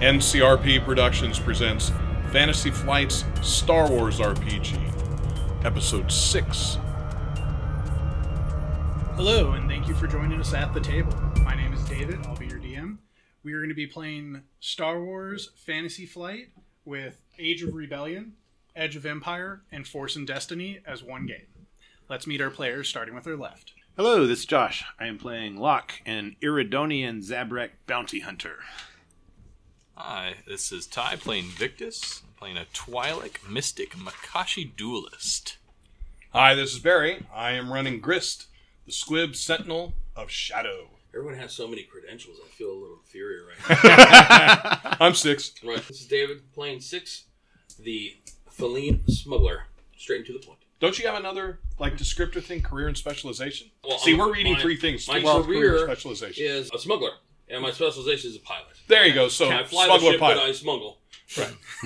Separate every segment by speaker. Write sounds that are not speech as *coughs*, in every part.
Speaker 1: NCRP Productions presents Fantasy Flight's Star Wars RPG, Episode 6.
Speaker 2: Hello, and thank you for joining us at the table. My name is David. I'll be your DM. We are going to be playing Star Wars Fantasy Flight with Age of Rebellion, Edge of Empire, and Force and Destiny as one game. Let's meet our players, starting with our left.
Speaker 3: Hello, this is Josh. I am playing Locke, an Iridonian Zabrak bounty hunter.
Speaker 4: Hi, this is Ty playing Victus, playing a Twi'lek Mystic Makashi Duelist.
Speaker 1: Hi, this is Barry. I am running Grist, the Squib Sentinel of
Speaker 5: *laughs*
Speaker 1: Shadow.
Speaker 5: Everyone has so many credentials. I feel a little inferior right now.
Speaker 1: I'm Six. *laughs*
Speaker 5: right. This is David playing six, the Feline smuggler. Straight into the point.
Speaker 1: Don't you have another like descriptor thing, career and specialization?
Speaker 5: Well,
Speaker 1: See,
Speaker 5: um,
Speaker 1: we're reading
Speaker 5: my-
Speaker 1: three things.
Speaker 5: My
Speaker 1: Three things,
Speaker 5: career
Speaker 1: and specialization.
Speaker 5: is a smuggler, and my specialization is a pilot.
Speaker 1: There you go. So
Speaker 5: Can I fly the
Speaker 1: Oh, smuggler
Speaker 5: ship that I
Speaker 1: pilot.
Speaker 5: smuggle?
Speaker 1: *laughs*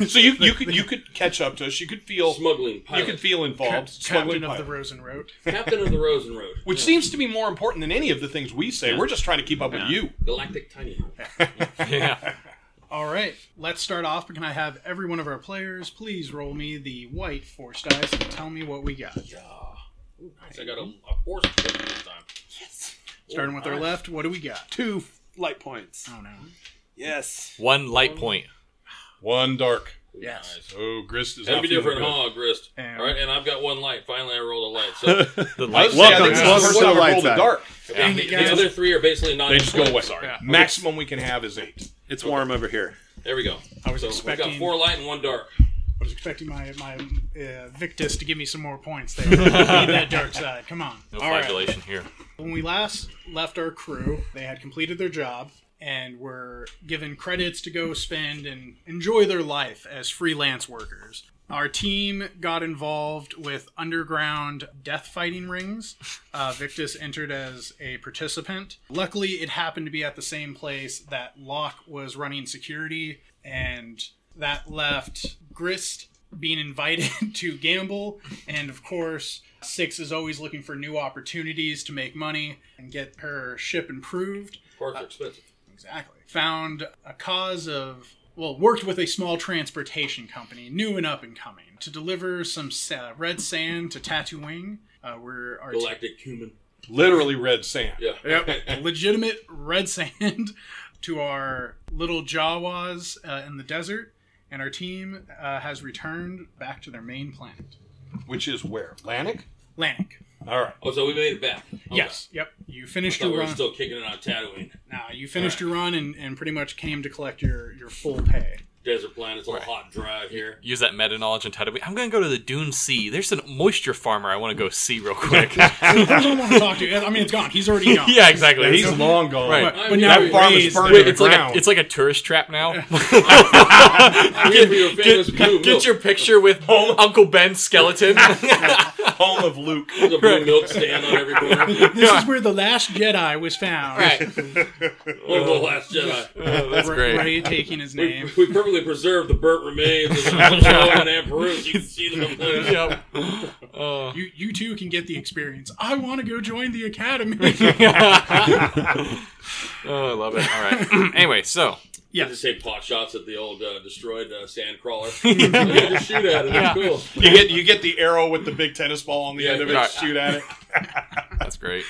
Speaker 1: so you
Speaker 5: *laughs*
Speaker 1: you could you could catch up to us. You could feel
Speaker 5: Smuggling
Speaker 1: you
Speaker 5: pilot.
Speaker 1: could feel involved. Smuggling
Speaker 2: Captain of
Speaker 1: pilot.
Speaker 2: the Rosen Road.
Speaker 5: Captain of the Rosen Road.
Speaker 1: *laughs* Which
Speaker 5: Yeah.
Speaker 1: seems to be more important than any of the things we say. We're just trying to keep up with you.
Speaker 5: Galactic Tiny
Speaker 1: *laughs*
Speaker 5: Home.
Speaker 4: Yeah.
Speaker 2: All right, let's start off. Can I have every one of our players please roll me the white force dice and tell me what we got?
Speaker 5: Ooh, nice. I got a, a horse this time.
Speaker 2: Starting with our left, what do we got?
Speaker 3: Two f- light points.
Speaker 2: Oh no.
Speaker 3: Yes.
Speaker 4: One light point.
Speaker 1: One dark.
Speaker 2: Yes.
Speaker 5: Nice.
Speaker 1: Oh, Grist is
Speaker 5: That'd
Speaker 1: not
Speaker 5: be
Speaker 1: feeling
Speaker 5: different,
Speaker 1: good.
Speaker 5: huh, Grist?
Speaker 2: And-
Speaker 5: All right, and I've got one light. Finally, I rolled a light.
Speaker 1: *laughs*
Speaker 5: So
Speaker 4: The
Speaker 1: I was
Speaker 4: light
Speaker 1: gonna say, I think
Speaker 3: Welcome.
Speaker 1: this is
Speaker 3: Welcome
Speaker 1: the
Speaker 3: to
Speaker 1: first time
Speaker 3: the
Speaker 1: I've
Speaker 3: light
Speaker 1: rolled a
Speaker 3: side.
Speaker 1: dark.
Speaker 2: Dang
Speaker 5: the,
Speaker 2: it,
Speaker 5: the
Speaker 2: guys.
Speaker 5: other three are basically not.
Speaker 1: They just go away.
Speaker 5: Sorry.
Speaker 1: Maximum we can have is eight.
Speaker 3: It's warm over here.
Speaker 5: There we go.
Speaker 2: I was
Speaker 5: so We've
Speaker 2: expecting-
Speaker 5: got four light and one dark.
Speaker 2: I was expecting my my uh, Victus to give me some more points there. *laughs* Need that dark side. Come on.
Speaker 4: No
Speaker 2: All right.
Speaker 4: flagellation here.
Speaker 2: When we last left our crew, they had completed their job and were given credits to go spend and enjoy their life as freelance workers. Our team got involved with underground death fighting rings. Uh, Victus entered as a participant. Luckily, it happened to be at the same place that Locke was running security, and that left Grist being invited *laughs* to gamble. And of course, Six is always looking for new opportunities to make money and get her ship improved.
Speaker 5: Parts are expensive.
Speaker 2: Exactly. Found a cause of, well, worked with a small transportation company, new and up and coming, to deliver some sa- red sand to Tatooine. Uh, where our team-
Speaker 5: Galactic human.
Speaker 1: Literally red sand.
Speaker 5: Yeah.
Speaker 2: Yep. *laughs* Legitimate red sand *laughs* to our little Jawas uh, in the desert, and our team uh, has returned back to their main planet,
Speaker 1: Which is where? Atlantic?
Speaker 2: Lanik.
Speaker 1: All right.
Speaker 5: Oh, so we made it back. Okay.
Speaker 2: Yes. Yep. You finished
Speaker 5: I thought
Speaker 2: your
Speaker 5: we were
Speaker 2: run.
Speaker 5: still kicking it on Tatooine.
Speaker 2: Now you finished your run and, and pretty much came to collect your, your full
Speaker 5: *laughs*
Speaker 2: pay.
Speaker 5: Desert planet. It's a little hot and dry here.
Speaker 4: Use that meta knowledge and title. I'm going to go to the Dune Sea. There's a moisture farmer I want to go see real quick.
Speaker 2: I don't want to talk to you. I mean, it's gone. He's already
Speaker 5: *laughs*
Speaker 2: gone.
Speaker 4: yeah, exactly.
Speaker 1: He's
Speaker 4: It's-
Speaker 1: long gone.
Speaker 4: Right.
Speaker 2: But,
Speaker 5: I
Speaker 2: but
Speaker 5: mean,
Speaker 2: now
Speaker 5: that
Speaker 2: it
Speaker 1: farm is
Speaker 2: raised
Speaker 1: burning.
Speaker 2: there.
Speaker 4: it's like
Speaker 1: Ground.
Speaker 4: a, it's like a tourist trap now.
Speaker 5: Get, for your famous blue
Speaker 4: Get your picture with Uncle Ben's skeleton.
Speaker 1: *laughs* Home of Luke.
Speaker 5: There's a blue milk stand on every corner.
Speaker 2: This is where the last Jedi was found.
Speaker 4: *laughs* right.
Speaker 5: One of the last Jedi.
Speaker 4: that's
Speaker 2: Ra-
Speaker 4: great.
Speaker 2: Ray taking his
Speaker 5: We,
Speaker 2: name.
Speaker 5: we perfectly preserved the burnt remains of Show and Aunt Peru. You can see them.
Speaker 4: *laughs* Yep. Uh,
Speaker 2: You you too can get the experience. I want to go join the
Speaker 5: *laughs*
Speaker 2: academy.
Speaker 4: oh, I love it. All right. *clears throat* anyway, so
Speaker 5: You
Speaker 2: yes.
Speaker 5: just take pot shots at the old uh, destroyed uh, sand crawler. you can just shoot at it. It's cool.
Speaker 1: You get you get the arrow with the big tennis ball on the
Speaker 5: Yeah,
Speaker 1: end of it.
Speaker 4: right.
Speaker 1: Shoot at it.
Speaker 4: that's great.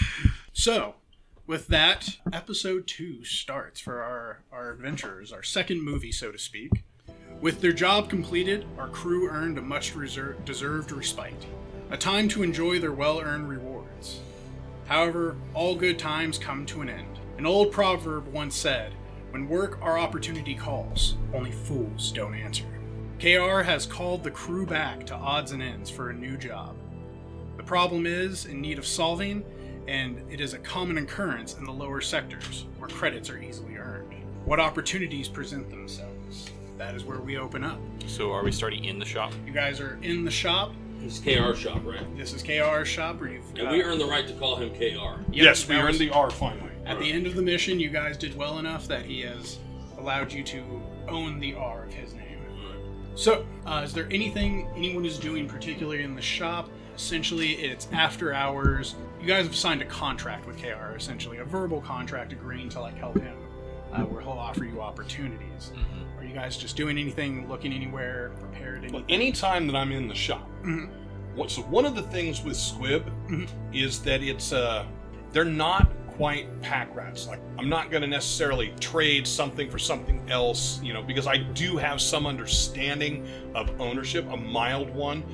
Speaker 2: So, with that, episode two starts for our, our adventurers, our second movie, so to speak. With their job completed, our crew earned a much reser- deserved respite, a time to enjoy their well earned rewards. However, all good times come to an end. An old proverb once said, When work or opportunity calls, only fools don't answer. KR has called the crew back to odds and ends for a new job. The problem is in need of solving, and it is a common occurrence in the lower sectors where credits are easily earned. What opportunities present themselves? That is where we open up.
Speaker 4: So are we starting in the shop?
Speaker 2: You guys are in the shop.
Speaker 5: It's KR shop, right?
Speaker 2: This is KR's shop where you've
Speaker 5: And we earned the right to call him KR.
Speaker 2: Yep,
Speaker 1: yes, we
Speaker 2: that
Speaker 1: earned
Speaker 2: was-
Speaker 1: the R finally.
Speaker 2: At the end of the mission, you guys did well enough that he has allowed you to own the R of his name. So, uh, is there anything anyone is doing particularly in the shop? Essentially, it's after hours. You guys have signed a contract with KR, essentially a verbal contract agreeing to like help him uh, where he'll offer you opportunities.
Speaker 4: Mm-hmm.
Speaker 2: Are you guys just doing anything, looking anywhere, prepared anything?
Speaker 1: Well, any time that I'm in the shop,
Speaker 2: Mhm.
Speaker 1: what, so one of the things with Squib
Speaker 2: Mhm.
Speaker 1: is that it's uh, they're not quite pack rats. Like I'm not going to necessarily trade something for something else, you know, because I do have some understanding of ownership, a mild one,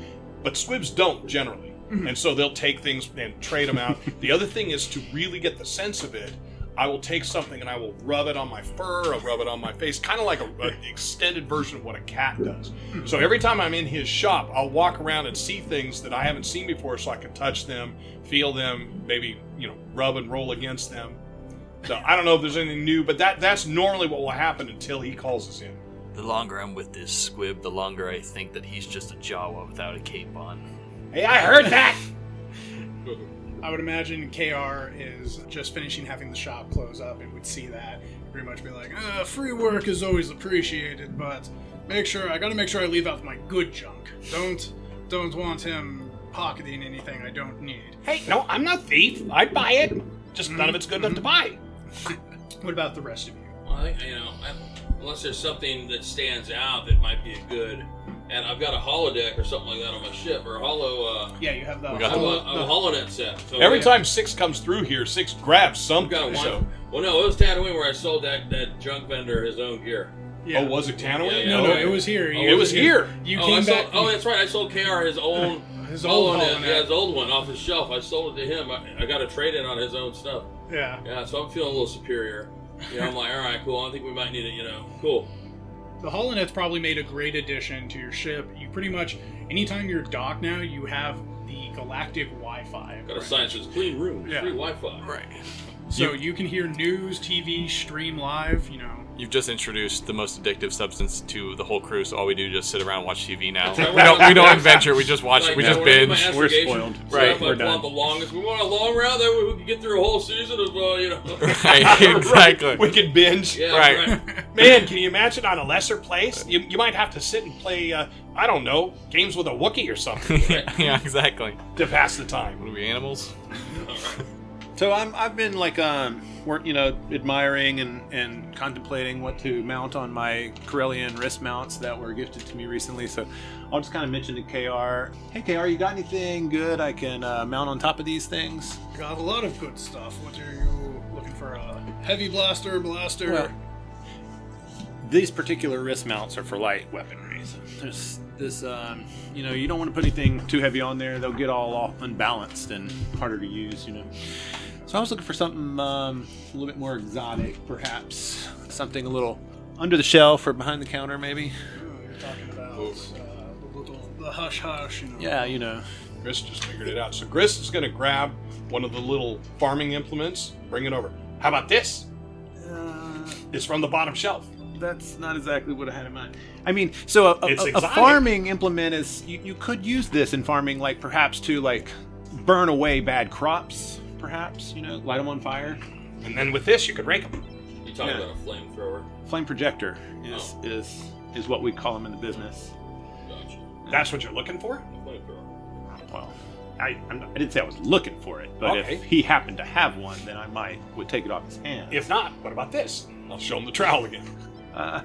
Speaker 1: but Squibs don't generally,
Speaker 2: Mhm.
Speaker 1: and so they'll take things and trade them out. the other thing is to really get the sense of it. I will take something and I will rub it on my fur, I'll rub it on my face, kind of like a, an extended version of what a cat does. So every time I'm in his shop, I'll walk around and see things that I haven't seen before, so I can touch them, feel them, maybe you know, rub and roll against them. So I don't know if there's anything new, but that that's normally what will happen until he calls us in.
Speaker 4: The longer I'm with this squib, the longer I think that he's just a Jawa without a cape on.
Speaker 1: Hey, I heard that.
Speaker 2: I would imagine KR is just finishing having the shop close up and would see that, pretty much be like, uh, free work is always appreciated, but make sure I gotta make sure I leave out my good junk. Don't don't want him pocketing anything I don't need.
Speaker 1: hey, no, I'm not a thief. I'd buy it. Just none of it's good enough to buy.
Speaker 2: What about the rest of you?
Speaker 5: Well, I think you know, I, unless there's something that stands out that might be a good, and I've got a holodeck or something like that on my ship, or a holo, uh,
Speaker 2: Yeah, you have the,
Speaker 4: We
Speaker 5: I
Speaker 4: got
Speaker 5: have a,
Speaker 4: the-
Speaker 5: I have a holonet set. So
Speaker 1: Oh, Every
Speaker 5: yeah,
Speaker 1: time Six comes through here, Six grabs
Speaker 5: I've got
Speaker 1: something.
Speaker 5: a one.
Speaker 1: So,
Speaker 5: Well, no, it was Tatooine where I sold that, that junk vendor his own gear.
Speaker 2: yeah.
Speaker 1: oh, was it Tannery?
Speaker 5: Yeah, yeah.
Speaker 2: no, no, it was here.
Speaker 5: Oh,
Speaker 1: it was here.
Speaker 2: You
Speaker 5: oh,
Speaker 2: came
Speaker 5: I sold,
Speaker 2: back.
Speaker 5: oh, that's right. I sold Kr his own
Speaker 2: *laughs* his old
Speaker 5: holonet.
Speaker 2: holonet.
Speaker 5: Yeah, his old one off his shelf. I sold it to him. I, I got a trade in on his own stuff.
Speaker 2: yeah.
Speaker 5: Yeah, so I'm feeling a little superior. You know, I'm like, all right, cool. I think we might need it. You know, cool.
Speaker 2: The Holonet's probably made a great addition to your ship. You pretty much, anytime you're docked now, you have the galactic Wi-Fi.
Speaker 5: Got a sign that says clean room,
Speaker 2: Yeah.
Speaker 5: free Wi-Fi.
Speaker 4: Right.
Speaker 2: So you can hear news, TV, stream live. You know,
Speaker 4: You've just introduced the most addictive substance to the whole crew, so all we do is just sit around and watch TV now.
Speaker 5: That's right,
Speaker 4: we don't,
Speaker 5: we're-
Speaker 4: we
Speaker 5: *laughs*
Speaker 4: don't adventure, we just watch,
Speaker 5: Like,
Speaker 4: we
Speaker 5: yeah,
Speaker 4: just
Speaker 5: we're doing my
Speaker 4: binge.
Speaker 3: We're
Speaker 5: investigation.
Speaker 3: spoiled.
Speaker 5: So
Speaker 4: Right,
Speaker 5: if I
Speaker 3: we're
Speaker 5: plot
Speaker 3: done.
Speaker 5: The longest. We want a long round. That way we can get through a whole season as
Speaker 3: *laughs*
Speaker 5: well. You know.
Speaker 4: *laughs*
Speaker 5: *laughs*
Speaker 4: Right, exactly.
Speaker 1: We could binge.
Speaker 5: Yeah,
Speaker 4: Right.
Speaker 5: right.
Speaker 1: Man, can you imagine on a lesser place? You, you might have to sit and play, uh, I don't know, games with a Wookiee or something
Speaker 4: *laughs* yeah, exactly.
Speaker 1: to pass the time.
Speaker 4: What are we, animals?
Speaker 3: So I'm, I've been like, um, work, you know, admiring and, and contemplating what to mount on my Corellian wrist mounts that were gifted to me recently. So I'll just kind of mention to KR, hey KR, you got anything good I can uh, mount on top of these things?
Speaker 2: got a lot of good stuff. What are you looking for? A heavy blaster, blaster.
Speaker 3: Well, These particular wrist mounts are for light weaponry. So There's this, um, you know, you don't want to put anything too heavy on there; they'll get all off unbalanced and harder to use. You know. So I was looking for something um, a little bit more exotic, perhaps something a little under the shelf or behind the counter, maybe.
Speaker 2: Oh, you're talking about uh, the little the hush hush. You know.
Speaker 3: Yeah, you know.
Speaker 1: Chris just figured it out. So Chris is going to grab one of the little farming implements, bring it over. How about this?
Speaker 3: Uh,
Speaker 1: It's from the bottom shelf.
Speaker 3: that's not exactly what I had in mind. I mean, so a, a,
Speaker 1: It's
Speaker 3: a- a
Speaker 1: exotic.
Speaker 3: farming implement is you, you could use this in farming, like perhaps to like burn away bad crops, perhaps you know, light them on fire.
Speaker 1: And then with this, you could rake them.
Speaker 5: You talking
Speaker 3: Yeah.
Speaker 5: about a flamethrower?
Speaker 3: Flame projector is is is what we call them in the business.
Speaker 5: Gotcha.
Speaker 1: That's what you're looking for?
Speaker 5: A flamethrower.
Speaker 3: Well, I I'm not, I didn't say I was looking for it, but
Speaker 1: Okay.
Speaker 3: if he happened to have one, then I might would take it off his hand.
Speaker 1: If not, what about this? I'll show him the trowel again.
Speaker 3: uh,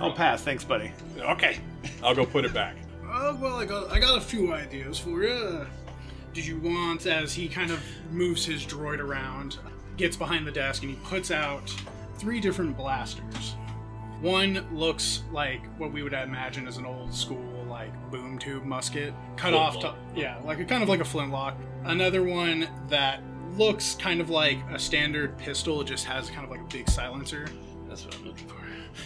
Speaker 3: I'll pass, thanks, buddy.
Speaker 1: Okay, I'll go put it back.
Speaker 2: Oh well, I got I got a few ideas for you. Did you want? As he kind of moves his droid around, gets behind the desk, and he puts out three different blasters. One looks like what we would imagine as an old school like boom tube musket, cut off to
Speaker 5: Flintlock.
Speaker 2: yeah, like a kind of like a flintlock. Another one that looks kind of like a standard pistol, it just has kind of like a big silencer.
Speaker 3: That's what I'm looking for.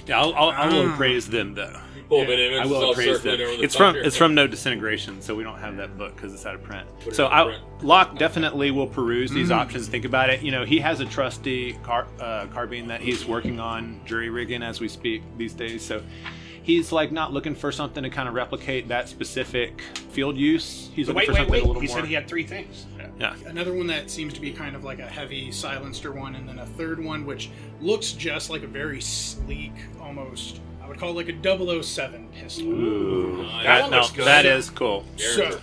Speaker 3: Yeah, I'll I'll, I will
Speaker 2: Ah.
Speaker 3: appraise them though.
Speaker 5: You pull it in.
Speaker 3: I
Speaker 5: It's
Speaker 3: will
Speaker 5: all
Speaker 3: appraise that.
Speaker 5: circulating over the
Speaker 3: It's
Speaker 5: top
Speaker 3: from
Speaker 5: here.
Speaker 3: it's from No Disintegration, so we don't have that book because it's out of print.
Speaker 5: Put it
Speaker 3: So
Speaker 5: out
Speaker 3: I
Speaker 5: of print.
Speaker 3: Locke definitely will peruse these
Speaker 1: Mm.
Speaker 3: options. Think about it. You know, he has a trusty car, uh, carbine that he's working on jury rigging as we speak these days. So he's like not looking for something to kind of replicate that specific field use. He's looking
Speaker 1: wait,
Speaker 3: for
Speaker 1: wait,
Speaker 3: something
Speaker 1: wait.
Speaker 3: a little
Speaker 1: He
Speaker 3: more.
Speaker 1: said he had three things.
Speaker 3: yeah.
Speaker 2: another one that seems to be kind of like a heavy silencer one and then a third one which looks just like a very sleek almost i would call it like a 007 pistol
Speaker 3: Ooh,
Speaker 5: Nice.
Speaker 1: That
Speaker 3: that,
Speaker 1: one
Speaker 3: no,
Speaker 1: looks good.
Speaker 3: that is cool.
Speaker 2: so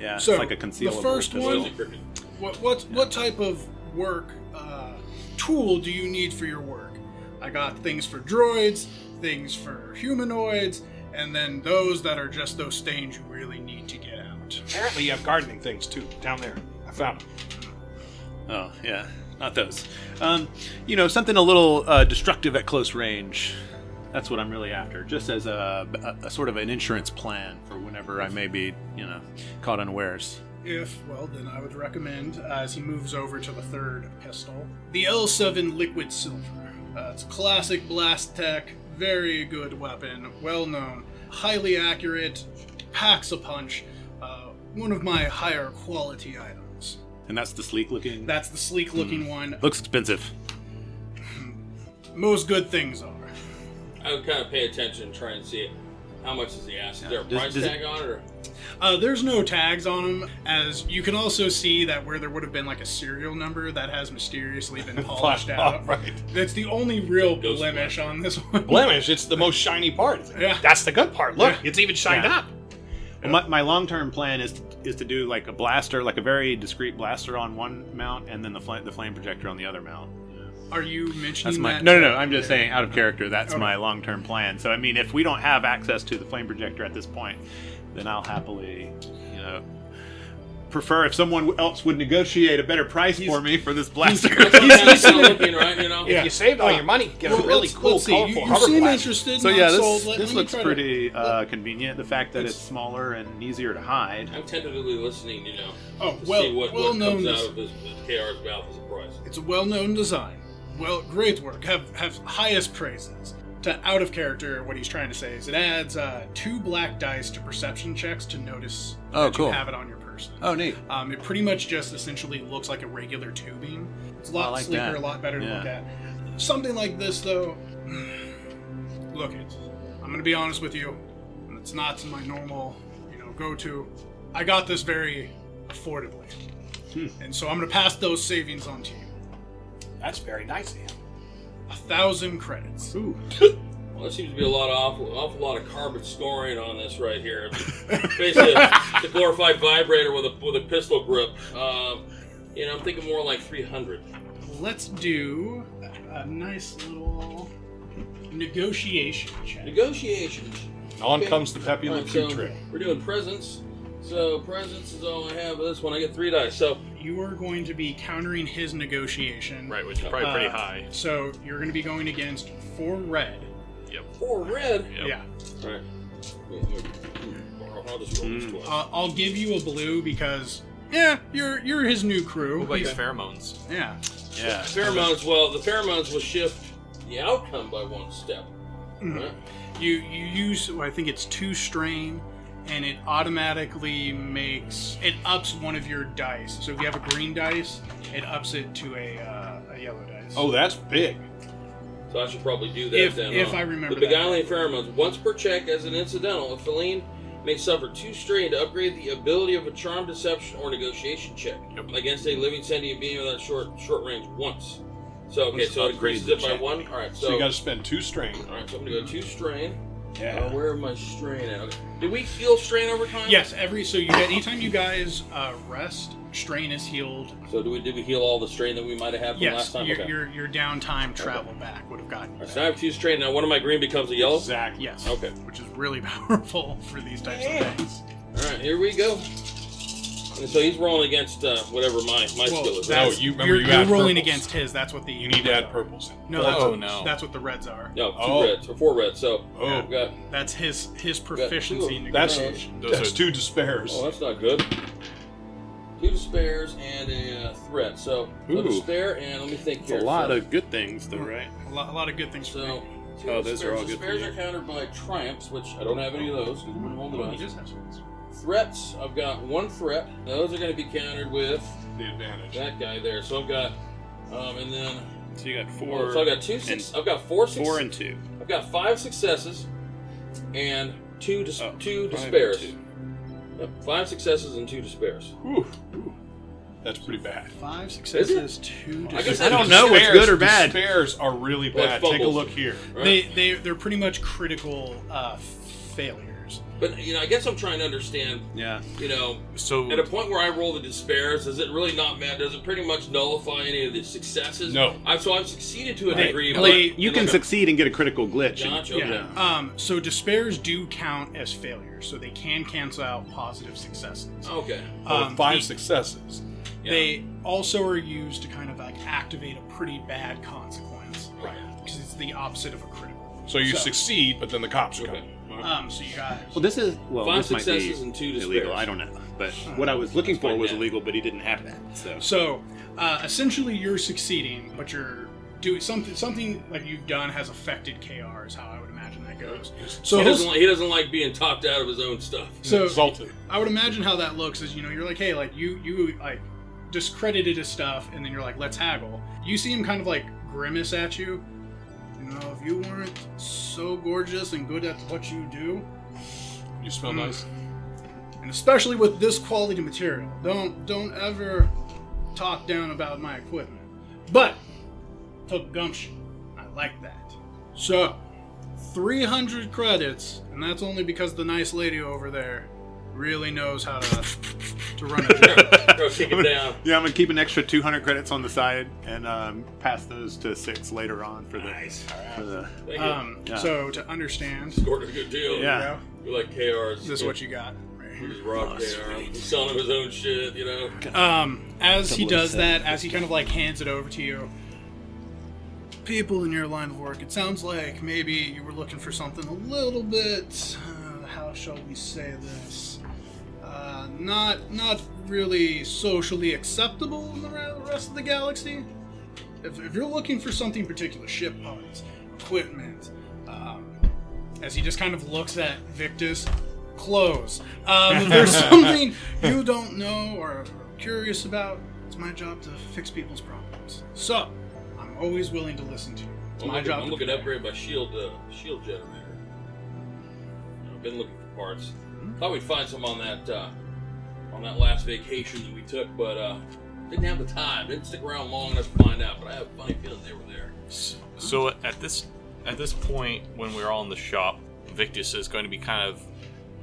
Speaker 3: Yeah,
Speaker 2: So,
Speaker 3: it's like a
Speaker 2: the
Speaker 3: concealable.
Speaker 2: first
Speaker 5: It's
Speaker 3: pistol.
Speaker 5: all encrypted.
Speaker 2: what what what type of work uh, tool do you need for your work I got things for droids, things for humanoids, and then those that are just those stains you really need to get out.
Speaker 1: Apparently, you have gardening things too down there. I found them.
Speaker 3: Oh, yeah. Not those. Um, you know, something a little uh, destructive at close range. That's what I'm really after, just as a, a, a sort of an insurance plan for whenever I may be, you know, caught unawares.
Speaker 2: If, well, then I would recommend, uh, as he moves over to the third pistol, the L7 Liquid Silver. Uh, it's classic blast tech, very good weapon, well known, highly accurate, packs a punch, uh, one of my higher quality items.
Speaker 3: And that's the sleek looking.
Speaker 2: That's the sleek looking one.
Speaker 3: looks expensive.
Speaker 2: Most good things are.
Speaker 5: I would kind of pay attention and try and see how much is the ass. Is there a
Speaker 3: Does-
Speaker 5: price
Speaker 3: does it-
Speaker 5: tag on it?
Speaker 3: *laughs*
Speaker 5: Or
Speaker 2: Uh, there's no tags on them, as you can also see that where there would have been like a serial number that has mysteriously been polished out.
Speaker 1: right.
Speaker 2: That's the only real
Speaker 5: Ghost
Speaker 2: blemish on this *laughs* one.
Speaker 1: Blemish. It's the most shiny part.
Speaker 2: Yeah.
Speaker 1: That's the good part. Look, it's even shined
Speaker 3: Yeah.
Speaker 1: up.
Speaker 3: Well, my my long term plan is is to do like a blaster, like a very discreet blaster on one mount, and then the fl- the flame projector on the other mount.
Speaker 2: Are you mentioning
Speaker 3: That's my
Speaker 2: that?
Speaker 3: no, no, no. I'm just saying, out of character. That's
Speaker 2: Okay.
Speaker 3: my long term plan. So I mean, if we don't have access to the flame projector at this point, then I'll happily, you know, prefer if someone else would negotiate a better price for me for this blaster. *laughs*
Speaker 5: That's what I'm looking, right? You know.
Speaker 1: If you saved all your money, get
Speaker 2: Uh, Well,
Speaker 1: a really
Speaker 2: let's-
Speaker 1: cool,
Speaker 2: let's see. You-
Speaker 1: colorful
Speaker 2: you,
Speaker 1: hover
Speaker 2: seem
Speaker 1: blaster.
Speaker 2: interested.
Speaker 3: so
Speaker 2: not
Speaker 3: yeah, this,
Speaker 2: sold. Let-
Speaker 3: this
Speaker 2: let me
Speaker 3: looks
Speaker 2: try to-
Speaker 3: pretty uh, convenient. The fact that it's, smaller and easier to hide.
Speaker 5: I'm tentatively listening, you know,
Speaker 2: oh,
Speaker 5: to
Speaker 2: well,
Speaker 5: see what,
Speaker 2: well
Speaker 5: what
Speaker 2: known.
Speaker 5: comes
Speaker 2: des-
Speaker 5: out of this, this KR's mouth as a price.
Speaker 2: It's a well-known design. Well, great work. Have have highest praises. To out of character, what he's trying to say is it adds uh, two black dice to perception checks to notice
Speaker 3: Oh,
Speaker 2: that
Speaker 3: cool.
Speaker 2: you have it on your person.
Speaker 3: Oh, neat.
Speaker 2: Um, it pretty much just essentially looks like a regular tubing. It's a lot
Speaker 3: I like
Speaker 2: sleeker,
Speaker 3: that.
Speaker 2: a lot better to
Speaker 3: Yeah.
Speaker 2: look at. Something like this, though, *sighs* look it. I'm gonna be honest with you, and it's not my normal, you know, go-to. I got this very affordably,
Speaker 3: Hmm.
Speaker 2: and so I'm gonna pass those savings on to you.
Speaker 1: That's very nice of him.
Speaker 2: A thousand credits.
Speaker 3: Ooh.
Speaker 5: Well, there seems to be a lot of awful, awful lot of carbon scoring on this right
Speaker 4: *laughs*
Speaker 5: here. Basically, the glorified vibrator with a with a pistol grip. Um, you know, I'm thinking more like 300.
Speaker 2: Let's do a nice little negotiation check.
Speaker 5: Negotiations.
Speaker 1: On
Speaker 5: Okay.
Speaker 1: comes the Pepe Le
Speaker 5: Alright,
Speaker 1: Pew
Speaker 5: so
Speaker 1: trick.
Speaker 5: we're doing presents. So presents is all I have. This one I get three dice. So
Speaker 2: You are going to be countering his negotiation.
Speaker 4: Right, which is probably pretty
Speaker 2: Uh,
Speaker 4: high.
Speaker 2: So you're going to be going against four red.
Speaker 5: four red.
Speaker 4: Yep.
Speaker 2: Yeah.
Speaker 5: Right. I'll just roll
Speaker 4: Hmm.
Speaker 5: this twice.
Speaker 2: Uh, I'll give you a blue because yeah, you're you're his new crew.
Speaker 4: What about your
Speaker 2: He's-
Speaker 4: pheromones?
Speaker 2: yeah.
Speaker 3: Yeah.
Speaker 5: Pheromones. Well, the pheromones will shift the outcome by one step. Right?
Speaker 2: You you use I think it's two strain, and it automatically makes it ups one of your dice. So if you have a green dice, it ups it to a uh, a yellow dice.
Speaker 1: Oh, that's big.
Speaker 5: So I should probably do that
Speaker 2: If-
Speaker 5: then.
Speaker 2: if
Speaker 5: huh?
Speaker 2: I remember
Speaker 5: The
Speaker 2: that.
Speaker 5: beguiling pheromones. Once per check as an incidental, a feline may suffer two strain to upgrade the ability of a charm, deception, or negotiation check against a living sentient being without short short range once. So okay,
Speaker 3: Let's
Speaker 5: so it
Speaker 3: upgrade
Speaker 5: increases
Speaker 3: the
Speaker 5: it by
Speaker 3: check.
Speaker 5: one. All right, so,
Speaker 1: So you got to spend two strain.
Speaker 5: all right, so I'm gonna go two strain. Uh, where am I strain at? Okay. Did we heal strain over time?
Speaker 2: Yes, every so you get anytime you guys uh, rest, strain is healed.
Speaker 5: So do we did we heal all the strain that we might have had from last
Speaker 2: Yes,
Speaker 5: time?
Speaker 2: your,
Speaker 5: okay.
Speaker 2: your your downtime travel back would have gotten.
Speaker 5: All
Speaker 2: you
Speaker 5: right,
Speaker 2: back.
Speaker 5: so I have two strain now. One of my green becomes a yellow.
Speaker 1: Exactly.
Speaker 2: Yes.
Speaker 5: Okay.
Speaker 2: Which is really *laughs* powerful for these types of things.
Speaker 5: All right, here we go. And so he's rolling against uh, whatever my my skill
Speaker 2: Well,
Speaker 5: is.
Speaker 2: that's,
Speaker 1: No, Oh, you- remember
Speaker 2: you're,
Speaker 1: you
Speaker 2: you're
Speaker 1: add
Speaker 2: rolling
Speaker 1: purples.
Speaker 2: against his. That's what the
Speaker 1: You need to add purples. in.
Speaker 2: No, that's
Speaker 4: Oh,
Speaker 2: what,
Speaker 4: no.
Speaker 2: that's what the reds are.
Speaker 5: No, two
Speaker 1: Oh.
Speaker 5: reds or four reds. So
Speaker 1: Oh.
Speaker 5: I've got.
Speaker 2: That's his his proficiency.
Speaker 5: Yeah,
Speaker 2: in
Speaker 1: That's
Speaker 2: negotiation.
Speaker 4: Those
Speaker 1: that's
Speaker 4: are-
Speaker 1: two despairs.
Speaker 5: Oh, that's not good. Two despairs and a uh, threat. So
Speaker 3: Ooh.
Speaker 5: a despair and let me think
Speaker 3: It's
Speaker 5: here.
Speaker 3: a lot
Speaker 5: so,
Speaker 3: of good things, though, right?
Speaker 2: a lot, a lot of good things. For
Speaker 5: So
Speaker 2: you.
Speaker 5: two
Speaker 3: Oh,
Speaker 5: despairs.
Speaker 3: those are all good for
Speaker 5: Despairs
Speaker 3: you.
Speaker 5: are countered by triumphs, which I don't have any of those. 'cause we rolled
Speaker 2: Oh,
Speaker 5: it
Speaker 2: he
Speaker 5: on.
Speaker 2: does have some.
Speaker 5: Threats. I've got one threat. Those are going to be countered with
Speaker 1: the advantage.
Speaker 5: that guy there. So I've got, um, and then
Speaker 3: So you got four,
Speaker 5: so I've got two six.
Speaker 3: and-
Speaker 5: I've got four six.
Speaker 3: four and two.
Speaker 5: I've got five successes and two dis-
Speaker 3: Oh, five and
Speaker 5: two despairs.
Speaker 3: two.
Speaker 5: Yep, five successes and two despairs.
Speaker 1: Whew. That's pretty bad.
Speaker 2: Five successes, two.
Speaker 5: I guess
Speaker 2: dis-
Speaker 5: I don't
Speaker 3: know what's
Speaker 1: Despairs-
Speaker 3: good or bad.
Speaker 1: Despairs are really
Speaker 5: Well,
Speaker 1: bad. Take a
Speaker 5: fumbles.
Speaker 1: look here.
Speaker 5: Right?
Speaker 2: They they they're pretty much critical uh, failures.
Speaker 5: But you know, I guess I'm trying to understand.
Speaker 3: Yeah.
Speaker 5: You know,
Speaker 4: So
Speaker 5: at a point where I roll the despairs, does it really not matter? Does it pretty much nullify any of the successes?
Speaker 1: No.
Speaker 5: I've, so I've succeeded to a
Speaker 3: Hey,
Speaker 5: degree.
Speaker 3: like,
Speaker 5: but-
Speaker 3: you can
Speaker 5: Okay.
Speaker 3: succeed and get a critical glitch. and-
Speaker 5: Gotcha. Okay.
Speaker 2: Yeah. Um, so despairs do count as failures, so they can cancel out positive successes.
Speaker 5: Okay.
Speaker 1: Oh,
Speaker 2: Um,
Speaker 1: five
Speaker 2: the-
Speaker 1: successes.
Speaker 5: Yeah.
Speaker 2: They also are used to kind of like activate a pretty bad consequence.
Speaker 5: Right.
Speaker 2: Because it's the opposite of a critical.
Speaker 1: So you
Speaker 2: So-
Speaker 1: succeed, but then the cops come.
Speaker 5: Okay.
Speaker 2: Um, so you got
Speaker 3: Well, this is well,
Speaker 5: Five
Speaker 3: this might be
Speaker 5: successes and two
Speaker 3: illegal.
Speaker 5: despairs.
Speaker 3: I don't know, but what I was looking for
Speaker 5: find
Speaker 3: was
Speaker 5: out.
Speaker 3: illegal, but he didn't have that. So
Speaker 5: *laughs*
Speaker 2: so uh, essentially you're succeeding, but you're doing something something like you've done has affected KR is how I would imagine that goes. So
Speaker 5: he doesn't like, he doesn't like being topped out of his own stuff. *laughs*
Speaker 2: so
Speaker 1: Exalted.
Speaker 2: I would imagine how that looks is you know you're like hey like you you like discredited his stuff and then you're like let's haggle. You see him kind of like grimace at you. You know if you weren't so gorgeous and good at what you do,
Speaker 1: You smell
Speaker 2: Mm.
Speaker 1: nice.
Speaker 2: and especially with this quality material, don't don't ever talk down about my equipment. But took gumption. I like that. So, 300 credits, and that's only because the nice lady over there really knows how to to run a job.
Speaker 5: Bro, take it down.
Speaker 3: *laughs* yeah, I'm gonna keep an extra 200 credits on the side and um, pass those to six later on for the. For the
Speaker 5: Thank you.
Speaker 2: Um,
Speaker 3: Yeah.
Speaker 2: So to understand,
Speaker 5: Scored a good deal.
Speaker 3: Yeah.
Speaker 2: you know,
Speaker 5: We like KR's.
Speaker 2: this is what you got.
Speaker 5: He just robbed
Speaker 4: Oh,
Speaker 5: KR.
Speaker 4: sweet.
Speaker 5: He's selling him his own shit, you know.
Speaker 2: Um, as he
Speaker 3: Double
Speaker 2: does
Speaker 3: O
Speaker 2: that,
Speaker 3: seven.
Speaker 2: as he kind of like hands it over to you, people in your line of work, it sounds like maybe you were looking for something a little bit, uh, how shall we say this, uh, not not really socially acceptable in the re- rest of the galaxy. If, if you're looking for something particular, ship parts, equipment, um, as he just kind of looks at Victus, clothes. Um, if there's something you don't know or are curious about, it's my job to fix people's problems. So, I'm always willing to listen to you. It's
Speaker 5: I'm
Speaker 2: my
Speaker 5: looking,
Speaker 2: job.
Speaker 5: I'm
Speaker 2: to
Speaker 5: looking to
Speaker 2: prepare.
Speaker 5: upgrade my shield uh, shield generator. I've been looking for parts.
Speaker 2: Hmm?
Speaker 5: Thought we'd find some on that uh, on that last vacation that we took, but uh, didn't have the time. Didn't stick around long enough to find out. But I have a funny feeling they were there.
Speaker 4: So at this at this point, when we're all in the shop, Victus is going to be kind of,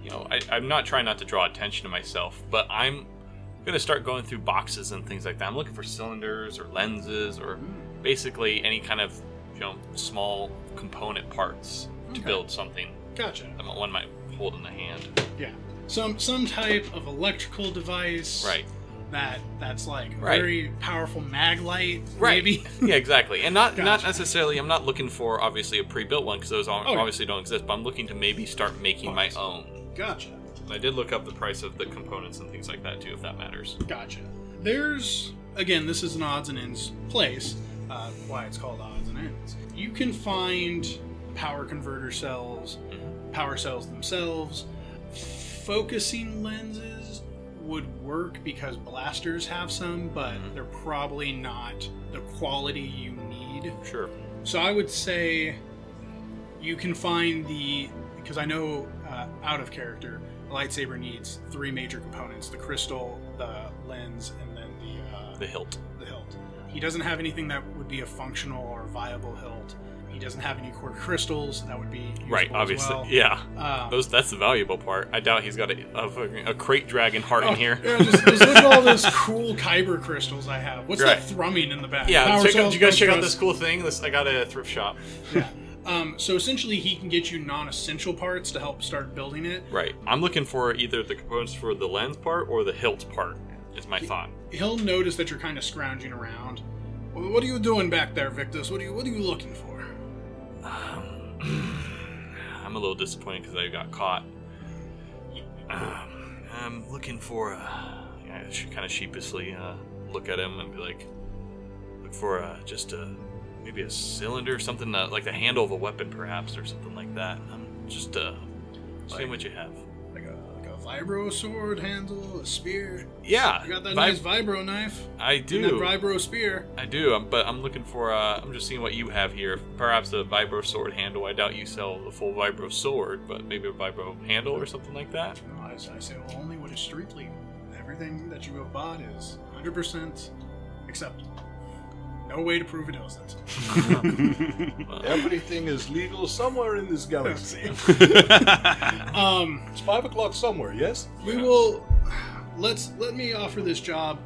Speaker 4: you know, I, I'm not trying not to draw attention to myself, but I'm going to start going through boxes and things like that. I'm looking for cylinders or lenses or basically any kind of, you know, small component parts to
Speaker 2: Okay.
Speaker 4: build something
Speaker 2: Gotcha.
Speaker 4: that one might hold in the hand.
Speaker 2: Yeah. Some some type of electrical device.
Speaker 4: Right.
Speaker 2: That that's like a
Speaker 4: Right.
Speaker 2: very powerful mag light.
Speaker 4: Right.
Speaker 2: Maybe. *laughs*
Speaker 4: yeah, exactly. And not not
Speaker 2: Gotcha.
Speaker 4: necessarily. I'm not looking for obviously a pre-built one because those aren't-
Speaker 2: Oh, yeah.
Speaker 4: obviously don't exist. But I'm looking to maybe start making my
Speaker 2: Parts.
Speaker 4: own.
Speaker 2: Gotcha.
Speaker 4: I did look up the price of the components and things like that too, if that matters.
Speaker 2: Gotcha. There's again, this is an odds and ends place. Uh, why it's called odds and ends. You can find power converter cells,
Speaker 4: Mm-hmm.
Speaker 2: power cells themselves. Focusing lenses would work because blasters have some, but
Speaker 4: Mm-hmm.
Speaker 2: they're probably not the quality you need.
Speaker 4: Sure.
Speaker 2: So I would say you can find the because I know uh, out of character, the lightsaber needs three major components: the crystal, the lens, and then the uh,
Speaker 4: The hilt.
Speaker 2: the hilt. He doesn't have anything that would be a functional or viable hilt. He doesn't have any core crystals that would be useful
Speaker 4: Right.
Speaker 2: as
Speaker 4: Obviously.
Speaker 2: well.
Speaker 4: Yeah.
Speaker 2: Um,
Speaker 4: Those. That's the valuable part. I doubt he's got a, a, fucking- a crate dragon heart
Speaker 2: Oh.
Speaker 4: in here.
Speaker 2: Yeah, just, just look at all
Speaker 4: *laughs*
Speaker 2: those cool kyber crystals I have. What's
Speaker 4: Right.
Speaker 2: that thrumming in the back?
Speaker 4: Yeah.
Speaker 2: Power
Speaker 4: Check out,
Speaker 2: cells,
Speaker 4: did you guys
Speaker 2: don't
Speaker 4: check out
Speaker 2: trust.
Speaker 4: this cool thing? This I got at a thrift shop.
Speaker 2: Um, so essentially, he can get you non-essential parts to help start building it.
Speaker 4: Right. I'm looking for either the components for the lens part or the hilt part. Is my thought.
Speaker 2: He'll notice that you're kind of scrounging around. "Well, What are you doing back there, Victus? What are you What are you looking for?
Speaker 4: I'm a little disappointed because I got caught. Um, I'm looking for a. I should kind of sheepishly uh, look at him and be like, look for a, just a maybe a cylinder, something that, like the handle of a weapon, perhaps, or something like that. I'm just uh, seeing what you have.
Speaker 2: Like a like a vibro sword handle, a spear.
Speaker 4: Yeah,
Speaker 2: I got that
Speaker 4: vib-
Speaker 2: nice vibro knife.
Speaker 4: I
Speaker 2: And that
Speaker 4: do.
Speaker 2: vibro spear.
Speaker 4: I do, um, but I'm looking for. Uh, I'm just seeing what you have here. Perhaps a vibro sword handle. I doubt you sell the full vibro sword, but maybe a vibro handle or something like that.
Speaker 2: No, I, I say well, only what is street legal. Everything that you have bought is 100 percent acceptable. No No way to prove an innocent.
Speaker 1: Everything is legal somewhere in this galaxy.
Speaker 2: Um,
Speaker 1: *laughs* it's five o'clock somewhere, yes?
Speaker 2: we will. Let's let me offer this job.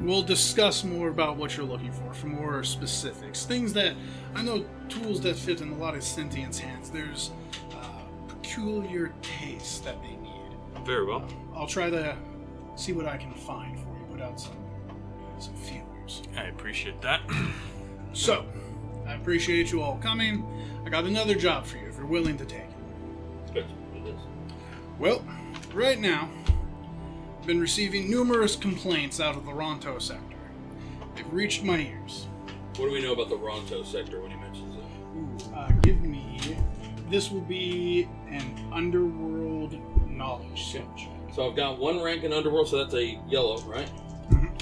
Speaker 2: We'll discuss more about what you're looking for, for more specifics, things that I know tools that fit in a lot of sentient's hands. There's uh, peculiar tastes that they need.
Speaker 4: Very well.
Speaker 2: I'll try to see what I can find for you. Put out some uh, some feelers.
Speaker 4: I appreciate that. *clears throat*
Speaker 2: So, I appreciate you all coming. I got another job for you if you're willing to take it.
Speaker 5: That's what it is.
Speaker 2: Well, right now, I've been receiving numerous complaints out of the Ronto sector. They've reached my ears.
Speaker 5: What do we know about the Ronto sector when he mentions it?
Speaker 2: Ooh, uh, give me. This will be an underworld knowledge set check.
Speaker 5: So I've got one rank in Underworld, so that's a yellow, right?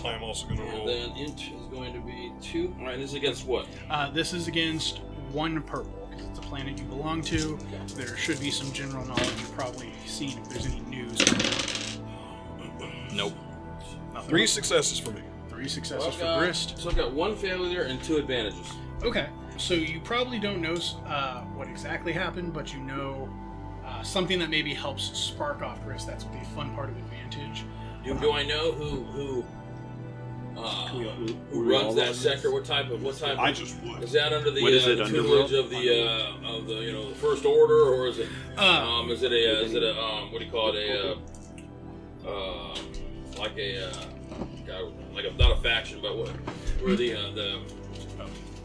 Speaker 1: I am also going to
Speaker 5: And
Speaker 1: roll.
Speaker 5: then Int is going to be two. All right, this is against what?
Speaker 2: Uh, this is against one purple because it's a planet you belong to. There should be some general knowledge you're probably seeing if there's any news.
Speaker 4: Nope.
Speaker 2: Nothing.
Speaker 1: Three successes for me.
Speaker 2: Three
Speaker 5: So
Speaker 2: successes
Speaker 5: I've
Speaker 2: for
Speaker 5: got-
Speaker 2: Grist.
Speaker 5: So I've got one failure and two advantages.
Speaker 2: Okay, so you probably don't know uh, what exactly happened, but you know uh, something that maybe helps spark off Grist. That's the fun part of advantage.
Speaker 5: Do, do I know who who uh,
Speaker 3: We all- we-
Speaker 5: who
Speaker 3: we all
Speaker 5: runs that
Speaker 3: run
Speaker 5: sector? What type of what type?
Speaker 1: I
Speaker 5: of,
Speaker 1: just would.
Speaker 5: is that under the,
Speaker 3: What
Speaker 5: uh,
Speaker 3: is it,
Speaker 5: the
Speaker 3: Underworld?
Speaker 5: tutelage of the uh, of the you know the First Order, or is it
Speaker 2: Uh,
Speaker 5: um is it a is it a um what do you call it a uh, um like a uh, God, like a, not a faction but what where the uh, the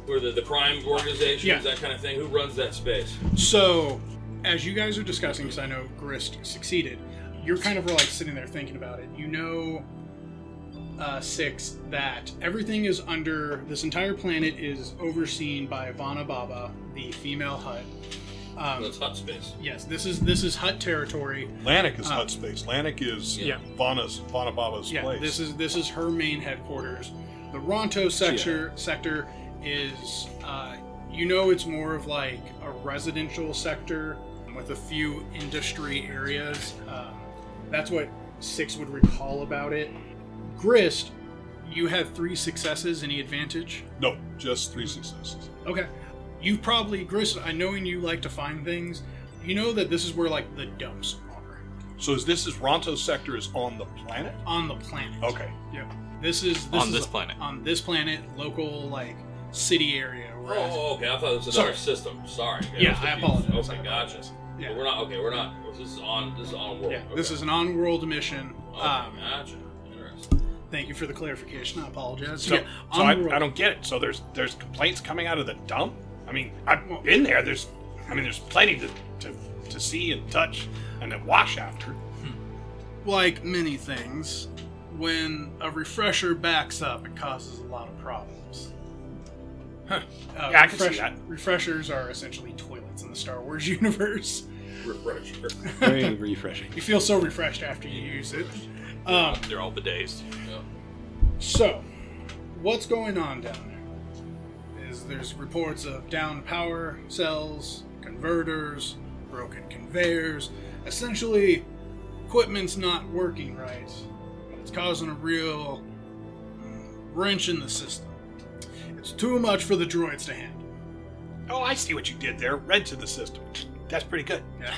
Speaker 5: where the, the crime organizations
Speaker 2: Yeah.
Speaker 5: that kind of thing? Who runs that space?
Speaker 2: so, as you guys are discussing, because I know Grist succeeded, you're kind of like sitting there thinking about it. You know, uh, six that everything is under this entire planet is overseen by Vana Baba, the female hut. Um,
Speaker 5: That's hot space.
Speaker 2: yes, this is this is hut territory.
Speaker 1: Lanik is
Speaker 2: Uh,
Speaker 1: hut space. Lanik is
Speaker 2: Yeah.
Speaker 1: Vana's, Vana Baba's
Speaker 2: Yeah,
Speaker 1: place.
Speaker 2: this is this is her main headquarters. The Ronto sector sector is, uh, you know, it's more of like a residential sector with a few industry areas. Um, that's what Six would recall about it. Grist, you have three successes. Any advantage?
Speaker 1: no, just three successes.
Speaker 2: Okay. You probably Grist. I knowing you like to find things. You know that this is where like the dumps are
Speaker 1: So is this is Ronto sector is on the planet?
Speaker 2: on the planet.
Speaker 1: Okay.
Speaker 2: Yep. This is this
Speaker 4: On
Speaker 2: is
Speaker 4: this
Speaker 2: a-
Speaker 4: planet.
Speaker 2: On this planet, local like city area. Whereas,
Speaker 5: Oh, okay. I thought it was
Speaker 2: Sorry.
Speaker 5: another system. Sorry.
Speaker 2: Yeah,
Speaker 5: was
Speaker 2: I
Speaker 5: confused.
Speaker 2: apologize.
Speaker 5: Okay,
Speaker 2: I
Speaker 5: gotcha.
Speaker 2: yeah,
Speaker 5: But we're not okay. We're not. This is on. This is on world.
Speaker 2: yeah. This
Speaker 5: oh. okay.
Speaker 2: is an on-world mission.
Speaker 5: Okay,
Speaker 2: Um,
Speaker 5: gotcha. Interesting.
Speaker 2: thank you for the clarification. I apologize.
Speaker 1: So,
Speaker 2: yeah,
Speaker 1: so I,
Speaker 2: on-world-
Speaker 1: I don't get it. So there's there's complaints coming out of the dump. I mean,
Speaker 2: Well-
Speaker 1: I've been there. There's, I mean, there's plenty to, to, to see and touch and then wash after.
Speaker 2: like many things. When a refresher backs up, it causes a lot of problems.
Speaker 1: Huh.
Speaker 2: Uh,
Speaker 1: Yeah, I can see
Speaker 2: refresh-
Speaker 1: that.
Speaker 2: Refreshers are essentially toilets in the Star Wars *laughs* universe. *laughs*
Speaker 3: *laughs*
Speaker 5: Refresher.
Speaker 3: Very refreshing.
Speaker 2: You feel so refreshed after you use it. Um,
Speaker 4: They're all bidets.
Speaker 5: Yeah.
Speaker 2: So, what's going on down there? Is there's reports of down power cells, converters, broken conveyors, essentially equipment's not working right. It's causing a real mm, wrench in the system. It's too much for the droids to handle.
Speaker 1: Oh, I see what you did there. Rented the system. That's pretty good.
Speaker 2: Yeah.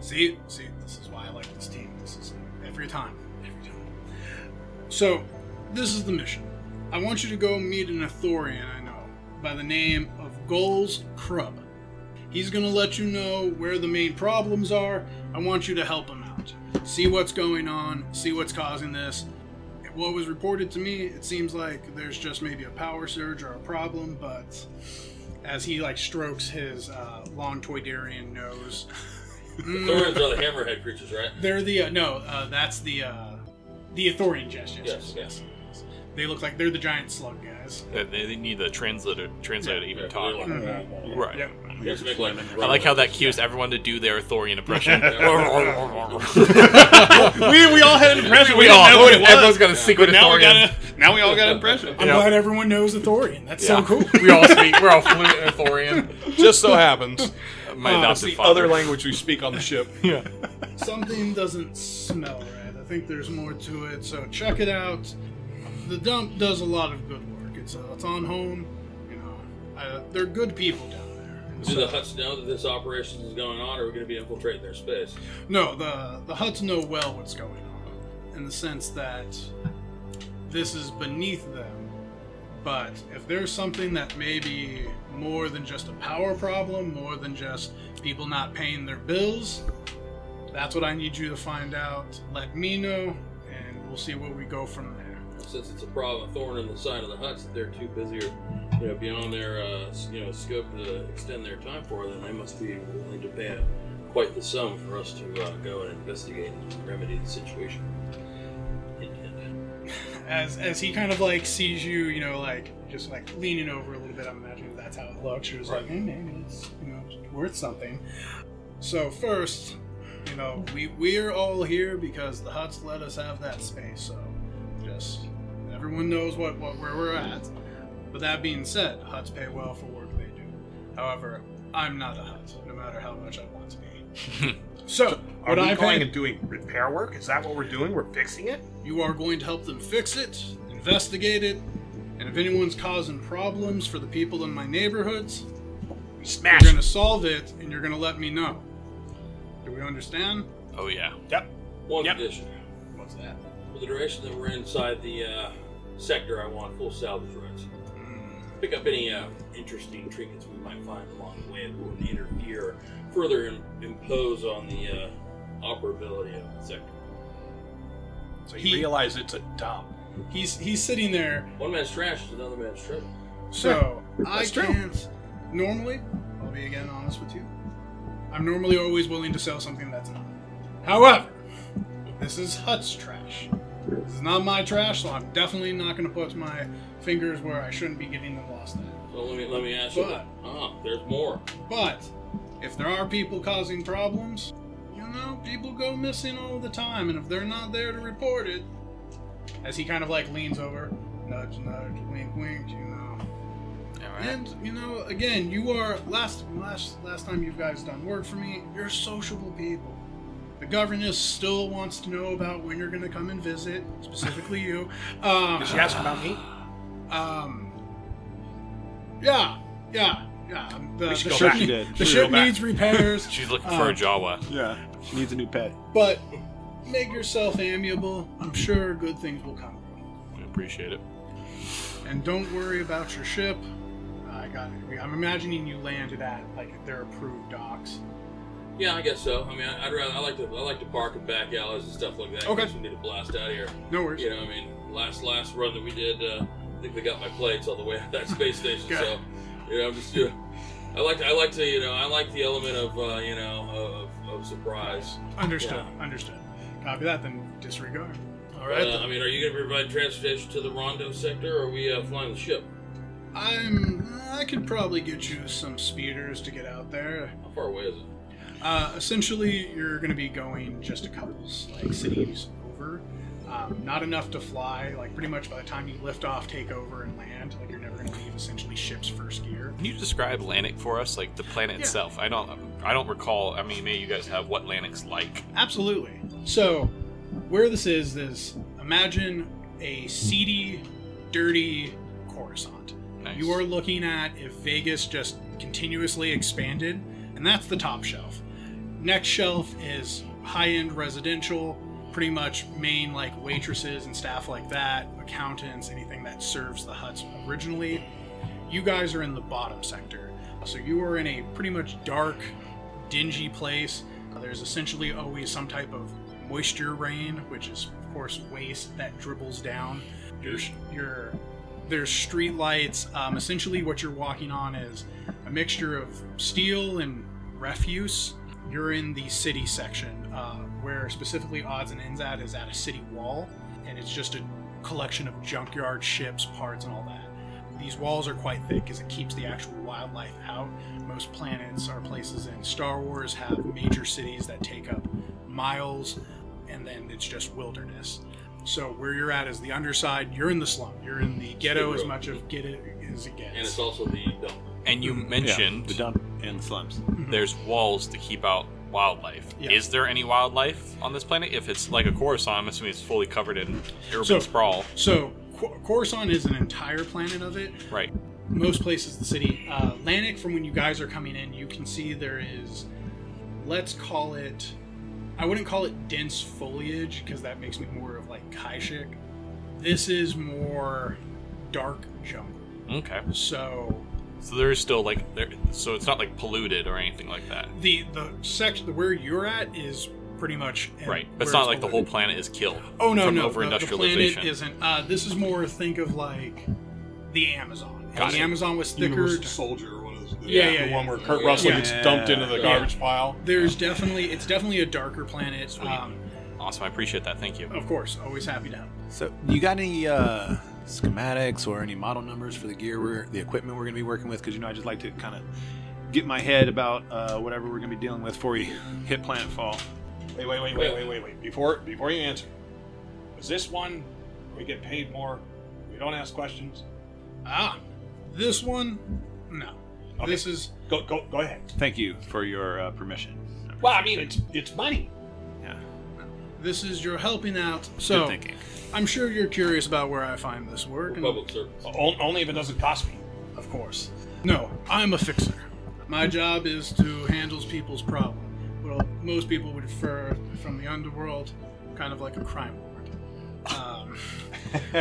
Speaker 2: See, see, this is why I like this team. This is every time, every time. So, this is the mission. I want you to go meet an Athorian I know by the name of Goals Krub. He's gonna let you know where the main problems are. I want you to help him out. See what's going on. See what's causing this. What was reported to me, it seems like there's just maybe a power surge or a problem, but as he like strokes his uh, long Toydarian nose,
Speaker 5: Thorns are the hammerhead creatures, right?
Speaker 2: they're the uh, no. Uh, that's the uh, the Ithorian gest.
Speaker 5: Yes. Yes.
Speaker 2: They look like they're the giant slug guys.
Speaker 4: They, they need the translator translator to even
Speaker 5: Yeah,
Speaker 4: talk.
Speaker 5: they're like-
Speaker 2: Mm-hmm.
Speaker 4: Right.
Speaker 2: Yep.
Speaker 5: you guys make like-
Speaker 4: I like how that cues everyone to do their Thorian impression.
Speaker 3: we, we all had *laughs* an impression. We, all.
Speaker 4: know
Speaker 3: *laughs*
Speaker 4: Everyone's got a secret
Speaker 3: now we
Speaker 4: Thorian.
Speaker 3: got a, now we all got *laughs* an impression.
Speaker 2: I'm glad everyone knows Ithorian. That's so
Speaker 4: Yeah.
Speaker 2: cool.
Speaker 4: *laughs* We *laughs* all speak. We're all fluent in Thorian.
Speaker 1: Just so *laughs* happens,
Speaker 4: My
Speaker 2: Uh,
Speaker 1: that's
Speaker 4: adopted
Speaker 1: Oh, the
Speaker 4: father.
Speaker 1: other language we speak on the ship.
Speaker 4: Yeah.
Speaker 2: *laughs* Something doesn't smell right. I think there's more to it. So check it out. The dump does a lot of good work. It's uh, it's on home. You know, uh, they're good people down there. And
Speaker 5: Do
Speaker 2: so-
Speaker 5: the huts know that this operation is going on, or are we going to be infiltrating their space?
Speaker 2: No, the the Huts know well what's going on, in the sense that this is beneath them. But if there's something that may be more than just a power problem, more than just people not paying their bills, that's what I need you to find out. Let me know, and we'll see where we go from there.
Speaker 5: Since it's a problem, a thorn in the side of the huts, that they're too busy or you know, beyond their uh, s- you know scope to extend their time for, then they must be willing to pay a, quite the sum for us to uh, go and investigate and remedy the situation. Hint, hint.
Speaker 2: As as he kind of like sees you, you know, like just like leaning over a little bit. I'm imagining that's how it looks. You're just like, hey, man, it's you know it's worth something. So first, you know, we we're all here because the huts let us have that space. So just everyone knows what, what where we're at. But that being said, huts pay well for work they do. However, I'm not a hut, no matter how much I want to be. so
Speaker 1: Are
Speaker 2: what
Speaker 1: we
Speaker 2: I
Speaker 1: going
Speaker 2: pay,
Speaker 1: and doing repair work? Is that what we're doing? We're fixing it?
Speaker 2: you are going to help them fix it, investigate it, and if anyone's causing problems for the people in my neighborhoods,
Speaker 1: We
Speaker 2: you're
Speaker 1: smash
Speaker 2: going to
Speaker 1: it.
Speaker 2: solve it and you're going to let me know. Do we understand?
Speaker 4: Oh yeah.
Speaker 5: One
Speaker 1: Yep.
Speaker 5: condition.
Speaker 2: What's that?
Speaker 5: For the duration that we're inside the uh, sector, I want full salvage rights.
Speaker 2: Hmm.
Speaker 5: Pick up any uh, interesting trinkets we might find along the way that wouldn't interfere or further im- impose on the uh, operability of the sector.
Speaker 1: So
Speaker 2: He-
Speaker 1: you realize it's a dump.
Speaker 2: He's he's sitting there.
Speaker 5: One man's trash is another man's treasure.
Speaker 2: So I
Speaker 1: that's true.
Speaker 2: can't. Normally, I'll be again honest with you. I'm normally always willing to sell something that's not. However, this is Hut's trash. This is not my trash, so I'm definitely not going to put my fingers where I shouldn't be getting them lost at.
Speaker 5: So let me let me ask you
Speaker 2: But-
Speaker 5: that. Ah, there's more.
Speaker 2: But if there are people causing problems, you know, people go missing all the time, and if they're not there to report it, as he kind of like leans over, nudge, nudge, wink, wink, you know. And you know, again, you are last last last time you guys done work for me. You're sociable people. The governess still wants to know about when you're going to come and visit,
Speaker 1: *laughs*
Speaker 2: specifically you. Um,
Speaker 1: Did she ask about me?
Speaker 2: um, yeah, yeah, yeah. um, The,
Speaker 1: We should
Speaker 2: the
Speaker 1: go
Speaker 2: ship,
Speaker 1: back.
Speaker 2: need-
Speaker 3: Dead.
Speaker 2: the
Speaker 1: We should
Speaker 2: ship
Speaker 1: go back.
Speaker 2: needs repairs,
Speaker 4: She's looking for a
Speaker 2: Um,
Speaker 4: Jawa.
Speaker 3: Yeah, she needs a new pet.
Speaker 2: but make yourself amiable. I'm sure good things will come.
Speaker 4: I appreciate it.
Speaker 2: And don't worry about your ship. I got it. I'm imagining you landed at like their approved docks.
Speaker 5: Yeah, I guess so. I mean, I- I'd rather I like to I like to park in back alleys and stuff like that. in
Speaker 2: Okay.
Speaker 5: case We need to blast out of here.
Speaker 2: No worries.
Speaker 5: You know, I mean, last last run that we did, uh, I think they got my plates all the way
Speaker 2: *laughs*
Speaker 5: out of that space station.
Speaker 2: Good.
Speaker 5: So, you know, I'm just you know, I like to, I like to you know I like the element of uh, you know of, of surprise.
Speaker 2: Understood.
Speaker 5: Yeah.
Speaker 2: Understood. Copy that. Then disregard. All right.
Speaker 5: Uh, I mean, are you going to provide transportation to the Rondo sector, or are we uh, flying the ship?
Speaker 2: I'm. I could probably get you some speeders to get out there.
Speaker 5: How far away is it?
Speaker 2: Uh, essentially, you're going to be going just a couple like cities over. Um, not enough to fly. Like pretty much by the time you lift off, take over, and land, like you're never going to leave essentially ship's first gear.
Speaker 4: Can you describe Lanik for us, like the planet
Speaker 2: Yeah.
Speaker 4: itself? I don't, I don't recall. I mean, maybe you guys have what Lanik's like.
Speaker 2: Absolutely. So, where this is, is imagine a seedy, dirty Coruscant.
Speaker 4: Nice.
Speaker 2: You are looking at if Vegas just continuously expanded, and that's the top shelf. Next shelf is high end residential, pretty much main like waitresses and staff like that, accountants, anything that serves the huts originally. You guys are in the bottom sector. So you are in a pretty much dark, dingy place. Uh, There's essentially always some type of moisture rain, which is, of course, waste that dribbles down. Your, your, there's street lights. Um, essentially, what you're walking on is a mixture of steel and refuse. You're in the city section, uh, where specifically odds and ends at is at a city wall, and it's just a collection of junkyard ships, parts, and all that. These walls are quite thick as it keeps the actual wildlife out. Most planets or places in Star Wars have major cities that take up miles, and then it's just wilderness. So where you're at is the underside. You're in the slum. You're in the ghetto as much of get it as it gets.
Speaker 5: And it's also the dump.
Speaker 4: and you mentioned
Speaker 3: the dump and the slums.
Speaker 4: there's walls to keep out wildlife.
Speaker 2: Yeah.
Speaker 4: Is there any wildlife on this planet? If it's like a Coruscant, I'm assuming it's fully covered in urban
Speaker 2: So-
Speaker 4: sprawl.
Speaker 2: So Cor- Coruscant is an entire planet of it.
Speaker 4: Right.
Speaker 2: Most places, the city. Uh, Lanik, from when you guys are coming in, you can see there is, let's call it, I wouldn't call it dense foliage because that makes me more of like Kaishik. This is more dark jungle.
Speaker 4: Okay.
Speaker 2: So
Speaker 4: So there's still like there. So it's not like polluted or anything like that.
Speaker 2: the the section where you're at is pretty much in-
Speaker 4: Right. But it's
Speaker 2: where
Speaker 4: not like the whole
Speaker 2: polluted.
Speaker 4: planet is killed.
Speaker 2: Oh no,
Speaker 4: from
Speaker 2: no, the, the planet
Speaker 4: over-industrialization.
Speaker 2: isn't. Uh, this is more think of like the Amazon. If
Speaker 4: Got
Speaker 2: the
Speaker 4: it.
Speaker 2: Amazon was thicker.
Speaker 1: Universal Soldier or one of those. the-
Speaker 2: Yeah,
Speaker 1: the
Speaker 2: yeah,
Speaker 1: one
Speaker 2: yeah.
Speaker 1: where Kurt
Speaker 5: Yeah.
Speaker 1: Russell
Speaker 2: Yeah.
Speaker 1: gets dumped into the
Speaker 3: Yeah.
Speaker 1: garbage pile.
Speaker 2: There's definitely it's definitely a darker planet.
Speaker 4: Sweet.
Speaker 2: Um,
Speaker 4: Awesome. I appreciate that. Thank you.
Speaker 2: of course, always happy to help.
Speaker 3: So, you got any uh, schematics or any model numbers for the gear we're the equipment we're going to be working with? Because you know, I just like to kind of get my head about uh, whatever we're going to be dealing with before we hit planetfall.
Speaker 1: Wait, wait, wait, wait, wait, wait, wait. Before before you answer, was this one where we get paid more? We don't ask questions.
Speaker 2: Ah, this one, no.
Speaker 1: Okay.
Speaker 2: This is
Speaker 1: Go go go ahead.
Speaker 3: Thank you for your uh, permission.
Speaker 1: Well, I mean, it's it's money.
Speaker 3: yeah,
Speaker 2: this is you're helping out. So
Speaker 3: good thinking.
Speaker 2: I'm sure you're curious about where I find this work. and-
Speaker 5: Public service.
Speaker 1: O- only if it doesn't cost me.
Speaker 2: Of course. No, I'm a fixer. My job is to handle people's problem. Well, most people would refer from the underworld, kind of like a crime lord. Um,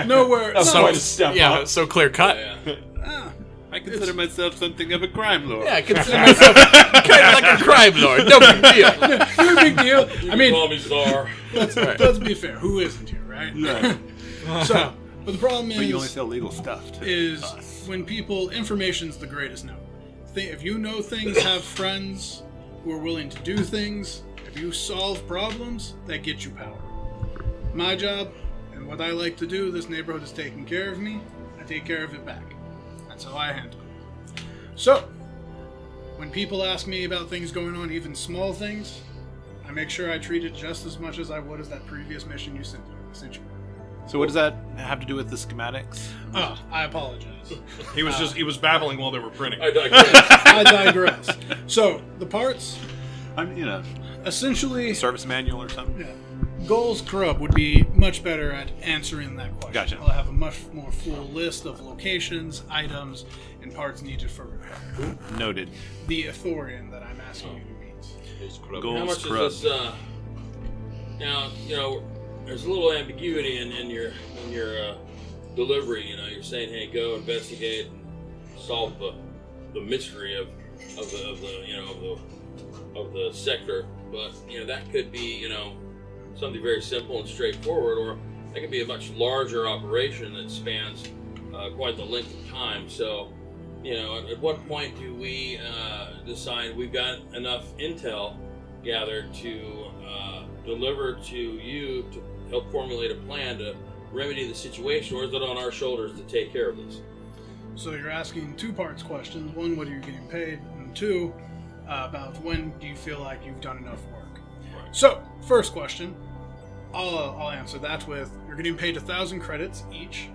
Speaker 2: nowhere.
Speaker 1: That's
Speaker 2: no,
Speaker 1: quite a step
Speaker 4: yeah.
Speaker 1: up.
Speaker 4: So clear cut.
Speaker 2: *laughs*
Speaker 5: Yeah.
Speaker 2: ah,
Speaker 3: I consider myself something of a crime lord.
Speaker 4: Yeah,
Speaker 2: *laughs*
Speaker 4: I consider myself kind of like a crime lord. No big
Speaker 5: *laughs*
Speaker 4: deal.
Speaker 2: you're a big deal. I mean,
Speaker 5: Call me czar.
Speaker 2: let's,
Speaker 4: Right.
Speaker 2: let's be fair. Who isn't here, right?
Speaker 3: Right.
Speaker 2: *laughs* so, but the problem is.
Speaker 3: But you only sell legal stuff. To
Speaker 2: is
Speaker 3: us.
Speaker 2: when people information's the greatest know. Th- if you know things, have friends who are willing to do things. If you solve problems, that gets you power. My job and what I like to do, this neighborhood is taking care of me. I take care of it back. That's how I handle it. So, when people ask me about things going on, even small things, I make sure I treat it just as much as I would as that previous mission you sent sent you.
Speaker 3: So what does that have to do with the schematics?
Speaker 2: Oh, I apologize.
Speaker 1: He was just he was babbling while they were printing.
Speaker 5: I digress.
Speaker 2: I digress. So the parts,
Speaker 3: I'm, you know,
Speaker 2: essentially,
Speaker 3: service manual or something.
Speaker 2: yeah, Goals Corrupt would be much better at answering that question.
Speaker 3: Gotcha.
Speaker 2: I'll have a much more full list of locations, items, and parts needed for repair.
Speaker 3: Noted.
Speaker 2: The Ithorian that I'm asking you to meet.
Speaker 5: How much is this? Uh, now you know, there's a little ambiguity in, in your in your uh, delivery. You know, you're saying, "Hey, go investigate and solve the the mystery of of the, of the you know of the of the sector." But you know that could be you know something very simple and straightforward, or that could be a much larger operation that spans uh, quite the length of time. So. You know, at, at what point do we uh, decide we've got enough intel gathered to uh, deliver to you to help formulate a plan to remedy the situation, or is it on our shoulders to take care of this?
Speaker 2: So you're asking two parts questions. One, what are you getting paid? And two, uh, about when do you feel like you've done enough work? So, first question, I'll, I'll answer that with you're getting paid a thousand credits each.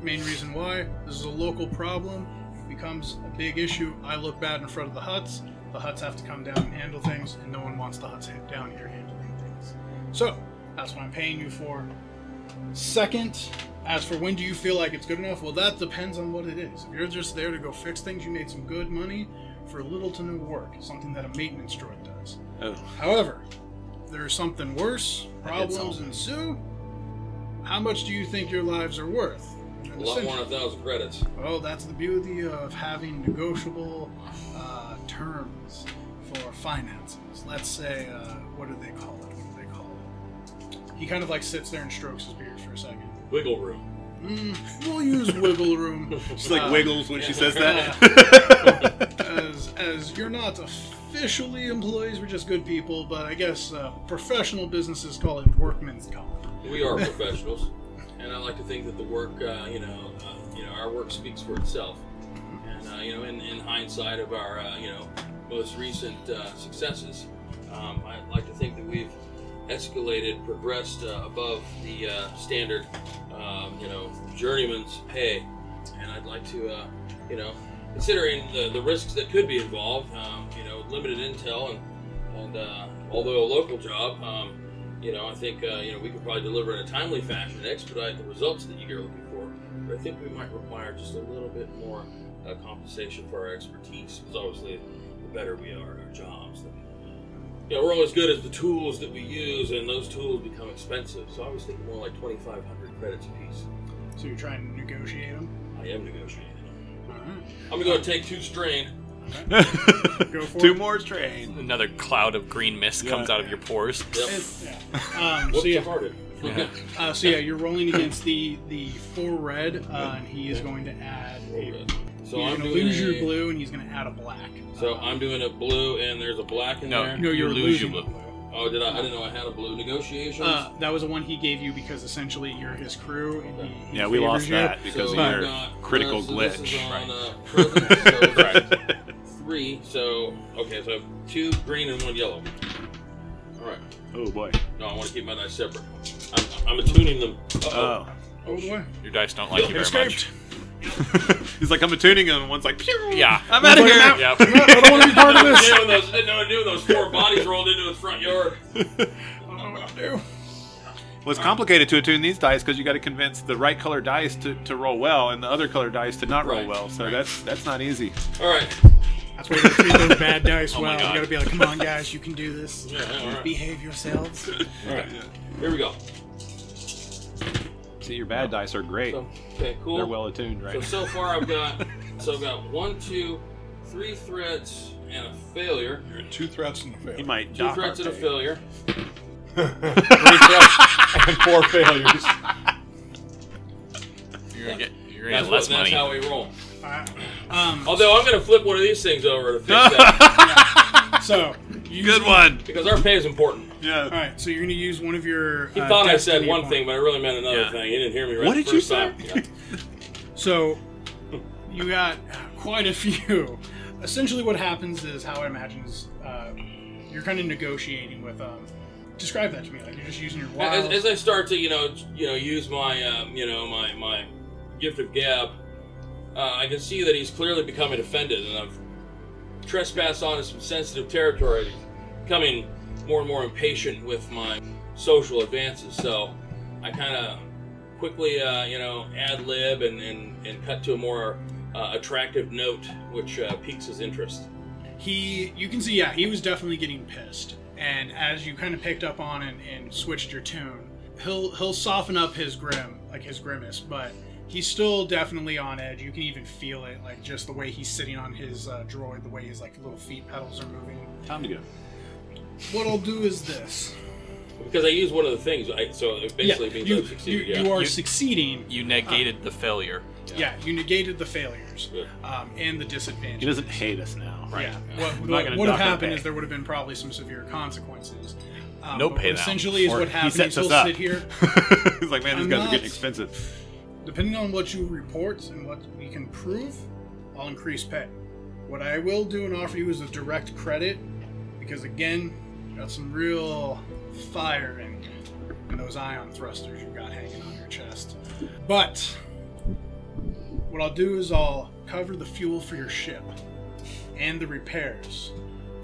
Speaker 2: Main reason why this is a local problem, it becomes a big issue. I look bad in front of the huts. The huts have to come down and handle things, and no one wants the huts hit down here handling things. So that's what I'm paying you for. Second, as for when do you feel like it's good enough, well, that depends on what it is. If you're just there to go fix things, you made some good money for little to no work, something that a maintenance droid does.
Speaker 3: Oh,
Speaker 2: However, there's something worse.
Speaker 3: That hits
Speaker 2: Problems
Speaker 3: home.
Speaker 2: ensue. How much do you think your lives are worth?
Speaker 5: A lot more than a thousand credits.
Speaker 2: Well, that's the beauty of having negotiable uh, terms for finances. Let's say, uh, what do they call it? What do they call it? He kind of like sits there and strokes his beard for a second.
Speaker 5: Wiggle room.
Speaker 2: Mm, we'll use wiggle
Speaker 3: *laughs*
Speaker 2: room.
Speaker 3: she's like
Speaker 2: Uh,
Speaker 3: wiggles when she
Speaker 5: yeah.
Speaker 3: says that.
Speaker 2: as as you're not officially employees, we're just good people, but I guess uh, professional businesses call it workman's comp.
Speaker 5: We are professionals, and I like to think that the work, uh, you know, uh, you know, our work speaks for itself. And uh, you know, in, in hindsight of our, uh, you know, most recent uh, successes, um, I like to think that we've escalated, progressed uh, above the uh, standard, um, you know, journeyman's pay. And I'd like to, uh, you know, considering the, the risks that could be involved, um, you know, limited intel, and, and uh, although a local job, um, you know, I think uh, you know we could probably deliver in a timely fashion and expedite the results that you're looking for. I think we might require just a little bit more uh, compensation for our expertise. Because obviously, the better we are at our jobs, the you know, we're only as good as the tools that we use, and those tools become expensive. So I was thinking more like 2,500 credits a piece.
Speaker 2: So you're trying to negotiate them?
Speaker 5: I am negotiating.
Speaker 2: All right.
Speaker 5: I'm gonna go take two strain.
Speaker 2: Go for
Speaker 3: Two
Speaker 2: it.
Speaker 3: more train.
Speaker 4: Another cloud of green mist comes out of your pores.
Speaker 5: Yep.
Speaker 2: It's-
Speaker 3: *laughs*
Speaker 2: yeah. Um, so
Speaker 5: Whoops, I
Speaker 2: yeah,
Speaker 5: farted.
Speaker 4: Yeah.
Speaker 2: uh, so yeah, you're rolling against the the four red, uh, and he is going to add.
Speaker 5: Okay.
Speaker 2: he's
Speaker 5: So I'm
Speaker 2: going to
Speaker 5: doing
Speaker 2: lose
Speaker 5: a,
Speaker 2: your blue, and he's going to add a black.
Speaker 5: So
Speaker 2: Uh,
Speaker 5: I'm doing a blue, and there's a black in
Speaker 4: No.
Speaker 5: there.
Speaker 2: no, you're
Speaker 4: you lose
Speaker 2: losing
Speaker 4: your
Speaker 2: the
Speaker 4: blue.
Speaker 5: Oh, did I? I didn't know I had a blue. Negotiations.
Speaker 2: Uh, that was the one he gave you because essentially you're his crew. And he, he
Speaker 3: *laughs* Yeah, we
Speaker 2: favors
Speaker 3: lost
Speaker 2: you.
Speaker 3: that because
Speaker 5: so
Speaker 3: of
Speaker 2: but-
Speaker 5: we've
Speaker 3: your
Speaker 5: got-
Speaker 3: critical
Speaker 5: uh, so this is
Speaker 3: glitch.
Speaker 5: on, uh,
Speaker 2: *laughs*
Speaker 5: present, so it's three. So okay, so I have two green and one yellow. All right.
Speaker 3: Oh boy.
Speaker 5: No, I want to keep my dice separate. I'm, I'm attuning them. Uh-oh.
Speaker 3: Oh. *laughs*
Speaker 2: Oh boy.
Speaker 4: Your dice don't like you very much.
Speaker 3: He's like, I'm attuning him. and One's like, pew.
Speaker 4: Yeah.
Speaker 3: I'm out of here.
Speaker 4: *laughs* Yep.
Speaker 2: I don't want to be part of
Speaker 5: *laughs* I
Speaker 2: this.
Speaker 5: didn't know those, didn't know what to do when those four bodies rolled into his front yard.
Speaker 2: I don't know what to do.
Speaker 3: *laughs* Well, it's complicated to attune these dice because you got to convince the right color dice to, to roll well and the other color dice to not roll
Speaker 5: Right,
Speaker 3: well. So that's that's not easy.
Speaker 5: All right.
Speaker 2: That's why you gotta treat those bad dice
Speaker 4: Oh my
Speaker 2: well. You
Speaker 4: God.
Speaker 2: got to be like, come on, guys, you can do this.
Speaker 5: Yeah, all right.
Speaker 2: Behave yourselves.
Speaker 5: All right. Here we go.
Speaker 3: See, your bad dice are great.
Speaker 5: So, okay, cool.
Speaker 3: They're well attuned, right?
Speaker 5: So so far I've got so I've got one, two, three threats and a failure.
Speaker 1: You're at two threats and a
Speaker 3: he
Speaker 1: fail.
Speaker 3: might
Speaker 5: Two
Speaker 3: dock
Speaker 5: threats
Speaker 3: our
Speaker 5: and a
Speaker 3: pay.
Speaker 5: failure.
Speaker 1: Three threats and four failures.
Speaker 4: You're gonna get you're gonna get
Speaker 5: That's, what,
Speaker 4: less money.
Speaker 5: that's how we roll.
Speaker 2: Alright. Um,
Speaker 5: Although I'm gonna flip one of these things over to fix that
Speaker 2: so, you
Speaker 3: Good one.
Speaker 5: because our pay is important.
Speaker 3: Yeah.
Speaker 2: All right, so you're going to use one of your.
Speaker 5: He
Speaker 2: uh,
Speaker 5: thought I
Speaker 2: destiny
Speaker 5: said one
Speaker 2: point.
Speaker 5: thing, but I really meant another
Speaker 4: Yeah.
Speaker 5: thing. He didn't hear me right.
Speaker 3: What
Speaker 5: the
Speaker 3: did you
Speaker 5: first
Speaker 3: say?
Speaker 5: Time. Yeah.
Speaker 2: So, you got quite a few. Essentially, what happens is how I imagine is uh, you're kind of negotiating with. Um, describe that to me. Like you're just using your
Speaker 5: As,
Speaker 2: wild.
Speaker 5: as I start to, you know, j- you know, use my, um, you know, my my gift of gab, uh, I can see that he's clearly becoming offended, and I've trespassed onto some sensitive territory, becoming more and more impatient with my social advances. So I kind of quickly, uh, you know, ad lib and, and and cut to a more uh, attractive note, which uh, piques his interest.
Speaker 2: he, you can see, yeah, he was definitely getting pissed. And as you kind of picked up on and, and switched your tune, he'll he'll soften up his grim, like his grimace, but he's still definitely on edge. You can even feel it, like just the way he's sitting on his uh, droid, the way his like little feet pedals are moving.
Speaker 3: *laughs* Time to go.
Speaker 2: What I'll do is this.
Speaker 5: Because I use one of the things, I, so it basically means
Speaker 2: you,
Speaker 5: I've succeeded.
Speaker 2: you,
Speaker 5: yeah.
Speaker 2: you are
Speaker 4: You-
Speaker 2: succeeding.
Speaker 4: You negated the failure.
Speaker 2: Yeah. you negated the failures
Speaker 5: Yeah.
Speaker 2: um, and the
Speaker 3: He
Speaker 2: disadvantages.
Speaker 3: doesn't hate us now. Right.
Speaker 2: Yeah. What,
Speaker 3: We're not
Speaker 2: what
Speaker 3: gonna
Speaker 2: would have
Speaker 3: dock our
Speaker 2: happened
Speaker 3: pay.
Speaker 2: is there would have been probably some severe consequences. Um,
Speaker 4: No
Speaker 2: but
Speaker 4: pay now.
Speaker 2: Essentially, is
Speaker 3: Or
Speaker 2: what
Speaker 3: he
Speaker 2: happened.
Speaker 3: sets
Speaker 2: is
Speaker 3: us
Speaker 2: he'll
Speaker 3: up.
Speaker 2: sit here,
Speaker 3: He's like, man, these
Speaker 2: I'm
Speaker 3: guys are
Speaker 2: not-
Speaker 3: getting expensive.
Speaker 2: depending on what you report and what we can prove, I'll increase pay. What I will do and offer you is a direct credit, because again, got some real fire in, you and those ion thrusters you got hanging on your chest. But what I'll do is I'll cover the fuel for your ship and the repairs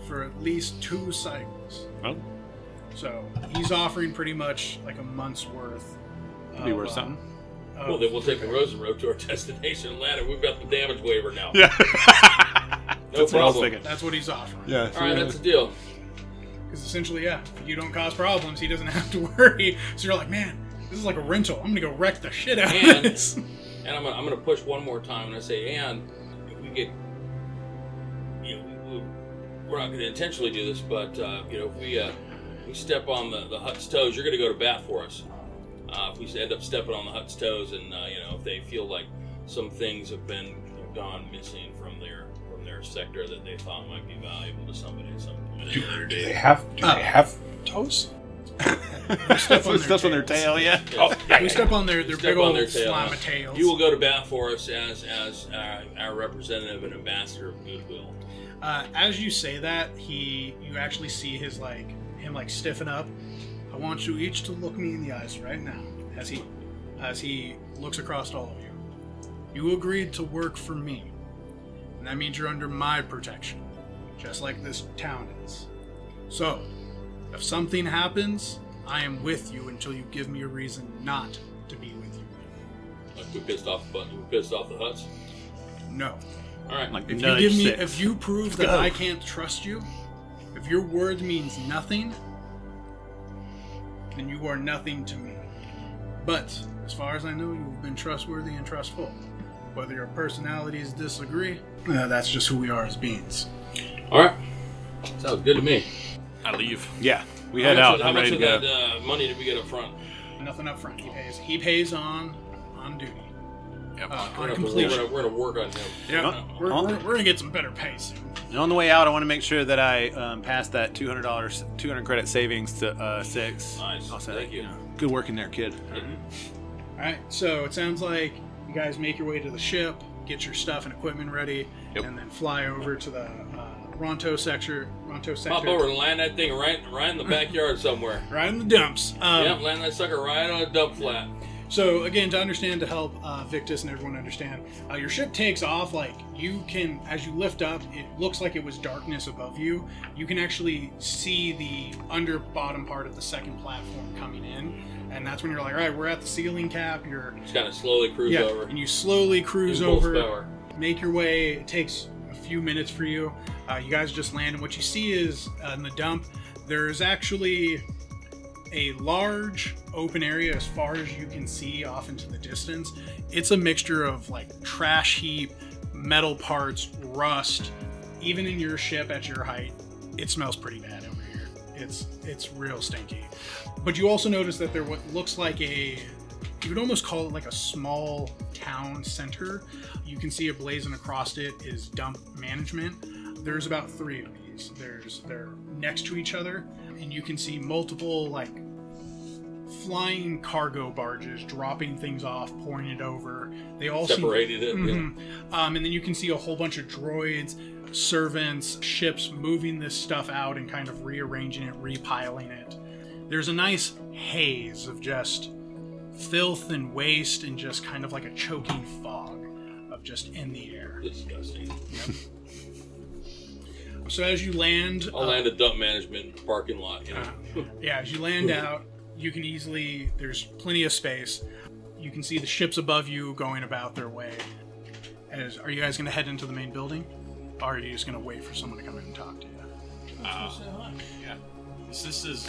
Speaker 2: for at least two cycles.
Speaker 3: Oh.
Speaker 2: So he's offering pretty much like a month's worth.
Speaker 3: Could be
Speaker 2: of,
Speaker 3: worth
Speaker 2: uh,
Speaker 3: something.
Speaker 2: of-
Speaker 5: Well, then we'll take the Rosen Road to our *laughs* destination ladder. We've got the damage waiver
Speaker 3: *laughs*
Speaker 5: now.
Speaker 3: Yeah.
Speaker 5: no
Speaker 3: That's what I was
Speaker 5: problem.
Speaker 3: thinking.
Speaker 2: that's what he's offering.
Speaker 3: Yeah.
Speaker 5: All right, that's a deal.
Speaker 2: Because essentially, yeah, if you don't cause problems, he doesn't *laughs* have to worry. So you're like, man, this is like a rental. I'm gonna go wreck the shit out of
Speaker 5: And-
Speaker 2: this. *laughs*
Speaker 5: And I'm gonna, I'm gonna push one more time, and I say, and if we get, you know, we, we, we're not gonna intentionally do this, but uh, you know, if we uh, we step on the, the hut's toes, you're gonna go to bat for us. Uh, if we end up stepping on the hut's toes, and uh, you know, if they feel like some things have been you know, gone missing from their from their sector that they thought might be valuable to somebody at some point at a later
Speaker 1: Do they
Speaker 5: date.
Speaker 1: have? Do
Speaker 2: Oh.
Speaker 1: they have toes?
Speaker 5: *laughs*
Speaker 3: Stuff
Speaker 2: on their
Speaker 3: stuff on their tail. Yeah.
Speaker 5: Oh,
Speaker 2: we step on their their
Speaker 5: Step
Speaker 2: big
Speaker 5: on
Speaker 2: old
Speaker 5: their tail.
Speaker 2: slime of tails.
Speaker 5: You will go to bat for us as as uh, our representative and ambassador of goodwill.
Speaker 2: uh, as you say that, he you actually see his like him like stiffen up. I want you each to look me in the eyes right now as he as he looks across all of you. You agreed to work for me, and that means you're under my protection, just like this town is. So, if something happens, I am with you until you give me a reason not to be with you.
Speaker 5: Like We pissed off the button. We pissed off the huts.
Speaker 2: No.
Speaker 5: All right.
Speaker 3: Like
Speaker 2: If you
Speaker 3: nudge
Speaker 2: give me,
Speaker 3: six.
Speaker 2: if you prove that
Speaker 3: Go.
Speaker 2: I can't trust you, if your word means nothing, then you are nothing to me. But as far as I know, you've been trustworthy and trustful. Whether your personalities disagree, uh, that's just who we are as beings.
Speaker 5: All right. Sounds good to me.
Speaker 4: I leave.
Speaker 3: yeah, we head out.
Speaker 5: how much, how
Speaker 3: I'm
Speaker 5: much
Speaker 3: ready to
Speaker 5: of
Speaker 3: go.
Speaker 5: that uh, money did we get up front?
Speaker 2: Nothing up front. He pays. He pays on on duty.
Speaker 4: Yep.
Speaker 2: Uh, on
Speaker 5: We're gonna, we're,
Speaker 2: completion.
Speaker 5: gonna, we're gonna work on him.
Speaker 2: Yeah,
Speaker 3: Huh?
Speaker 2: we're,
Speaker 3: Huh?
Speaker 2: we're, we're gonna get some better pay soon.
Speaker 3: And on the way out, I want to make sure that I um, pass that two hundred dollars, two hundred credit savings to uh, six.
Speaker 5: Nice.
Speaker 3: Also,
Speaker 5: Thank you.
Speaker 3: know, good working there, kid.
Speaker 2: All right, so it sounds like you guys make your way to the ship, get your stuff and equipment ready,
Speaker 4: Yep.
Speaker 2: and then fly over to the uh, Ronto sector. Ronto
Speaker 5: Pop over
Speaker 2: sector.
Speaker 5: and land that thing right, right in the backyard somewhere.
Speaker 2: Right in the dumps. Um,
Speaker 5: yep, land that sucker right on a dump flat.
Speaker 2: So again, to understand, to help uh, Victus and everyone understand, uh, your ship takes off. Like you can, as you lift up, it looks like it was darkness above you. You can actually see the under bottom part of the second platform coming in, and that's when you're like, all right, we're at the ceiling cap. You're
Speaker 5: Just kind of slowly cruise
Speaker 2: yeah,
Speaker 5: over.
Speaker 2: and you slowly cruise
Speaker 5: In
Speaker 2: over.
Speaker 5: horsepower.
Speaker 2: make your way. It takes a few minutes for you. Uh, you guys just land, and what you see is uh, in the dump, there is actually a large open area as far as you can see off into the distance. It's a mixture of like trash heap, metal parts, rust. Even in your ship at your height, it smells pretty bad over here. It's it's real stinky. But you also notice that there what looks like a you would almost call it like a small town center. You can see a blazon across it is dump management. There's about three of these. There's they're next to each other, and you can see multiple like flying cargo barges dropping things off, pouring it over. They all seem-
Speaker 5: Separated it. yeah.
Speaker 2: Mhm. Um, and then you can see a whole bunch of droids, servants, ships moving this stuff out and kind of rearranging it, repiling it. There's a nice haze of just filth and waste and just kind of like a choking fog of just in the air.
Speaker 5: Disgusting.
Speaker 2: So as you land,
Speaker 5: I'll land a dump management parking lot. You know.
Speaker 2: Uh-huh. yeah, as you land out, you can easily there's plenty of space. You can see the ships above you going about their way. As are you guys going to head into the main building, or are you just going to wait for someone to come in and talk to you?
Speaker 4: Yeah. This, this is.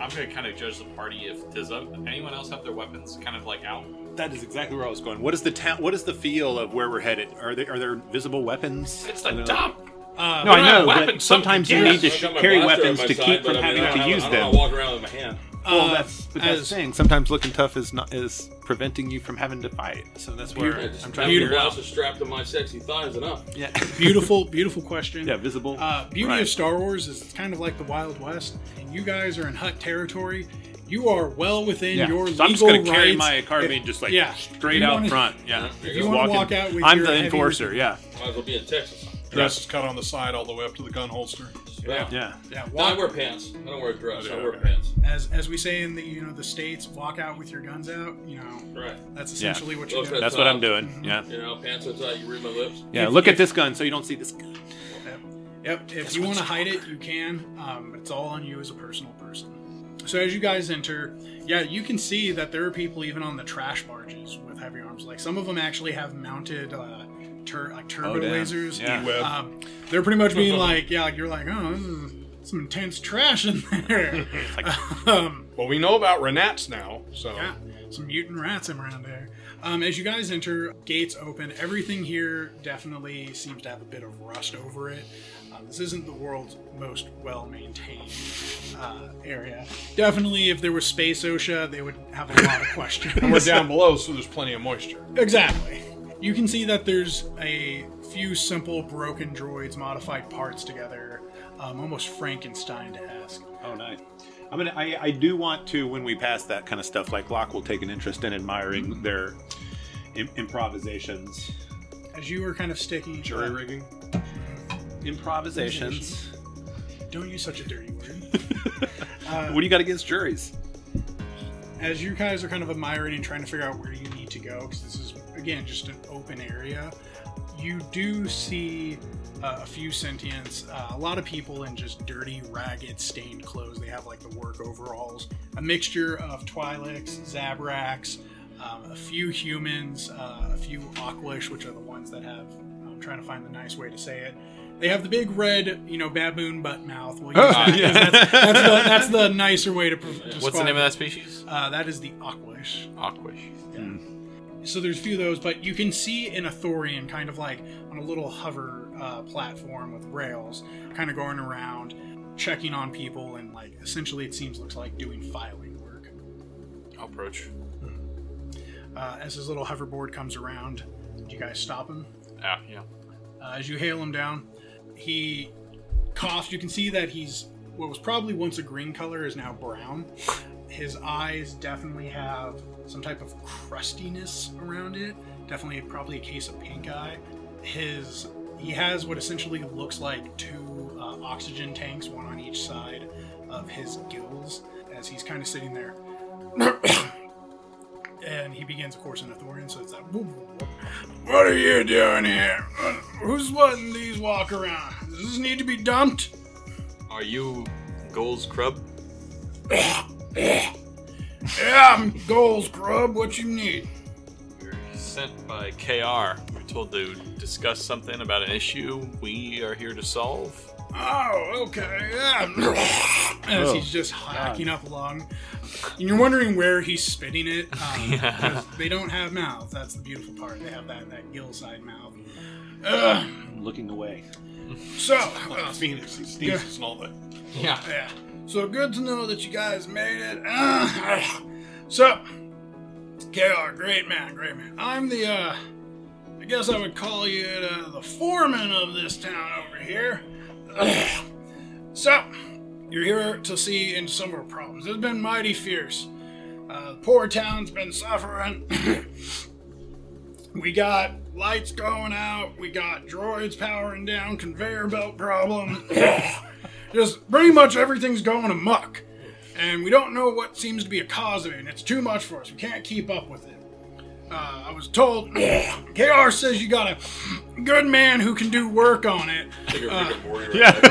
Speaker 4: I'm gonna kind of judge the party if does uh, anyone else have their weapons kind of like out?
Speaker 3: That is exactly where I was going. What is the town? What is the feel of where we're headed? Are there are there visible weapons?
Speaker 4: It's the
Speaker 3: Are there-
Speaker 4: dump.
Speaker 2: Uh,
Speaker 3: No, I know,
Speaker 4: weapons,
Speaker 3: but sometimes you
Speaker 4: something
Speaker 3: need
Speaker 4: to
Speaker 3: to
Speaker 5: I've
Speaker 3: sh-
Speaker 5: got my
Speaker 3: carry
Speaker 5: blaster at
Speaker 3: weapons
Speaker 5: my
Speaker 3: to
Speaker 5: side,
Speaker 3: keep
Speaker 5: but
Speaker 3: from
Speaker 5: I mean,
Speaker 3: having
Speaker 5: I don't
Speaker 3: to
Speaker 5: have-
Speaker 3: use
Speaker 5: I don't
Speaker 3: them.
Speaker 5: wanna walk around with my hand.
Speaker 2: uh,
Speaker 3: Well, that's but that's
Speaker 2: as-
Speaker 3: the thing. Sometimes looking tough is not is preventing you from having to fight. So that's where
Speaker 5: I just
Speaker 3: I'm
Speaker 5: have
Speaker 3: trying to
Speaker 5: your
Speaker 3: figure out.
Speaker 5: blaster strapped to my sexy thighs enough.
Speaker 3: Yeah,
Speaker 2: beautiful, beautiful question.
Speaker 3: yeah, visible.
Speaker 2: Uh, beauty
Speaker 3: Right.
Speaker 2: of Star Wars is it's kind of like the Wild West, and you guys are in hut territory. You are well within
Speaker 3: Yeah.
Speaker 2: your
Speaker 3: so
Speaker 2: legal
Speaker 3: I'm just gonna carry
Speaker 2: rights.
Speaker 3: my carbine
Speaker 2: If-
Speaker 3: just like
Speaker 2: yeah.
Speaker 3: straight
Speaker 2: If you
Speaker 3: out
Speaker 2: wanna-
Speaker 3: front. Yeah,
Speaker 5: If you
Speaker 3: Just
Speaker 2: wanna
Speaker 3: walking-
Speaker 2: walk out with
Speaker 3: I'm
Speaker 2: your
Speaker 3: the
Speaker 2: heavy-
Speaker 3: enforcer. Yeah,
Speaker 5: Might as well be in Texas.
Speaker 1: Dress is cut on the side all the way up to the gun holster.
Speaker 5: Yeah.
Speaker 3: yeah.
Speaker 2: Yeah,
Speaker 5: No, I
Speaker 2: walk,
Speaker 5: wear pants. I don't wear a dress. I
Speaker 1: Okay,
Speaker 5: wear
Speaker 1: okay.
Speaker 5: pants.
Speaker 2: as as we say in the you know the states, walk out with your guns out. You know
Speaker 5: Right.
Speaker 2: that's
Speaker 3: Yeah.
Speaker 2: essentially what you're
Speaker 5: Okay.
Speaker 2: doing.
Speaker 3: That's what I'm doing. Yeah.
Speaker 5: You know, pants so tight you read my lips.
Speaker 3: Yeah,
Speaker 2: If-
Speaker 3: look
Speaker 2: if-
Speaker 3: at this gun so you don't see this gun.
Speaker 2: Yep. Yep. If you want to hide it, you can. Um, but it's all on you as a personal person. So as you guys enter, yeah, you can see that there are people even on the trash barges with heavy arms. Like some of them actually have mounted uh, tur- like turbo
Speaker 3: Oh, damn.
Speaker 2: lasers.
Speaker 3: Yeah.
Speaker 1: Web.
Speaker 2: Um, they're pretty much being like, yeah, like, you're like, oh, this is some intense trash in
Speaker 3: *laughs*
Speaker 2: there. um,
Speaker 1: Well, we know about Renats now, so
Speaker 2: yeah, some mutant rats around there. Um, as you guys enter, gates open. Everything here definitely seems to have a bit of rust over it. Um, this isn't the world's most well maintained uh, area. Definitely, if there was space OSHA, they would have a lot of questions.
Speaker 1: *laughs* we're down below, so there's plenty of moisture.
Speaker 2: *laughs* Exactly. You can see that there's a few simple broken droids, modified parts together, um, almost Frankenstein-esque.
Speaker 3: Oh, nice. I mean, I, I do want to when we pass that kind of stuff. Like Locke will take an interest in
Speaker 2: Mm-hmm.
Speaker 3: admiring their Im- improvisations, Uh,
Speaker 2: As you were kind of sticking, um,
Speaker 1: Jury rigging.
Speaker 3: improvisations.
Speaker 2: don't use such a dirty word.
Speaker 3: what do you got against juries?
Speaker 2: as you guys are kind of admiring and trying to figure out where you need to go, because this is again just an open area, you do see uh, a few sentients, uh, a lot of people in just dirty, ragged, stained clothes. They have like the work overalls, a mixture of Twi'leks, Zabraks, uh, um, a few humans, uh, a few Aqualish, which are the ones that have. I'm trying to find the nice way to say it. They have the big red, you know, baboon butt mouth. We'll use
Speaker 4: *laughs*
Speaker 3: Uh,
Speaker 2: that 'cause that's, that's, the, that's the nicer way to. Pre-
Speaker 4: What's the name of that species?
Speaker 2: Uh, that is the Aqualish.
Speaker 4: Aquash.
Speaker 2: So there's a few of those, but you can see an Athorian kind of like on a little hover uh, platform with rails, kind of going around, checking on people, and like essentially it seems looks like doing filing work.
Speaker 4: I'll approach.
Speaker 2: Uh, as his little hoverboard comes around, do you guys stop him?
Speaker 4: Ah, yeah.
Speaker 2: Uh, as you hail him down, he coughs. You can see that he's what was probably once a green color is now brown. His eyes definitely have some type of crustiness around it. Definitely, probably a case of pink eye. His he has what essentially looks like two uh, oxygen tanks, one on each side of his gills, as he's kind of sitting there. *coughs* and he begins, of course, in Athorian, so it's that. What are you doing here? Who's letting these walk around? Does this need to be dumped?
Speaker 4: Are you Gold's Crub?
Speaker 2: Yeah, I'm Mm, Goals Grub. What you need?
Speaker 4: We were sent by KR. We were told to discuss something about an issue we are here to solve.
Speaker 2: Oh, okay. Yeah. *laughs* As he's just hacking up lung, and you're wondering where he's spitting it. Um,
Speaker 4: Yeah.
Speaker 2: 'cause They don't have mouths. That's the beautiful part. They have that that gill side mouth. Uh,
Speaker 3: looking away.
Speaker 2: so,
Speaker 1: Like a
Speaker 2: uh,
Speaker 1: Ah, Phoenix and sneezes and all that.
Speaker 4: Yeah.
Speaker 2: Yeah. So good to know that you guys made it. Ah. so, KR, great man, great man. I'm the, uh, I guess I would call you uh, the foreman of this town over here. Ah. so, you're here to see into some of our problems. It's been mighty fierce. Uh, the poor town's been suffering. *clears throat* we got lights going out. We got droids powering down conveyor belt problems. just pretty much everything's going amok. And we don't know what seems to be a cause of it, and it's too much for us. We can't keep up with it. Uh, I was told *clears throat* KR says you got a good man who can do work on it.
Speaker 1: Bigger, bigger, warrior.
Speaker 3: *laughs*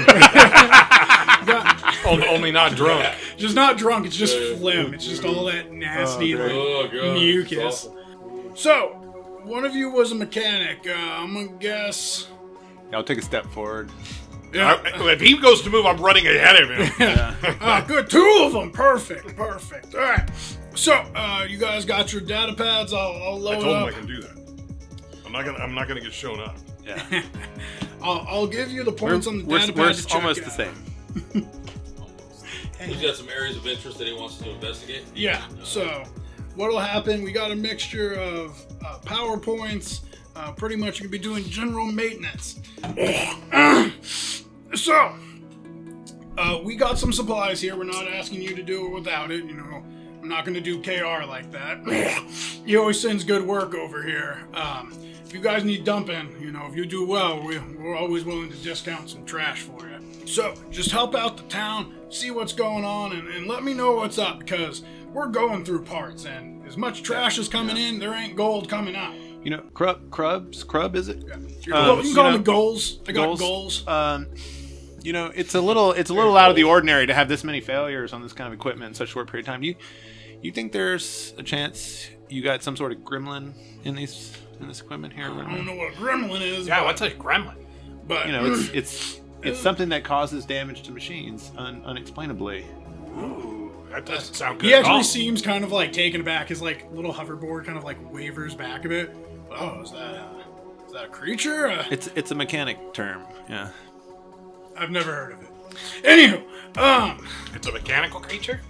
Speaker 4: Oh, Only not drunk.
Speaker 2: *laughs* Just not drunk, it's just
Speaker 1: Yeah.
Speaker 2: phlegm. It's just all that nasty like,
Speaker 5: Oh, God.
Speaker 2: mucus. So, one of you was a mechanic. Uh, I'm gonna guess.
Speaker 3: Yeah, I'll take a step forward.
Speaker 1: I- if he goes to move, I'm running ahead of
Speaker 5: *laughs*
Speaker 1: him.
Speaker 2: Ah, good. Two of them. Perfect. Perfect. All right. So, uh, you guys got your data pads. I'll, I'll
Speaker 1: I
Speaker 2: load
Speaker 1: told him
Speaker 2: up.
Speaker 1: I can do that. I'm not gonna. I'm not gonna get shown up.
Speaker 3: Yeah,
Speaker 2: I'll, I'll give you the points on the
Speaker 3: we're,
Speaker 2: data
Speaker 3: we're
Speaker 2: pad to check
Speaker 3: almost
Speaker 2: it
Speaker 3: the
Speaker 2: out.
Speaker 3: same.
Speaker 5: He's got some areas of interest that he wants to investigate.
Speaker 2: Yeah. So, what'll happen? We got a mixture of uh, PowerPoints. Uh, pretty much, you can be doing general maintenance. *clears throat* so, uh, we got some supplies here. We're not asking you to do it without it. You know, I'm not going to do KR like that. *laughs* he always sends good work over here. Um, if you guys need dumping, you know, if you do well, we, we're always willing to discount some trash for you. So just help out the town, see what's going on, and, and let me know what's up because we're going through parts. And as much trash is coming in, there ain't gold coming out.
Speaker 3: You know, Crub, Crubs, Crub, is it?
Speaker 2: You're- you
Speaker 3: Um, you
Speaker 2: can call
Speaker 3: know,
Speaker 2: them goals. I got
Speaker 3: goals?
Speaker 2: goals.
Speaker 3: Um, you know, it's a little, it's a little out of the ordinary to have this many failures on this kind of equipment in such a short period of time. You, you think there's a chance you got some sort of gremlin in these in this equipment here?
Speaker 2: I don't know what gremlin is,
Speaker 4: Yeah, what's a gremlin?
Speaker 2: but
Speaker 3: you know, it's it's it's something that causes damage to machines un- unexplainably.
Speaker 1: That doesn't sound good.
Speaker 2: He
Speaker 1: at all.
Speaker 2: actually seems kind of like taken aback. His like little hoverboard kind of like wavers back a bit. Oh, is that a, is that a creature? Uh,
Speaker 3: It's it's a mechanic term. Yeah.
Speaker 2: I've never heard of it. Anywho, um,
Speaker 1: It's a mechanical creature.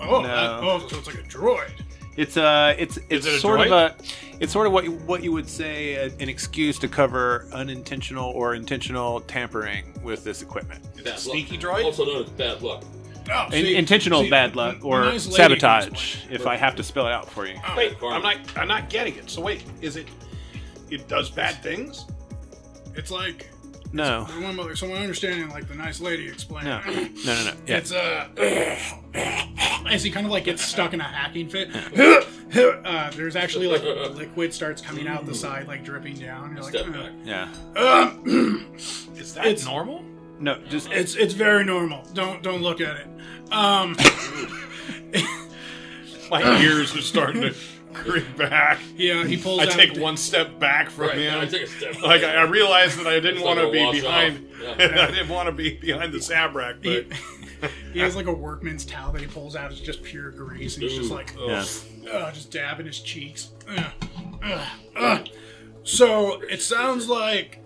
Speaker 2: oh,
Speaker 3: No.
Speaker 2: that- oh, so it's like a droid.
Speaker 3: It's uh, it's it's
Speaker 1: it a
Speaker 3: sort of
Speaker 1: droid?
Speaker 3: a, it's sort of what you, what you would say a, an excuse to cover unintentional or intentional tampering with this equipment.
Speaker 5: Bad
Speaker 1: Sneaky
Speaker 5: luck.
Speaker 1: droid.
Speaker 5: Also known as bad luck.
Speaker 2: Oh,
Speaker 3: In-
Speaker 2: see-
Speaker 3: intentional
Speaker 2: see,
Speaker 3: bad luck
Speaker 2: a
Speaker 3: or
Speaker 2: nice lady can
Speaker 3: sabotage,
Speaker 2: explain.
Speaker 3: if I have to spell it out for you.
Speaker 1: Wait,
Speaker 5: Farm.
Speaker 1: I'm not. I'm not getting it. So wait, is it? It does bad things.
Speaker 2: It's like
Speaker 3: no,
Speaker 2: from my- so my understanding, like the nice lady explained.
Speaker 3: no,
Speaker 2: *clears throat*
Speaker 3: no, no, no. Yeah.
Speaker 2: It's uh, *clears throat* as he kind of like gets stuck in a hacking fit. *clears throat* uh, there's actually like liquid starts coming out the side, like dripping down. You're like,
Speaker 5: Step back.
Speaker 3: yeah.
Speaker 2: "Uh, *clears throat*
Speaker 1: Is that
Speaker 2: It's-
Speaker 5: *coughs*
Speaker 1: normal?
Speaker 3: No, just
Speaker 2: It's it's very normal. Don't don't look at it. Um,
Speaker 1: My ears are starting to hurry back.
Speaker 2: Yeah,
Speaker 3: Mm.
Speaker 2: he pulls.
Speaker 1: I
Speaker 2: out
Speaker 1: take
Speaker 2: the-
Speaker 1: one step back from
Speaker 5: Right,
Speaker 1: him.
Speaker 5: I take a step
Speaker 1: like I, I
Speaker 5: back.
Speaker 1: realized that I didn't
Speaker 5: It's
Speaker 1: want
Speaker 5: not
Speaker 1: to
Speaker 5: gonna
Speaker 1: be
Speaker 5: wash
Speaker 1: behind. *laughs*
Speaker 3: *laughs*
Speaker 5: off.
Speaker 1: I didn't want to be behind the sabrac,
Speaker 2: He,
Speaker 1: but
Speaker 2: he has like a workman's towel that he pulls out. It's just pure grease, and he's just
Speaker 5: Ooh.
Speaker 2: like,
Speaker 3: Yeah.
Speaker 2: Ugh, just dabbing his cheeks. Ugh, ugh, ugh. So it sounds like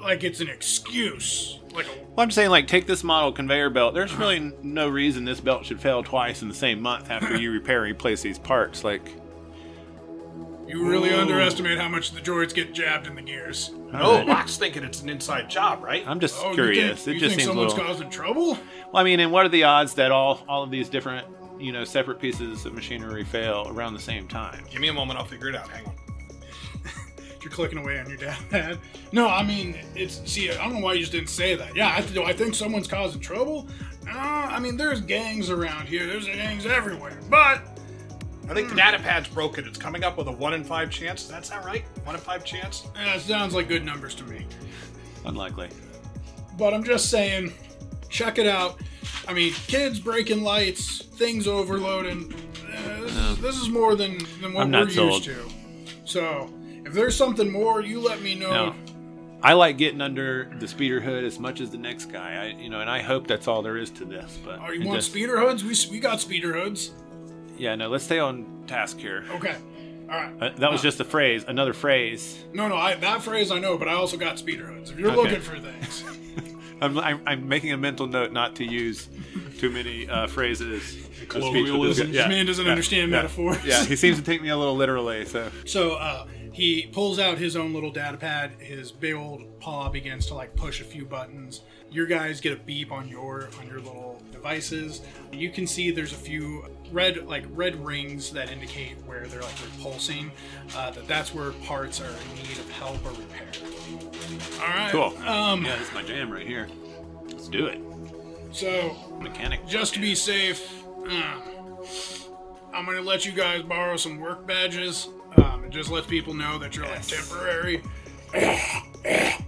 Speaker 2: like it's an excuse. Like a,
Speaker 3: Well, I'm just saying, like, take this model conveyor belt. There's really n- no reason this belt should fail twice in the same month after you repair and replace these parts. Like,
Speaker 2: you really underestimate how much the droids get jabbed in the gears.
Speaker 1: oh, Locke's thinking it's an inside job, right?
Speaker 3: I'm just
Speaker 2: Oh,
Speaker 3: curious.
Speaker 2: You think,
Speaker 3: it
Speaker 2: you
Speaker 3: just
Speaker 2: think
Speaker 3: seems a
Speaker 2: someone's
Speaker 3: little.
Speaker 2: causing trouble?
Speaker 3: well, I mean, and what are the odds that all all of these different, you know, separate pieces of machinery fail around the same time?
Speaker 1: Give me a moment, I'll figure it out. Hang on.
Speaker 2: You're clicking away on your dad. *laughs* No, I mean it's. See, I don't know why you just didn't say that. Yeah, I, do I think someone's causing trouble? Uh, I mean, there's gangs around here. There's gangs everywhere. But
Speaker 1: I think the data pad's broken. It's coming up with a one in five chance. Does that sound right? One in five chance.
Speaker 2: yeah, it sounds like good numbers to me.
Speaker 3: Unlikely.
Speaker 2: But I'm just saying, check it out. I mean, kids breaking lights, things overloading. Uh, this, is, this is more than, than what
Speaker 3: Oh. I'm
Speaker 2: we're
Speaker 3: not
Speaker 2: used
Speaker 3: sold.
Speaker 2: to. So, if there's something more, you let me know.
Speaker 3: No. I like getting under the speeder hood as much as the next guy. I, you know, and I hope that's all there is to this. But
Speaker 2: Oh, you
Speaker 3: it
Speaker 2: want
Speaker 3: just-
Speaker 2: speeder hoods? We, s- we got speeder hoods.
Speaker 3: Yeah, no. Let's stay on task here.
Speaker 2: Okay. All right.
Speaker 3: Uh, that was just a phrase. Another phrase.
Speaker 2: No, no, I, that phrase I know, but I also got speeder hoods. If you're
Speaker 3: Okay.
Speaker 2: looking for things,
Speaker 3: I'm, I'm, I'm making a mental note not to use too many uh, phrases. of speech with this guy.
Speaker 1: Colloquialisms.
Speaker 3: Yeah.
Speaker 2: this man doesn't understand metaphors.
Speaker 3: Yeah,
Speaker 2: *laughs*
Speaker 3: he seems to take me a little literally. So
Speaker 2: So uh, he pulls out his own little data pad. His big old paw begins to like push a few buttons. Your guys get a beep on your on your little devices. You can see there's a few red like red rings that indicate where they're like they're pulsing. Uh, that that's where parts are in need of help or repair. All right.
Speaker 3: cool.
Speaker 2: Um,
Speaker 3: yeah, this is my jam right here. Let's do it,
Speaker 2: So
Speaker 3: mechanic.
Speaker 2: just to be safe, um, I'm gonna let you guys borrow some work badges. Um, it just lets people know that you're like temporary.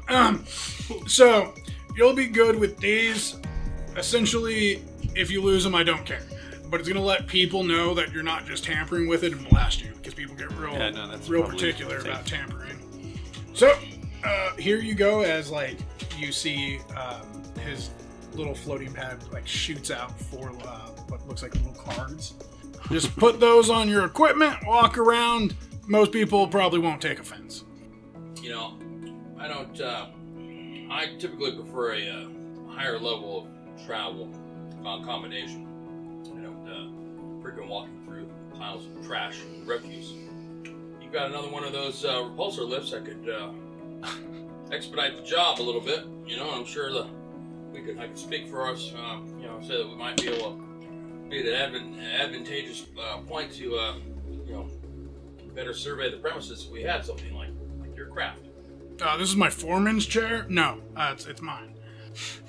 Speaker 2: um, so you'll be good with these. Essentially, if you lose them, I don't care. But it's gonna let people know that you're not just tampering with it and blast you because people get real,
Speaker 3: Yeah, no, that's
Speaker 2: real
Speaker 3: probably
Speaker 2: particular
Speaker 3: safe.
Speaker 2: about tampering. So uh, here you go. As like you see um, his little floating pad like shoots out four uh, what looks like little cards. Just put those on your equipment. Walk around. Most people probably won't take offense.
Speaker 5: You know, I don't. Uh, I typically prefer a uh, higher level of travel uh, accommodation. You know, uh, freaking walking through piles of trash and refuse. You've got another one of those uh, repulsor lifts. I could uh, *laughs* expedite the job a little bit. You know, I'm sure the we could. I could speak for us. Uh, you know, say that we might be able to be at an advan- advantageous uh, point to uh, you know better survey the premises if we had something like like your craft.
Speaker 2: Uh, this is my foreman's chair. No, uh, it's it's mine.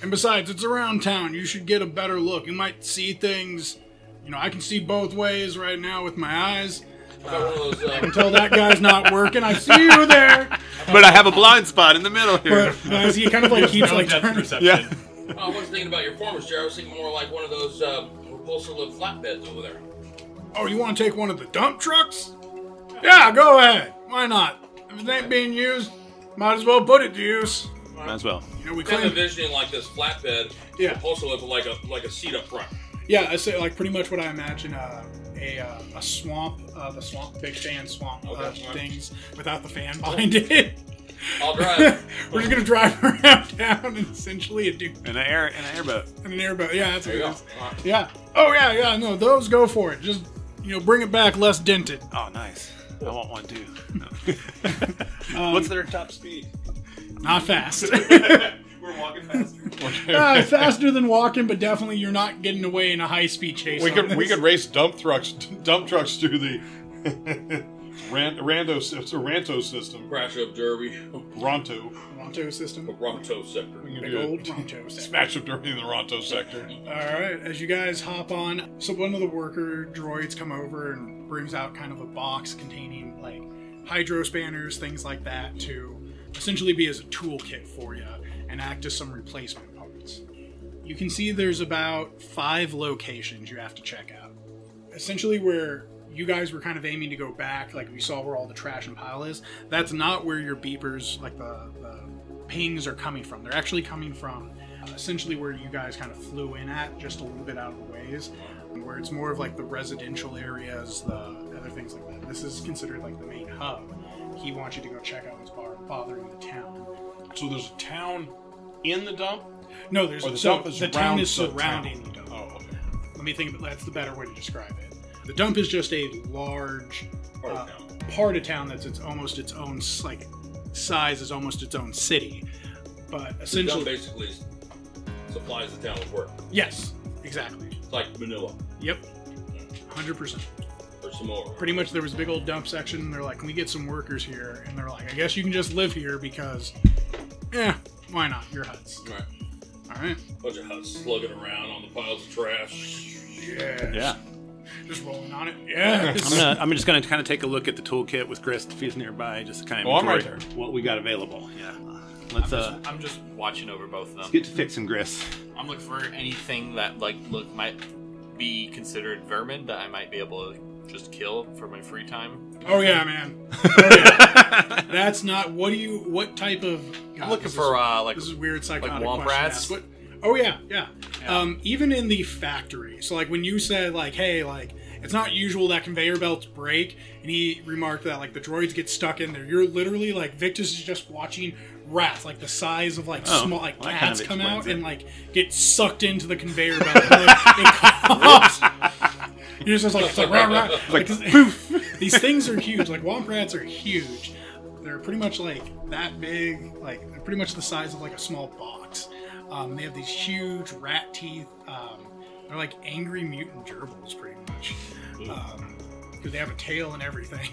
Speaker 2: And besides, it's around town. You should get a better look. You might see things. You know, I can see both ways right now with my eyes.
Speaker 5: How about one
Speaker 2: *laughs*
Speaker 5: of those, uh,
Speaker 2: Until that guy's not working, I see you there.
Speaker 3: But I have a blind spot in the middle here.
Speaker 2: But uh, as he kind of like keeps like
Speaker 4: depth
Speaker 2: turning.
Speaker 4: perception.
Speaker 3: yeah.
Speaker 5: I wasn't thinking about your farmer's chair. I was thinking more like one of those uh, repulsor little flatbeds over there.
Speaker 2: Oh, you want to take one of the dump trucks? Yeah, go ahead. Why not? If it ain't being used, might as well put it to use.
Speaker 3: Might as well.
Speaker 2: You know, we
Speaker 5: Kind of
Speaker 2: claim.
Speaker 5: envisioning like this flatbed
Speaker 2: Yeah.
Speaker 5: repulsor lift with like a like a seat up front.
Speaker 2: Yeah, I say like pretty much what I imagine uh, a uh, a swamp, uh, the swamp big fan swamp uh,
Speaker 5: Okay.
Speaker 2: things without the fan behind it. *laughs*
Speaker 5: I'll
Speaker 2: We're *laughs*
Speaker 5: drive.
Speaker 2: just gonna drive around town and essentially a dude
Speaker 3: In an air, in an airboat.
Speaker 2: in an airboat. Yeah, that's what
Speaker 5: there you
Speaker 2: it
Speaker 5: go.
Speaker 2: is.
Speaker 5: All right.
Speaker 2: Yeah. Oh yeah, yeah. No, those go for it. Just you know, bring it back less dented.
Speaker 3: Oh, nice. I want one too. What's their top speed?
Speaker 2: Not fast.
Speaker 3: *laughs*
Speaker 2: *laughs*
Speaker 3: We're walking faster.
Speaker 2: Uh, faster than walking, but definitely you're not getting away in a high speed chase.
Speaker 1: We
Speaker 2: on
Speaker 1: could we
Speaker 2: this.
Speaker 1: could race dump trucks dump trucks through the *laughs* ran, rando it's a ranto system.
Speaker 5: Crash up Derby,
Speaker 1: Ronto.
Speaker 2: Ronto system.
Speaker 5: Toronto sector.
Speaker 1: We can
Speaker 2: Big
Speaker 1: do a
Speaker 2: old Ronto system.
Speaker 1: Smash up during the Ronto sector.
Speaker 2: All right, as you guys hop on, so one of the worker droids come over and brings out kind of a box containing like hydro spanners, things like that, to essentially be as a toolkit for you and act as some replacement parts. You can see there's about five locations you have to check out. Essentially, where you guys were kind of aiming to go back, like we saw where all the trash and pile is. That's not where your beepers, like the, the pings, are coming from. They're actually coming from uh, essentially where you guys kind of flew in at, just a little bit out of the ways, where it's more of like the residential areas, the other things like that. This is considered like the main hub. He wants you to go check out what's bar- bothering the town.
Speaker 1: So there's a town in the dump.
Speaker 2: No, there's
Speaker 1: Or the
Speaker 2: so
Speaker 1: dump is
Speaker 2: the town
Speaker 1: around
Speaker 2: is
Speaker 1: the
Speaker 2: surrounding
Speaker 1: town.
Speaker 2: the dump.
Speaker 1: Oh, okay.
Speaker 2: Let me think. That's the better way to describe it. The dump is just a large
Speaker 1: Part of
Speaker 2: uh,
Speaker 1: town.
Speaker 2: part of town that's its almost its own s- like size is almost its own city. But
Speaker 5: The dump
Speaker 2: essentially,
Speaker 5: basically supplies the town with work.
Speaker 2: yes, exactly.
Speaker 5: It's like Manila
Speaker 2: Yep, hundred percent.
Speaker 5: or Samoa.
Speaker 2: Pretty much, there was a big old dump section. and They're like, "Can we get some workers here?" And they're like, "I guess you can just live here because, yeah, why not? Your huts,
Speaker 5: Right.
Speaker 2: all right?
Speaker 5: Bunch of huts slugging around on the piles of trash.
Speaker 2: Yeah,
Speaker 3: Yeah.
Speaker 2: just rolling on it. Yeah,
Speaker 3: I'm gonna. I'm just gonna kind of take a look at the toolkit with Chris if he's nearby, just to kind of
Speaker 1: Oh, I'm right
Speaker 3: inventory what we got available. Yeah. Let's uh.
Speaker 4: I'm just watching over both of
Speaker 3: Let's
Speaker 4: them.
Speaker 3: get to fixing *laughs* Chris.
Speaker 4: I'm looking for anything that like look might be considered vermin that I might be able to just kill for my free time.
Speaker 2: Oh yeah, man. That's not. What do you? What type of? God,
Speaker 4: I'm looking
Speaker 2: this
Speaker 4: for
Speaker 2: Is,
Speaker 4: uh like
Speaker 2: this is weird psychotic
Speaker 4: womp
Speaker 2: question to
Speaker 4: rats?
Speaker 2: ask. What- oh yeah, yeah. Um, even in the factory. So like when you said like, hey, like it's not usual that conveyor belts break, and he remarked that like the droids get stuck in there. You're literally like Victus is just watching rats like the size of like
Speaker 3: Oh,
Speaker 2: small like
Speaker 3: well, that kind
Speaker 2: cats
Speaker 3: of
Speaker 2: come out
Speaker 3: explains
Speaker 2: and
Speaker 3: it.
Speaker 2: like get sucked into the conveyor belt. *laughs* Like, it collapses. *laughs* You're just like, it's like, rah, rah. like,
Speaker 3: *laughs*
Speaker 2: poof. These things are huge. Like, womp rats are huge. They're pretty much like that big. Like, they're pretty much the size of like a small box. Um, they have these huge rat teeth. Um, they're like angry mutant gerbils, pretty much. Um, 'cause they have a tail and everything.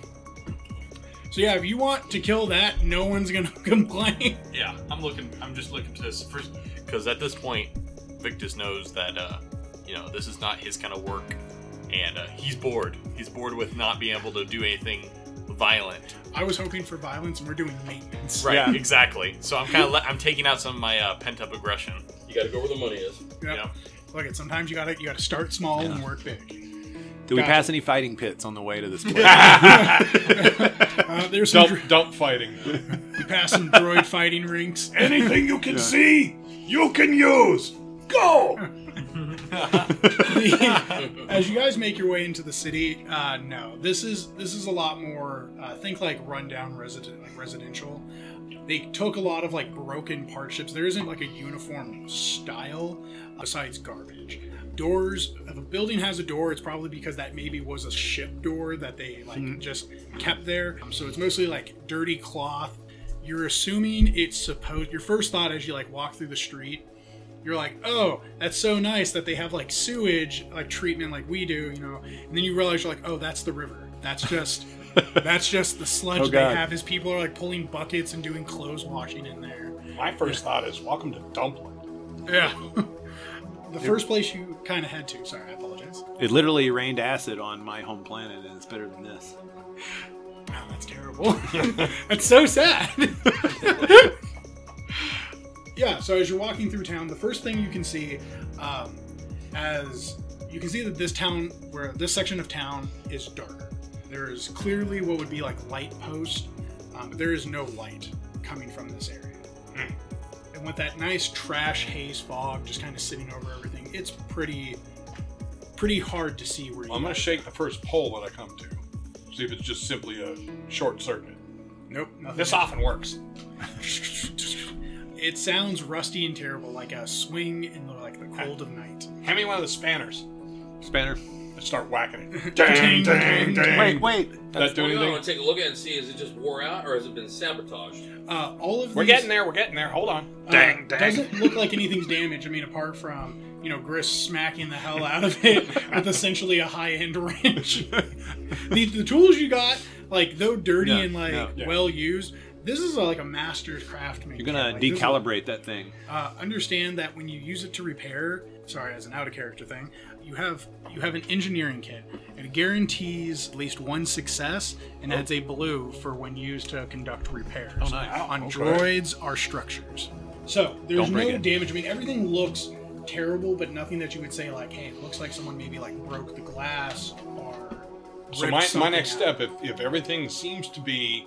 Speaker 2: So, yeah, if you want to kill that, no one's going to *laughs* complain.
Speaker 4: yeah. I'm looking. I'm just looking to this first because at this point, Victus knows that uh you know this is not his kind of work, and uh, he's bored. He's bored with not being able to do anything violent.
Speaker 2: I was hoping for violence, and we're doing maintenance.
Speaker 4: Right.
Speaker 3: Yeah.
Speaker 4: Exactly. So I'm kind of le- I'm taking out some of my uh, pent up aggression.
Speaker 5: You gotta go where the money is.
Speaker 2: Yep.
Speaker 4: Yeah.
Speaker 2: Look, it. Sometimes you gotta you gotta start small and work big.
Speaker 3: Did we
Speaker 2: Gotcha.
Speaker 3: pass any fighting pits on the way to this *laughs* place?
Speaker 2: Uh, there's some
Speaker 1: Dump, dump fighting.
Speaker 2: dro- past some droid fighting
Speaker 4: *laughs*
Speaker 2: rinks.
Speaker 1: *laughs* Anything you can see, you can use. Go.
Speaker 2: As you guys make your way into the city, uh, no, this is this is a lot more. Uh, think like rundown resident, like residential. They took a lot of like broken part ships. There isn't like a uniform style besides garbage. Doors. If a building has a door, it's probably because that maybe was a ship door that they like just kept there. Um, so it's mostly like dirty cloth. You're assuming it's supposed. Your first thought as you like walk through the street you're like, oh, that's so nice that they have like sewage like treatment like we do, you know. And then you realize you're like, oh, that's the river. That's
Speaker 3: *laughs*
Speaker 2: just that's just the sludge
Speaker 3: Oh,
Speaker 2: they
Speaker 3: God.
Speaker 2: have. Is people are like pulling buckets and doing clothes washing in there.
Speaker 1: My first thought is, welcome to Dumpland.
Speaker 2: Yeah. *laughs* the first place you kind of head to. Sorry, I apologize.
Speaker 3: it literally rained acid on my home planet, and it's better than this.
Speaker 2: Oh, that's terrible. *laughs* that's so sad. yeah, so as you're walking through town, the first thing you can see, um, as you can see that this town, where this section of town is darker. There is clearly what would be like light post, um, but there is no light coming from this area. And with that nice trash haze fog just kind of sitting over everything, it's pretty, pretty hard to see where you.
Speaker 1: I'm gonna
Speaker 2: are.
Speaker 1: shake the first pole that I come to, see if it's just simply a short circuit.
Speaker 2: Nope. Nothing
Speaker 1: This often *laughs* works.
Speaker 2: It sounds rusty and terrible, like a swing in the, like the cold of night.
Speaker 1: Hand me one of the spanners
Speaker 3: Spanner.
Speaker 1: and start whacking
Speaker 2: *laughs*
Speaker 1: it.
Speaker 2: Ding, ding, ding.
Speaker 3: Wait, wait.
Speaker 1: That do
Speaker 5: Well, no, I
Speaker 1: anything?
Speaker 5: want to take a look at it and see is it just wore out or has it been sabotaged?
Speaker 2: Uh, all of
Speaker 1: We're
Speaker 2: these,
Speaker 1: getting there. We're getting there. Hold on.
Speaker 2: uh, Doesn't look like anything's damaged. I mean, apart from you know Gris smacking the hell out of it with essentially a high end wrench. *laughs* the, the tools you got, like though dirty
Speaker 3: No,
Speaker 2: and like
Speaker 3: no,
Speaker 1: yeah.
Speaker 2: well used, this is a, like a master's craft.
Speaker 3: You're
Speaker 2: mechanic.
Speaker 3: gonna
Speaker 2: Like, this is-
Speaker 3: decalibrate that thing.
Speaker 2: uh, understand that when you use it to repair sorry as an out of character thing you have you have an engineering kit and it guarantees at least one success and adds a blue for when used to conduct repairs
Speaker 3: Oh, nice.
Speaker 2: on
Speaker 1: Okay.
Speaker 2: droids or structures so there's
Speaker 3: Don't break
Speaker 2: no
Speaker 3: it.
Speaker 2: damage i mean everything looks terrible but nothing that you would say like hey it looks like someone maybe like broke the glass or
Speaker 1: So
Speaker 2: rip
Speaker 1: my, my
Speaker 2: something
Speaker 1: next
Speaker 2: out.
Speaker 1: step, if, if everything seems to be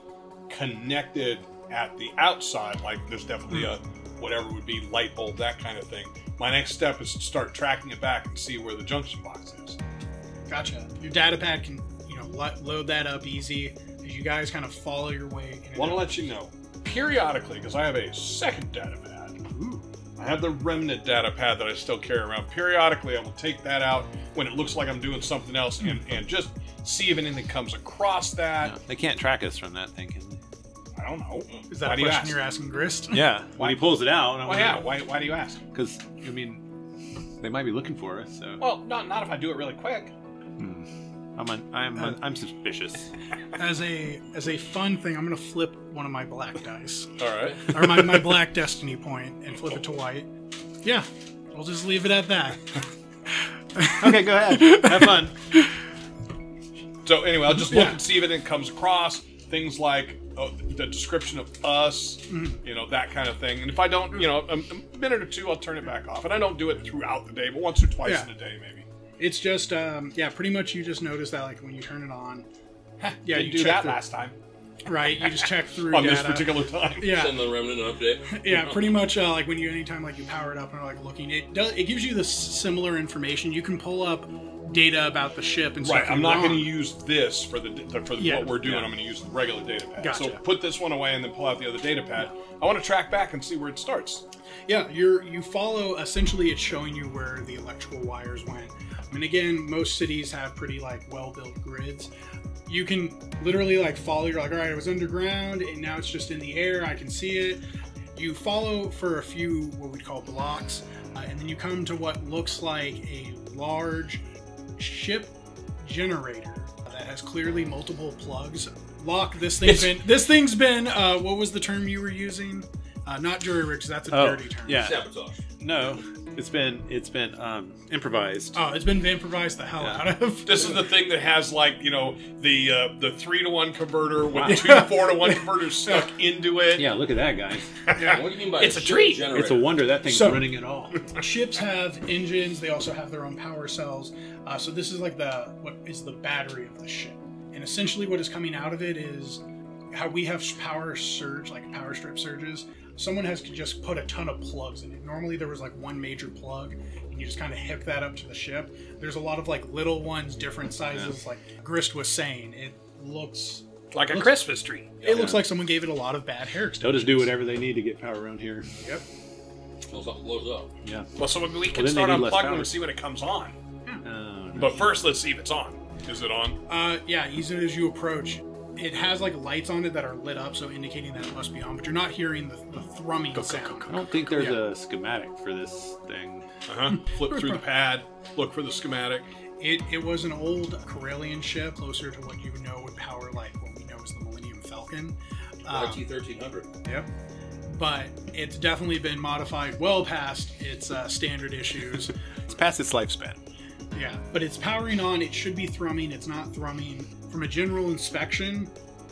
Speaker 1: connected at the outside, like there's definitely
Speaker 3: Hmm.
Speaker 1: a whatever would be light bulb, that kind of thing. My next step is to start tracking it back and see where the junction box is.
Speaker 2: Gotcha. Your data pad can, you know, lo- load that up easy as you guys kind of follow your way. in and
Speaker 1: Want to
Speaker 2: out.
Speaker 1: let you know periodically because I have a second data pad.
Speaker 2: Ooh.
Speaker 1: I have the remnant data pad that I still carry around. Periodically, I will take that out when it looks like I'm doing something else and, and just see if anything comes across that.
Speaker 3: they can't track us from that thing, can they?
Speaker 1: I don't know.
Speaker 2: Is that
Speaker 1: why
Speaker 2: a
Speaker 1: do you
Speaker 2: question
Speaker 1: ask?
Speaker 2: you're asking, Grist?
Speaker 3: Yeah. When he pulls it out, I'm
Speaker 1: Well, yeah. Why, why do you ask?
Speaker 3: Because, I mean, they might be looking for us, so.
Speaker 1: Well, not not if I do it really quick.
Speaker 3: Hmm. I'm, un- I'm, un- I'm suspicious.
Speaker 2: As a as a fun thing, I'm gonna flip one of my black dice
Speaker 1: All right.
Speaker 2: or my, my black destiny point and flip it to white. Yeah, I'll just leave it at that.
Speaker 3: okay, go ahead. *laughs* Have fun.
Speaker 1: *laughs* So anyway, I'll just look
Speaker 2: Yeah.
Speaker 1: and see if it comes across. Things like oh, the description of us,
Speaker 2: Mm-hmm.
Speaker 1: you know, that kind of thing. And if I don't, you know,
Speaker 2: Mm.
Speaker 1: a, a minute or two, I'll turn it back off. And I don't do it throughout the day, but once or twice
Speaker 2: Yeah.
Speaker 1: in a day, maybe.
Speaker 2: It's just um, yeah, pretty much you just notice that like when you turn it on. Yeah,
Speaker 1: Didn't
Speaker 2: you
Speaker 1: do
Speaker 2: check
Speaker 1: that
Speaker 2: through-
Speaker 1: last time
Speaker 2: Right, you just
Speaker 1: *laughs*
Speaker 2: check through
Speaker 1: on
Speaker 2: data.
Speaker 1: this particular time.
Speaker 2: yeah,
Speaker 5: Send the remnant an update.
Speaker 2: yeah pretty much uh, like when you anytime like you power it up and are like looking it does it gives you this similar information you can pull up data about the ship and
Speaker 1: Right,
Speaker 2: stuff
Speaker 1: I'm
Speaker 2: you
Speaker 1: not going to
Speaker 2: want.
Speaker 1: use this for the for
Speaker 2: Yeah.
Speaker 1: what we're doing. I'm going to use the regular data pad. So
Speaker 2: Gotcha.
Speaker 1: put this one away and then pull out the other data pad. I want to track back and see where it starts.
Speaker 2: yeah you're you follow essentially it's showing you where the electrical wires went i mean again most cities have pretty like well built grids you can literally like follow you're like all right it was underground and now it's just in the air i can see it you follow for a few what we'd call blocks uh, and then you come to what looks like a large ship generator that has clearly multiple plugs lock this
Speaker 3: *laughs*
Speaker 2: thing's been this thing's been uh, what was the term you were using uh, not jury rigs that's a
Speaker 3: Oh,
Speaker 2: dirty term
Speaker 3: yeah.
Speaker 5: Sabotage.
Speaker 3: No, it's been, it's been um, improvised.
Speaker 2: oh it's been vampirized the hell out of *laughs*
Speaker 1: This is the thing that has like you know the uh, the three to one converter with
Speaker 3: Wow.
Speaker 1: two four to
Speaker 2: *laughs*
Speaker 1: one converters stuck into it.
Speaker 3: Yeah, look at that, guys.
Speaker 5: What do you mean by Ah, it's a, tree? Generator?
Speaker 3: It's a wonder that thing's
Speaker 2: So-
Speaker 3: running at all.
Speaker 2: ships have engines they also have their own power cells uh, so this is like the what is the battery of the ship and essentially what is coming out of it is how we have power surge like power strip surges someone has to just put a ton of plugs in it normally there was like one major plug and you just kind of hook that up to the ship there's a lot of like little ones different sizes like grist was saying it looks
Speaker 1: like a Christmas tree.
Speaker 2: it looks like someone gave it a lot of bad hair
Speaker 3: They'll just do whatever they need to get power around here.
Speaker 5: Blows up. Blows up.
Speaker 3: Yeah.
Speaker 1: Well, so we
Speaker 3: then
Speaker 1: can
Speaker 3: they
Speaker 1: start
Speaker 3: need less
Speaker 1: unplugging
Speaker 3: power.
Speaker 1: and see when it comes on.
Speaker 3: Uh,
Speaker 1: But first, let's see if it's on. Is it on?
Speaker 2: Uh, yeah, as soon as you approach, it has like lights on it that are lit up, so indicating that it must be on, but you're not hearing the, the thrumming sound.
Speaker 3: I don't think there's a schematic for this thing.
Speaker 1: Uh-huh. Flip through the pad, look for the schematic.
Speaker 2: It, it was an old Corellian ship, closer to what you know would power like what we know as the Millennium Falcon. Um,
Speaker 5: YT thirteen hundred.
Speaker 2: yep. But it's definitely been modified well past its uh, standard issues.
Speaker 3: It's past its lifespan.
Speaker 2: Yeah, but it's powering on. It should be thrumming. It's not thrumming. From a general inspection,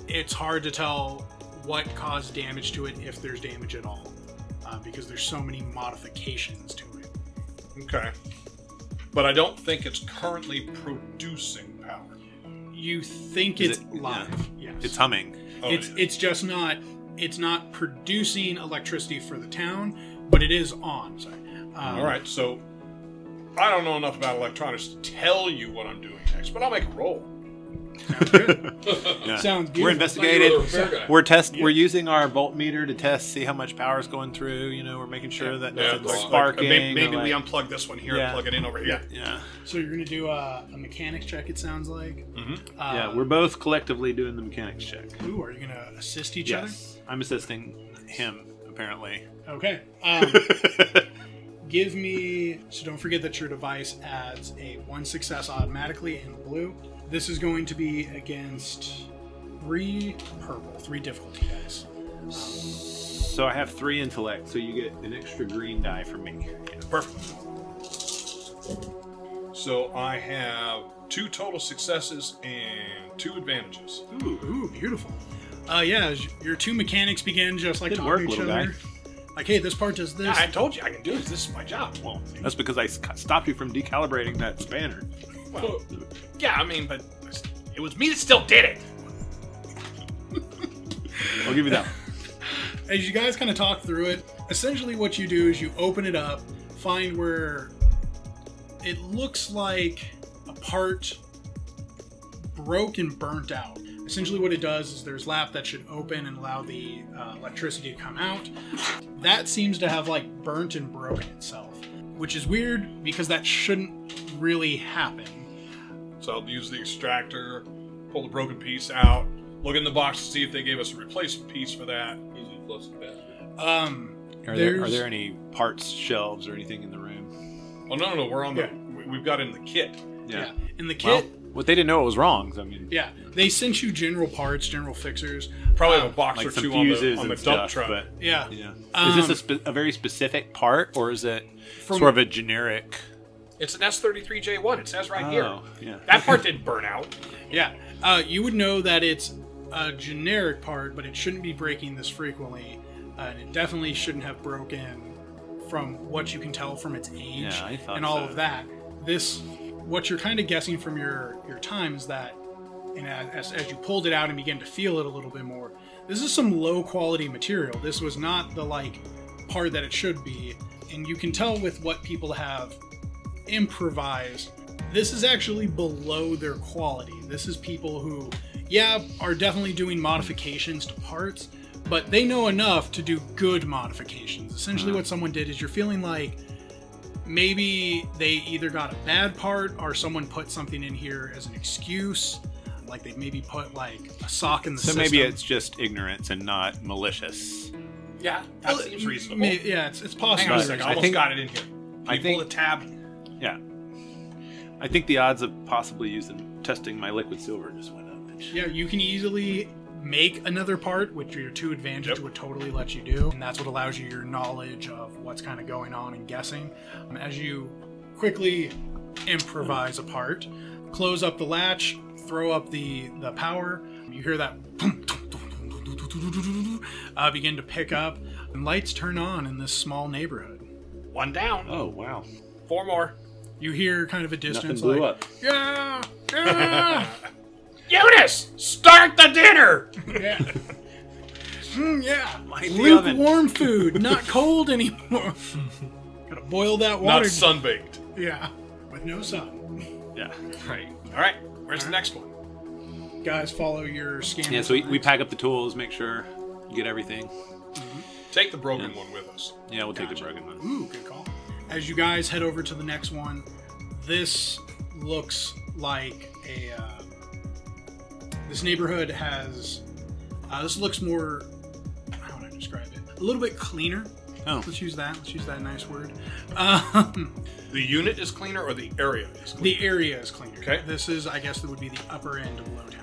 Speaker 2: it's hard to tell what caused damage to it, if there's damage at all, uh, because there's so many modifications to it.
Speaker 1: Okay. But I don't think it's currently producing power.
Speaker 2: You think
Speaker 3: Is
Speaker 2: it's
Speaker 3: it-
Speaker 2: live? Yes.
Speaker 3: It's humming.
Speaker 1: Oh,
Speaker 2: it's
Speaker 1: it
Speaker 2: it's just not it's not producing electricity for the town, but it is on. Sorry. Um,
Speaker 1: All right, so I don't know enough about electronics to tell you what I'm doing next, but I'll make a roll.
Speaker 2: Sounds good.
Speaker 3: *laughs* Yeah.
Speaker 2: Sounds
Speaker 3: We're
Speaker 2: beautiful.
Speaker 3: investigating.
Speaker 5: repair guy.
Speaker 3: We're test. We're using our voltmeter to test, see how much power's going through. You know, we're making sure that nothing's
Speaker 1: like- like,
Speaker 3: sparking.
Speaker 1: maybe maybe
Speaker 3: or like-
Speaker 1: we unplug this one here
Speaker 3: Yeah.
Speaker 1: and plug it in over here.
Speaker 3: yeah,
Speaker 2: so you're gonna do a, a mechanics check. It sounds like. Mm-hmm. Uh,
Speaker 3: yeah. We're both collectively doing the mechanics check.
Speaker 2: Ooh, are you gonna assist each
Speaker 3: Yes, I'm assisting him *laughs* apparently.
Speaker 2: other? Okay. Um, give me. So don't forget that your device adds a one success automatically in blue. This is going to be against three purple, three difficulty dice.
Speaker 3: so I have three intellect. So you get an extra green die from me.
Speaker 1: Perfect. So I have two total successes and two advantages.
Speaker 2: Ooh, ooh, beautiful. Uh, yeah, as your two mechanics begin just like
Speaker 3: Good
Speaker 2: talking
Speaker 3: work,
Speaker 2: to each
Speaker 3: little
Speaker 2: other.
Speaker 3: guy.
Speaker 2: Like, hey, this part does this.
Speaker 1: I told you I can do this. This is my job. Well,
Speaker 3: That's because I s- stopped you from decalibrating that spanner.
Speaker 1: well yeah, I mean, but you It was me that still did it.
Speaker 3: I'll give you *laughs* that.
Speaker 2: as you guys kind of talk through it, essentially what you do is you open it up, find where it looks like a part broke and burnt out. Essentially, what it does is there's lap that should open and allow the uh, electricity to come out. That seems to have like burnt and broken itself, which is weird because that shouldn't really happen.
Speaker 1: So I'll use the extractor, pull the broken piece out, look in the box to see if they gave us a replacement piece for that.
Speaker 5: Easy plus capacitor.
Speaker 2: Um,
Speaker 3: Are there, are
Speaker 2: There's-
Speaker 3: there any parts, shelves, or anything in the room?
Speaker 1: Well, no, no, we're on the. we- We've got in the kit.
Speaker 2: yeah. In the
Speaker 3: Well,
Speaker 2: kit,
Speaker 3: what they didn't know it was wrong. so I mean,
Speaker 2: yeah, they sent you general parts, general fixers.
Speaker 1: Probably have a box
Speaker 3: like
Speaker 1: or
Speaker 3: some
Speaker 1: two on the,
Speaker 3: fuses
Speaker 1: on the
Speaker 3: and
Speaker 1: dump
Speaker 3: stuff.
Speaker 1: truck.
Speaker 3: But
Speaker 2: Yeah.
Speaker 3: yeah,
Speaker 2: Um,
Speaker 3: is this a, spe- a very specific part, or is it
Speaker 1: From-
Speaker 3: sort of a generic?
Speaker 1: It's an S33J1. It says right here.
Speaker 3: Oh, yeah.
Speaker 1: That part didn't burn out.
Speaker 2: Yeah, uh, you would know that it's a generic part, but it shouldn't be breaking this frequently, uh, and it definitely shouldn't have broken from what you can tell from its age
Speaker 3: Yeah, I thought
Speaker 2: and all
Speaker 3: so.
Speaker 2: of that. This, what you're kind of guessing from your your time is that, and as, as you pulled it out and began to feel it a little bit more, this is some low quality material. This was not the like part that it should be, and you can tell with what people have improvised. This is actually below their quality. This is people who, yeah, are definitely doing modifications to parts, but they know enough to do good modifications. Essentially, what someone did is you're feeling like maybe they either got a bad part or someone put something in here as an excuse. Like they maybe put like a sock in the
Speaker 3: So
Speaker 2: system.
Speaker 3: maybe it's just ignorance and not malicious.
Speaker 1: Yeah, that seems reasonable.
Speaker 2: May- yeah, it's, it's possible.
Speaker 1: Hang on a
Speaker 3: But
Speaker 1: second. I
Speaker 3: I
Speaker 1: almost
Speaker 3: think-
Speaker 1: got it in here.
Speaker 3: I
Speaker 1: Can you pull
Speaker 3: think-
Speaker 1: the tab?
Speaker 3: Yeah. I think the odds of possibly using testing my liquid silver just went up.
Speaker 2: Yeah, you can easily make another part, which your two advantage
Speaker 1: Yep.
Speaker 2: would totally let you do. And that's what allows you your knowledge of what's kind of going on and guessing. Um, As you quickly improvise a part, close up the latch, throw up the, the power, you hear that. Uh, begin to pick up, and lights turn on in this small neighborhood.
Speaker 1: One down.
Speaker 3: Oh wow!
Speaker 1: Four more.
Speaker 2: You hear kind of a
Speaker 3: Nothing
Speaker 2: distance
Speaker 3: blew
Speaker 2: like,
Speaker 3: up.
Speaker 2: yeah, yeah,
Speaker 1: Eunice, start the dinner.
Speaker 2: Yeah. *laughs* Mm, yeah.
Speaker 3: Light the oven.
Speaker 2: Lukewarm food, not cold anymore. *laughs* Gotta boil that
Speaker 1: Not
Speaker 2: water.
Speaker 1: sunbaked.
Speaker 2: yeah. With no sun.
Speaker 3: Yeah.
Speaker 1: Right. All right. Where's the next one?
Speaker 2: Guys, follow your scanner.
Speaker 3: Yeah. So we, we pack up the tools, make sure get everything.
Speaker 1: Take the broken one with us.
Speaker 3: Yeah, we'll take the broken one.
Speaker 2: Ooh, good call. As you guys head over to the next one, this looks like a. Uh, this neighborhood has. Uh, this looks more. How would I describe it? A little bit cleaner.
Speaker 3: Oh,
Speaker 2: Let's use that. Let's use that nice word. *laughs* Um,
Speaker 1: The unit is cleaner or the area is cleaner?
Speaker 2: The area is cleaner.
Speaker 1: Okay.
Speaker 2: This is, I guess, that would be the upper end of
Speaker 1: *laughs*
Speaker 2: Lowtown.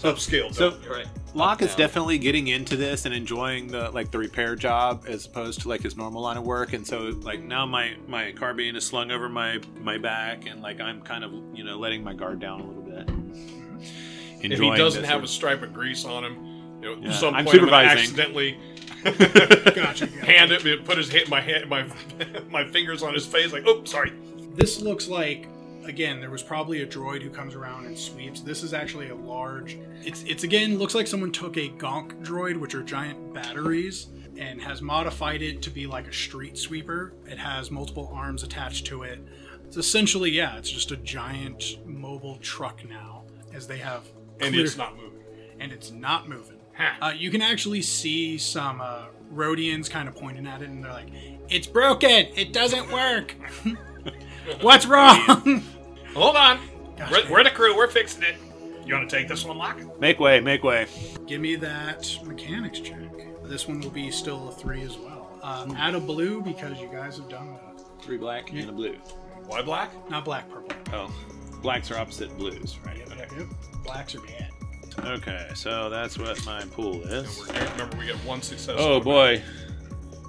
Speaker 1: The upscale.
Speaker 3: so
Speaker 1: though.
Speaker 4: Right.
Speaker 3: Locke is
Speaker 4: Uptown.
Speaker 3: definitely getting into this and enjoying the like the repair job as opposed to like his normal line of work. And so like now my my carbine is slung over my my back and like I'm kind of you know letting my guard down a little bit.
Speaker 1: if he doesn't have a stripe of grease on him, you know,
Speaker 3: Yeah,
Speaker 1: some
Speaker 3: I'm
Speaker 1: point I'm gonna
Speaker 3: supervising.
Speaker 1: accidentally
Speaker 2: Gotcha. yeah.
Speaker 1: hand it, put his hand, my hand, my *laughs* my fingers on his face, like, oh, sorry.
Speaker 2: This looks like, again, there was probably a droid who comes around and sweeps. This is actually a large. It's it's again looks like someone took a gonk droid, which are giant batteries, and has modified it to be like a street sweeper. It has multiple arms attached to it. It's essentially yeah, it's just a giant mobile truck now, as they have.
Speaker 1: And
Speaker 2: clear-
Speaker 1: it's not moving.
Speaker 2: and it's not moving.
Speaker 1: Ha.
Speaker 2: Uh, you can actually see some uh, Rhodians kind of pointing at it, and they're like, "It's broken. It doesn't work.
Speaker 1: *laughs*
Speaker 2: What's wrong?"
Speaker 1: Hold on.
Speaker 2: *laughs* Gosh,
Speaker 1: We're,
Speaker 2: man.
Speaker 1: we're the crew. We're fixing it. You want to take this one, Locke?
Speaker 3: make way, make way.
Speaker 2: Give me that mechanics check. This one will be still a three as well. Um, add a blue because you guys have done it.
Speaker 3: Three black and a blue.
Speaker 1: Why black?
Speaker 2: Not black, purple.
Speaker 3: Oh, blacks are opposite blues, right?
Speaker 2: Yep, yep, yep. Blacks are bad.
Speaker 3: Okay, so that's what my pool
Speaker 1: And
Speaker 3: is.
Speaker 1: we're here. Remember, we get one success.
Speaker 3: Oh boy,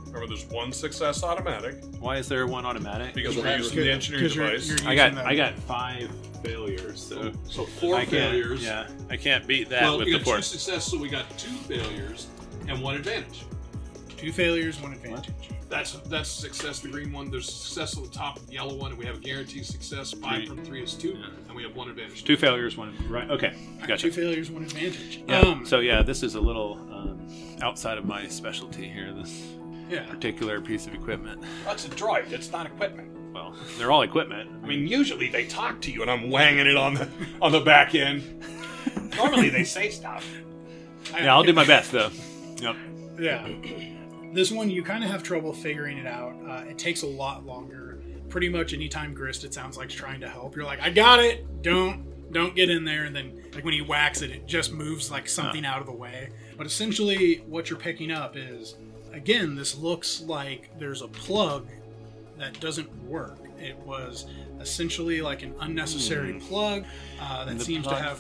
Speaker 1: Remember, there's one success automatic
Speaker 3: why is there one automatic?
Speaker 1: because
Speaker 5: Because
Speaker 1: we're
Speaker 5: it
Speaker 1: using
Speaker 5: has-
Speaker 1: the engineering
Speaker 2: Because you're-
Speaker 1: device.
Speaker 2: you're
Speaker 3: I got
Speaker 2: using the-
Speaker 3: I got five failures, so
Speaker 5: So four
Speaker 3: I can't.
Speaker 5: failures.
Speaker 3: Yeah, I can't beat that
Speaker 5: Well,
Speaker 3: with
Speaker 5: we
Speaker 3: the
Speaker 5: got two
Speaker 3: force.
Speaker 5: success, so we got two failures and one advantage.
Speaker 2: Two failures, one advantage.
Speaker 1: That's that's success. The green one. There's success on the top of the yellow one, and we have a guaranteed success. Five
Speaker 3: Three.
Speaker 1: from three is two, and we have one advantage.
Speaker 3: Two failures, one right. Okay,
Speaker 2: Two
Speaker 3: gotcha.
Speaker 2: failures, one advantage.
Speaker 3: Yeah.
Speaker 2: Um,
Speaker 3: so yeah, this is a little um, outside of my specialty here. This
Speaker 2: yeah.
Speaker 3: particular piece of equipment.
Speaker 1: That's a droid. That's not equipment.
Speaker 3: Well, they're all equipment.
Speaker 1: I mean, usually they talk to you, and I'm wanging it on the on the back *laughs* end. Normally they say stuff.
Speaker 3: yeah, I'll do my best though. Yep.
Speaker 2: Yeah. *clears throat* This one, you kind of have trouble figuring it out. Uh, it takes a lot longer. Pretty much anytime Grist, it sounds like, is trying to help. You're like, I got it. Don't don't get in there. And then, like when he whacks it, it just moves like something out of the way. But essentially, what you're picking up is, again, this looks like there's a plug that doesn't work. It was essentially like an unnecessary plug uh, that seems to have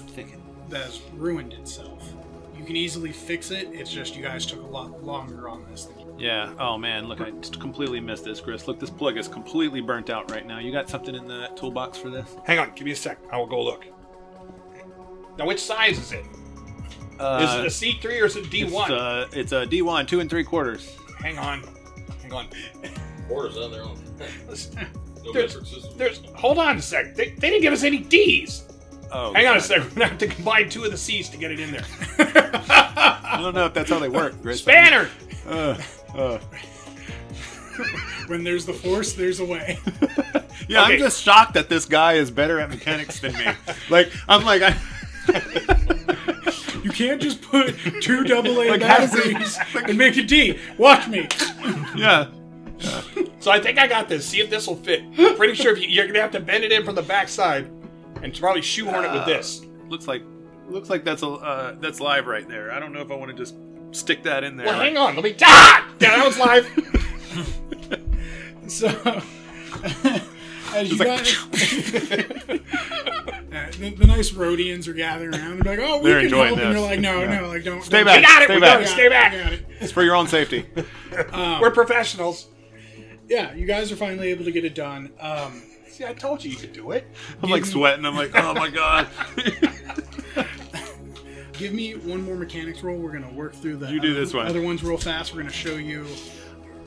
Speaker 2: that has ruined itself. You can easily fix it. It's just you guys took a lot longer on this. Thing.
Speaker 3: Yeah. Oh man, look, I just completely missed this, Chris. Look, this plug is completely burnt out right now. You got something in the toolbox for this?
Speaker 1: Hang on, give me a sec. I will go look. Now, which size is it? Is
Speaker 3: Uh,
Speaker 1: it a C three or is it D
Speaker 3: it's,
Speaker 1: one?
Speaker 3: uh, it's a D one, two and three quarters.
Speaker 1: Hang on, hang on.
Speaker 5: Quarters out there on
Speaker 1: Let's-
Speaker 5: no
Speaker 1: There's-
Speaker 5: metric system.
Speaker 1: There's. Hold on a sec. They, they didn't give us any D's.
Speaker 3: Oh,
Speaker 1: Hang on a
Speaker 3: God.
Speaker 1: sec. We're gonna have to combine two of the C's to get it in there.
Speaker 3: I don't know if that's how they work, Chris.
Speaker 1: Spanner.
Speaker 3: Uh, uh.
Speaker 2: When there's the force, there's a way. *laughs*
Speaker 3: Yeah,
Speaker 1: Okay.
Speaker 3: I'm just shocked that this guy is better at mechanics than me. *laughs* like, I'm like, I,
Speaker 2: You can't just put two double A
Speaker 3: Like, how does it- *laughs*
Speaker 2: batteries and make a D. Watch me.
Speaker 3: yeah.
Speaker 1: So I think I got this. See if this will fit. Pretty sure if you, you're gonna have to bend it in from the backside, and probably shoehorn it with this.
Speaker 3: Looks like, looks like that's a uh, that's live right there. I don't know if I want to just stick that in there.
Speaker 1: Well, hang on. Let me. *laughs* Ah! Yeah, that was live.
Speaker 2: So, *laughs* as you guys,
Speaker 3: *laughs*
Speaker 2: *laughs* Uh, the, the nice Rhodians are gathering around. They're like, "Oh, we
Speaker 3: They're
Speaker 2: can
Speaker 3: enjoying
Speaker 2: help," and
Speaker 3: this.
Speaker 2: you're like, "No,
Speaker 3: Yeah.
Speaker 2: no, like don't
Speaker 3: Stay
Speaker 2: don't-
Speaker 3: back.
Speaker 1: We got it.
Speaker 3: Stay
Speaker 1: we
Speaker 3: back.
Speaker 1: got it. Stay
Speaker 2: I
Speaker 1: back.
Speaker 2: got it.
Speaker 3: *laughs* It's for your
Speaker 1: *laughs*
Speaker 3: own safety.
Speaker 1: We're professionals.
Speaker 2: Yeah, you guys are finally able to get it done. Um,
Speaker 1: See, I told you you could do it.
Speaker 3: I'm like sweating. I'm like, oh my god.
Speaker 2: Give me one more mechanics roll. We're gonna work through the
Speaker 3: You do
Speaker 2: other-
Speaker 3: this one.
Speaker 2: Other ones real fast. We're gonna show you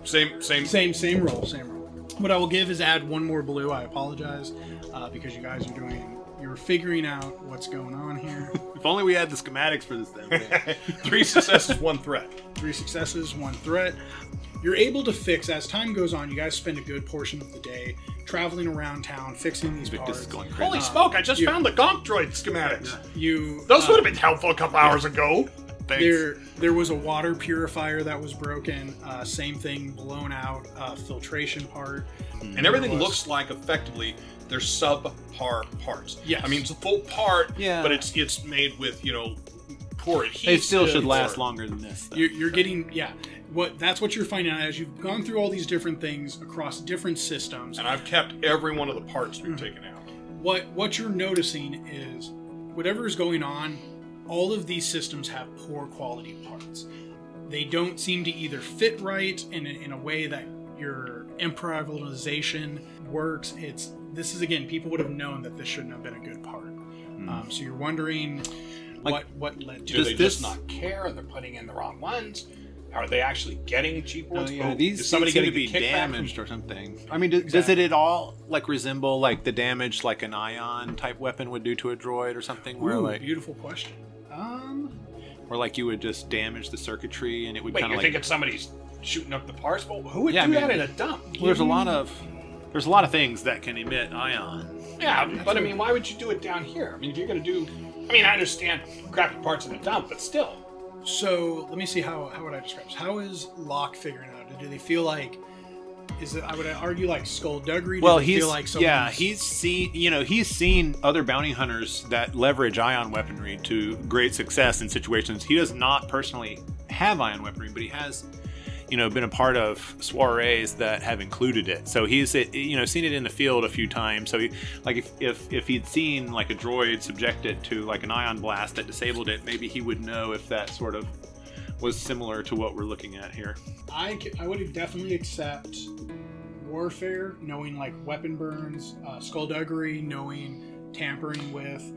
Speaker 1: Same, same.
Speaker 2: same same roll, same roll. What I will give is add one more blue. I apologize uh, because you guys are doing you're figuring out what's going on
Speaker 3: *laughs*
Speaker 2: here.
Speaker 3: if only we had the schematics for this *laughs* thing.
Speaker 1: Three successes, one threat.
Speaker 2: Three successes, one threat. You're able to fix as time goes on. You guys spend a good portion of the day traveling around town fixing these
Speaker 3: Victus is
Speaker 2: parts.
Speaker 3: going crazy.
Speaker 1: Holy smoke! I just
Speaker 2: you-
Speaker 1: found the Gonk droid schematics.
Speaker 2: You
Speaker 1: Those
Speaker 2: uh,
Speaker 1: would have been helpful a couple hours ago.
Speaker 3: Thanks.
Speaker 2: There, there was a water purifier that was broken. Uh, same thing, blown out uh, filtration part.
Speaker 1: And everything
Speaker 2: Plus-
Speaker 1: looks like effectively they're subpar parts.
Speaker 2: Yes.
Speaker 1: I mean it's a full part,
Speaker 3: Yeah.
Speaker 1: but it's it's made with, you know, poor adhesive.
Speaker 3: They still should last
Speaker 1: or-
Speaker 3: longer than this. though.
Speaker 2: You're, you're getting, yeah. What that's what you're finding out as you've gone through all these different things across different systems.
Speaker 1: And I've kept every one of the parts we've taken out.
Speaker 2: What what you're noticing is whatever is going on. All of these systems have poor quality parts. They don't seem to either fit right in a, in a way that your improvisation works. It's this is again, people would have known that this shouldn't have been a good part. Um, so you're wondering
Speaker 3: Hmm. Like-
Speaker 2: what what led to
Speaker 1: Do
Speaker 3: Does
Speaker 1: they
Speaker 3: this-
Speaker 1: just not care? They're putting in the wrong ones. Are they actually getting cheaper
Speaker 3: Oh,
Speaker 1: ones?
Speaker 3: yeah,
Speaker 1: Oh,
Speaker 3: these
Speaker 1: is somebody
Speaker 3: seem to
Speaker 1: going
Speaker 3: be damaged or something. I mean, does, does it
Speaker 2: Exactly.
Speaker 3: at all like resemble like the damage like an ion type weapon would do to a droid or something, where
Speaker 2: Ooh,
Speaker 3: like
Speaker 2: beautiful question. Um,
Speaker 3: where like you would just damage the circuitry and it would
Speaker 1: Wait,
Speaker 3: kind
Speaker 1: you're
Speaker 3: of like
Speaker 1: thinking somebody's shooting up the parts? Well, who would
Speaker 3: Yeah, I
Speaker 1: do
Speaker 3: mean-
Speaker 1: that in a dump?
Speaker 3: Well, there's a lot of there's a lot of things that can emit ion.
Speaker 1: Yeah, but I mean, why would you do it down here? I mean, if you're going to do, I mean, I understand crappy parts in the dump, but still.
Speaker 2: so let me see how how would I describe this? How is Locke figuring out? Do they feel like is it? I would argue like skullduggery. Do
Speaker 3: Well,
Speaker 2: they
Speaker 3: he's
Speaker 2: feel like
Speaker 3: yeah,
Speaker 2: someone's-
Speaker 3: he's seen you know he's seen other bounty hunters that leverage ion weaponry to great success in situations he does not personally have ion weaponry, but he has you know been a part of soirees that have included it. So he's eh, you know seen it in the field a few times. So he like if if if he'd seen like a droid subjected to like an ion blast that disabled it, maybe he would know if that sort of was similar to what we're looking at here.
Speaker 2: I c- I would definitely accept warfare, knowing like weapon burns, uh, skullduggery, knowing tampering with.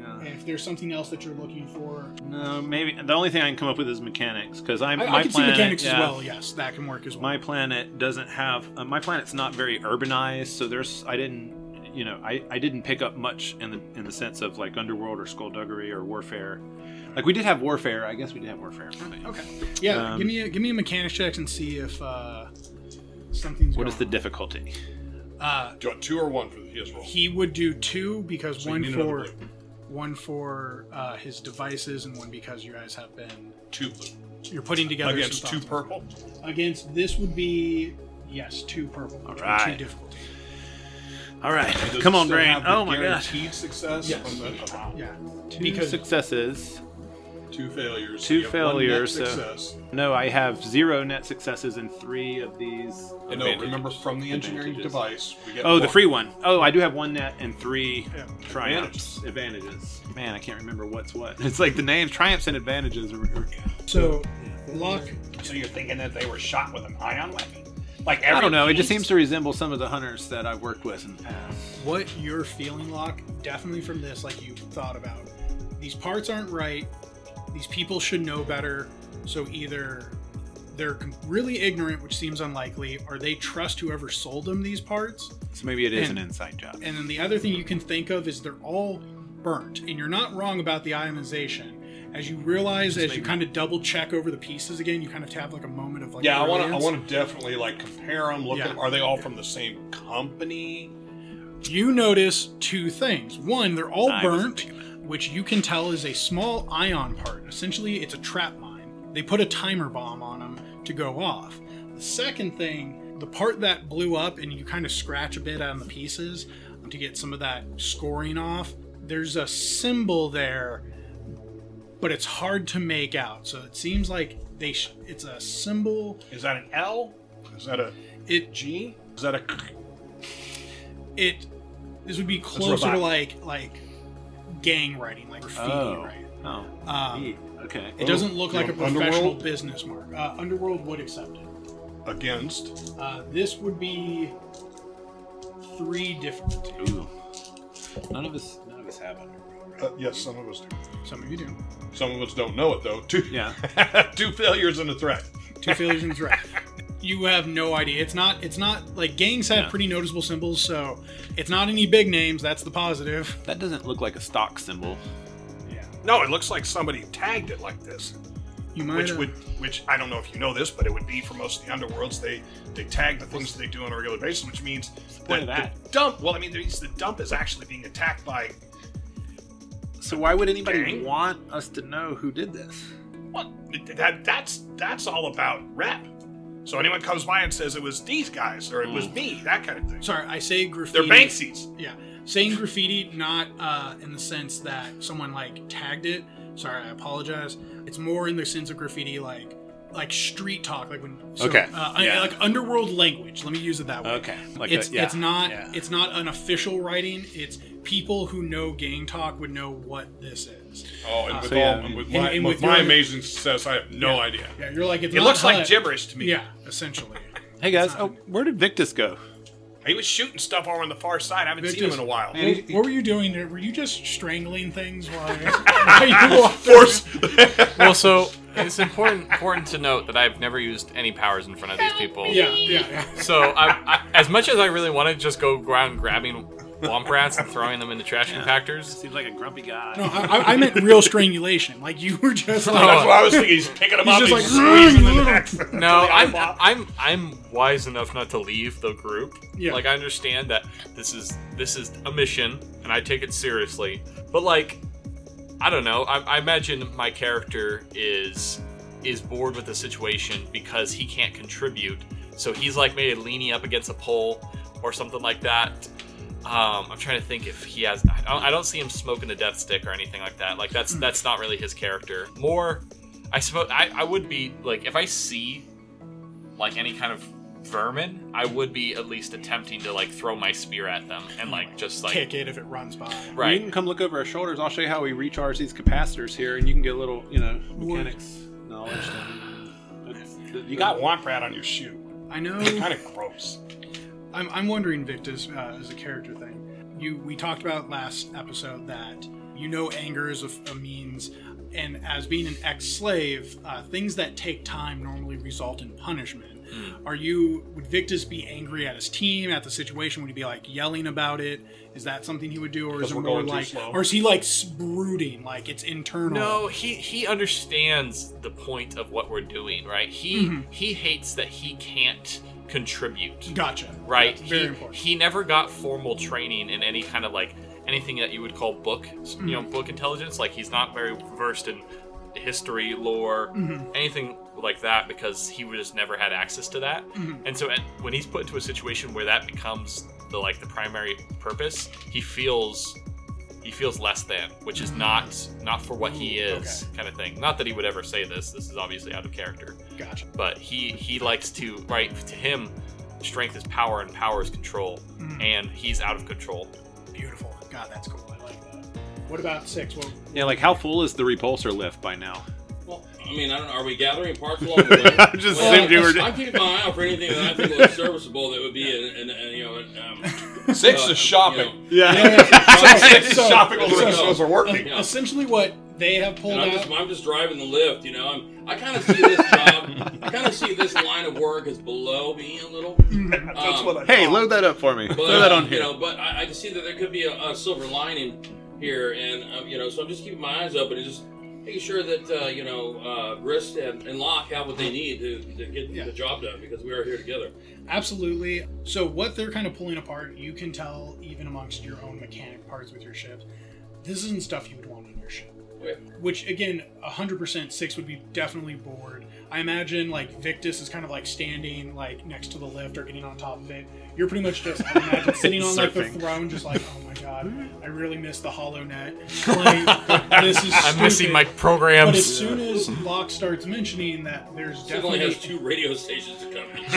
Speaker 3: Yeah.
Speaker 2: If there's something else that you're looking for,
Speaker 3: No, maybe the only thing I can come up with is mechanics because I'm
Speaker 2: I, I
Speaker 3: my
Speaker 2: can see
Speaker 3: planet,
Speaker 2: mechanics as
Speaker 3: yeah,
Speaker 2: well. Yes, that can work as well.
Speaker 3: My planet doesn't have uh, my planet's not very urbanized, so there's I didn't you know I, I didn't pick up much in the in the sense of like underworld or skullduggery or warfare. Like we did have warfare, I guess we did have warfare. but-
Speaker 2: okay. Yeah,
Speaker 3: Um,
Speaker 2: give me a, give me a mechanics check and see if uh, something's.
Speaker 3: What
Speaker 2: going
Speaker 3: is the difficulty?
Speaker 2: on. Uh,
Speaker 1: Do you want two or one for his roll?
Speaker 2: he would do two because
Speaker 1: So you
Speaker 2: one
Speaker 1: need another
Speaker 2: for one for uh, his devices and one because you guys have been
Speaker 1: Two blue.
Speaker 2: you're putting together
Speaker 1: Against
Speaker 2: some
Speaker 1: two
Speaker 2: thoughts.
Speaker 1: purple?
Speaker 2: Against this would be yes, two purple. All
Speaker 3: right.
Speaker 2: Two difficulty.
Speaker 3: All right,
Speaker 1: Does it
Speaker 3: come on,
Speaker 1: still
Speaker 3: brain.
Speaker 1: have the
Speaker 3: Oh my gosh,
Speaker 1: Guaranteed success
Speaker 2: Yes.
Speaker 1: from the. Wow.
Speaker 2: Yeah.
Speaker 3: two
Speaker 2: because-
Speaker 3: successes.
Speaker 1: Two failures.
Speaker 3: Two
Speaker 1: You have one net
Speaker 3: failures, so-
Speaker 1: Success.
Speaker 3: No, I have zero net successes in three of these.
Speaker 1: And no, remember from the engineering
Speaker 3: Advantages.
Speaker 1: device, we get
Speaker 3: Oh, the
Speaker 1: one.
Speaker 3: free one. Oh, I do have one net and three
Speaker 2: Yeah.
Speaker 3: triumphs. Advantages. Man, I can't remember what's what. *laughs* It's like the name triumphs and advantages. Are, are-
Speaker 2: So luck.
Speaker 6: So you're thinking that they were shot with an ion weapon? Like every
Speaker 3: I don't know. It just
Speaker 6: piece-
Speaker 3: seems to resemble some of the hunters that I've worked with in the past.
Speaker 2: What you're feeling, Locke, definitely from this, like you thought about. These parts aren't right. These people should know better. So either they're com- really ignorant, which seems unlikely, or they trust whoever sold them these parts.
Speaker 3: So maybe it is
Speaker 2: And-
Speaker 3: an inside job.
Speaker 2: And then the other thing you can think of is they're all burnt. And you're not wrong about the ionization. As you realize, as you kind of double check over the pieces again, you kind of have like a moment of like
Speaker 1: Yeah, I want to. I
Speaker 2: brilliance.
Speaker 1: want to definitely like compare them. Look
Speaker 2: Yeah.
Speaker 1: at 'em. Are they all from the same company?
Speaker 2: you notice two things. One, they're all
Speaker 3: I wasn't
Speaker 2: burnt, which you can tell is a small ion part. Essentially, it's a trap mine. They put a timer bomb on them to go off. The second thing, the part that blew up and you kind of scratch a bit on the pieces um, to get some of that scoring off, there's a symbol there, but it's hard to make out. So it seems like they sh- it's a symbol.
Speaker 6: Is that an L?
Speaker 1: Is that a
Speaker 2: It
Speaker 1: G? Is that a?
Speaker 2: it this would be closer to
Speaker 6: robotic.
Speaker 2: like like gang writing, like graffiti
Speaker 3: Oh.
Speaker 2: writing.
Speaker 3: Oh,
Speaker 2: Um,
Speaker 3: neat. okay.
Speaker 2: it doesn't look
Speaker 1: you
Speaker 2: like a
Speaker 1: want
Speaker 2: professional
Speaker 1: Underworld?
Speaker 2: business mark. Uh, Underworld would accept it.
Speaker 1: Against
Speaker 2: Uh, this would be three different.
Speaker 3: Ooh. None of us, none of us have underground.
Speaker 1: uh, yes, some of us do.
Speaker 2: Some of you do.
Speaker 1: Some of us don't know it though. Two,
Speaker 3: Yeah.
Speaker 1: *laughs* two failures and a threat.
Speaker 2: Two failures
Speaker 6: *laughs*
Speaker 2: and threat. You have no idea. It's not. It's not like gangs have
Speaker 3: Yeah.
Speaker 2: pretty noticeable symbols, so it's not any big names. That's the positive.
Speaker 3: That doesn't look like a stock symbol.
Speaker 6: No, it looks like somebody tagged it like this.
Speaker 2: You might. uh,
Speaker 6: Which
Speaker 2: have-
Speaker 6: would, which I don't know if you know this, but it would be for most of the underworlds. They they tag the things that they do on a regular basis, which means
Speaker 3: Why
Speaker 6: that,
Speaker 3: that?
Speaker 6: the dump. Well, I mean, there's- the dump is actually being attacked by.
Speaker 3: So why would anybody
Speaker 6: Gang?
Speaker 3: want us to know who did this?
Speaker 6: What? That that's that's all about rep. So anyone comes by and says it was these guys or it
Speaker 2: Hmm.
Speaker 6: was me, that kind of thing.
Speaker 2: Sorry, I say
Speaker 6: They're
Speaker 2: graffiti.
Speaker 6: Banksies.
Speaker 2: Yeah, saying graffiti, not uh, in the sense that someone like tagged it. Sorry, I apologize. It's more in the sense of graffiti, like like street talk, like when so,
Speaker 3: Okay,
Speaker 2: uh, un-
Speaker 3: yeah.
Speaker 2: like underworld language. Let me use it that way.
Speaker 3: Okay, like
Speaker 2: it's
Speaker 3: a- yeah,
Speaker 2: it's not
Speaker 3: yeah.
Speaker 2: it's not an official writing. It's people who know gang talk would know what this is.
Speaker 1: Oh, and with
Speaker 3: So,
Speaker 1: all,
Speaker 3: yeah.
Speaker 1: and with
Speaker 2: Ah. And-
Speaker 1: my,
Speaker 2: and
Speaker 1: with
Speaker 2: with
Speaker 1: my
Speaker 2: your-
Speaker 1: amazing success, I have no
Speaker 2: Yeah.
Speaker 1: idea.
Speaker 2: Yeah, you're like it's
Speaker 6: It
Speaker 2: not
Speaker 6: looks like
Speaker 2: HUD.
Speaker 6: gibberish to me.
Speaker 2: Yeah, essentially.
Speaker 3: Hey guys, oh, where did Victus go?
Speaker 6: He was shooting stuff over on the far side. I haven't
Speaker 2: They're
Speaker 6: seen him
Speaker 2: just-
Speaker 6: in a while.
Speaker 3: Man, he-
Speaker 2: what, what were you doing there? Were you just strangling things while, *laughs* while you walked? *laughs*
Speaker 1: Force.
Speaker 4: Well, *laughs* so it's important important to note that I've never used any powers in front of these people.
Speaker 2: Yeah, yeah, yeah.
Speaker 4: So I, I, as much as I really want to just go around grabbing womp rats and throwing them into trash compactors,
Speaker 3: Seems like a grumpy guy.
Speaker 2: No, I, I- I meant real strangulation. Like you were just
Speaker 4: Oh,
Speaker 2: like,
Speaker 6: That's what I was thinking. He's picking him
Speaker 2: He's
Speaker 6: up.
Speaker 2: just
Speaker 6: He's
Speaker 2: like,
Speaker 6: just squeezing the neck.
Speaker 1: *laughs*
Speaker 4: no,
Speaker 6: The
Speaker 4: I'm,
Speaker 6: eyeball.
Speaker 4: I'm I'm wise enough not to leave the group.
Speaker 2: Yeah.
Speaker 4: Like I understand that this is this is a mission and I take it seriously. But like, I don't know. I, I imagine my character is is bored with the situation because he can't contribute. So he's like maybe leaning up against a pole or something like that. Um, I'm trying to think if he has. I don't, I don't see him smoking a death stick or anything like that. Like
Speaker 2: Hmm.
Speaker 4: that's that's not really his character. More, I suppose I, I would be like if I see like any kind of vermin, I would be at least attempting to like throw my spear at them and like just like
Speaker 2: kick it if it runs by.
Speaker 3: You
Speaker 4: Oh. right.
Speaker 3: can come look over our shoulders. I'll show you how we recharge these capacitors here, and you can get a little, you know, mechanics knowledge. down.
Speaker 6: You got Womp Rat on your shoe.
Speaker 2: I know.
Speaker 6: Kind of *laughs* gross.
Speaker 2: I'm, I'm wondering, Victus, uh, as a character thing. You we talked about last episode that You know anger is a, a means, and as being an ex-slave, uh, things that take time normally result in punishment. Are you? Would Victus be angry at his team, at the situation? Would he be like yelling about it? Is that something he would do, or is it
Speaker 1: we're
Speaker 2: more
Speaker 1: going too
Speaker 2: like,
Speaker 1: slow.
Speaker 2: or is he like s- brooding, like it's internal?
Speaker 4: No, he he understands the point of what we're doing, right? He
Speaker 2: Mm-hmm.
Speaker 4: he hates that he can't contribute.
Speaker 2: Gotcha.
Speaker 4: right?
Speaker 2: That's very
Speaker 4: he,
Speaker 2: important.
Speaker 4: he never got formal training in any kind of like anything that you would call book, you
Speaker 2: Mm.
Speaker 4: know, book intelligence. Like he's not very versed in history, lore,
Speaker 2: Mm-hmm.
Speaker 4: anything like that because he just never had access to that.
Speaker 2: Mm-hmm.
Speaker 4: And so and when he's put into a situation where that becomes the like the primary purpose, he feels he feels less than, which
Speaker 2: Mm-hmm.
Speaker 4: is not not for what he is, kind of thing. Not that he would ever say this. This is obviously out of character
Speaker 2: Gotcha.
Speaker 4: but he he likes to right to him strength is power and power is control
Speaker 1: Mm.
Speaker 4: and he's out of control
Speaker 2: Beautiful. God, that's cool. I like that. What about six?
Speaker 5: *laughs*
Speaker 2: Well,
Speaker 3: Yeah, like how full is the repulsor left by now?
Speaker 5: Well, I mean, I don't. know. Are we gathering parts *laughs* along the way?
Speaker 3: I'm just assumed you were-
Speaker 5: I'm keeping my eye out for anything that I think looks serviceable that would be, an, an, an, you know, an, um,
Speaker 1: Six
Speaker 5: uh,
Speaker 1: is shopping.
Speaker 3: *laughs*
Speaker 5: You
Speaker 3: Yeah.
Speaker 2: *laughs*
Speaker 5: know,
Speaker 2: So-
Speaker 1: shopping all the
Speaker 5: so-
Speaker 1: restaurants are working.
Speaker 5: Yeah.
Speaker 2: essentially what they have pulled
Speaker 5: And I'm just,
Speaker 2: out.
Speaker 5: I'm just driving the lift, you know. I'm, I kind of see this job, I kind of see this line of work as below me a little.
Speaker 6: *laughs* That's what I
Speaker 3: Hey,
Speaker 6: thought.
Speaker 3: load that up for me.
Speaker 5: But,
Speaker 3: Throw that on
Speaker 5: you
Speaker 3: here.
Speaker 5: know, but I, I can see that there could be a, a silver lining here, and um, you know, so I'm just keeping my eyes open and just making sure that uh, you know, uh, Grist and, and Locke have what they need to, to get
Speaker 2: Yeah.
Speaker 5: the job done because we are here together.
Speaker 2: Absolutely. So what they're kind of pulling apart, you can tell even amongst your own mechanic parts with your ship. This isn't stuff you would want on your ship.
Speaker 5: Yeah.
Speaker 2: Which again, hundred percent six would be definitely bored. I imagine like Victus is kind of like standing like next to the lift or getting on top of it. You're pretty much just I imagine sitting on like the
Speaker 3: Surfing.
Speaker 2: throne, just like oh my god, I really miss the Hollow Net. Like, this is
Speaker 4: i'm missing
Speaker 2: stupid.
Speaker 4: my
Speaker 2: But as
Speaker 4: programs
Speaker 2: soon as Locke starts mentioning that there's
Speaker 5: It
Speaker 2: definitely
Speaker 5: only has
Speaker 2: *laughs*
Speaker 5: two radio stations to come.
Speaker 3: *laughs*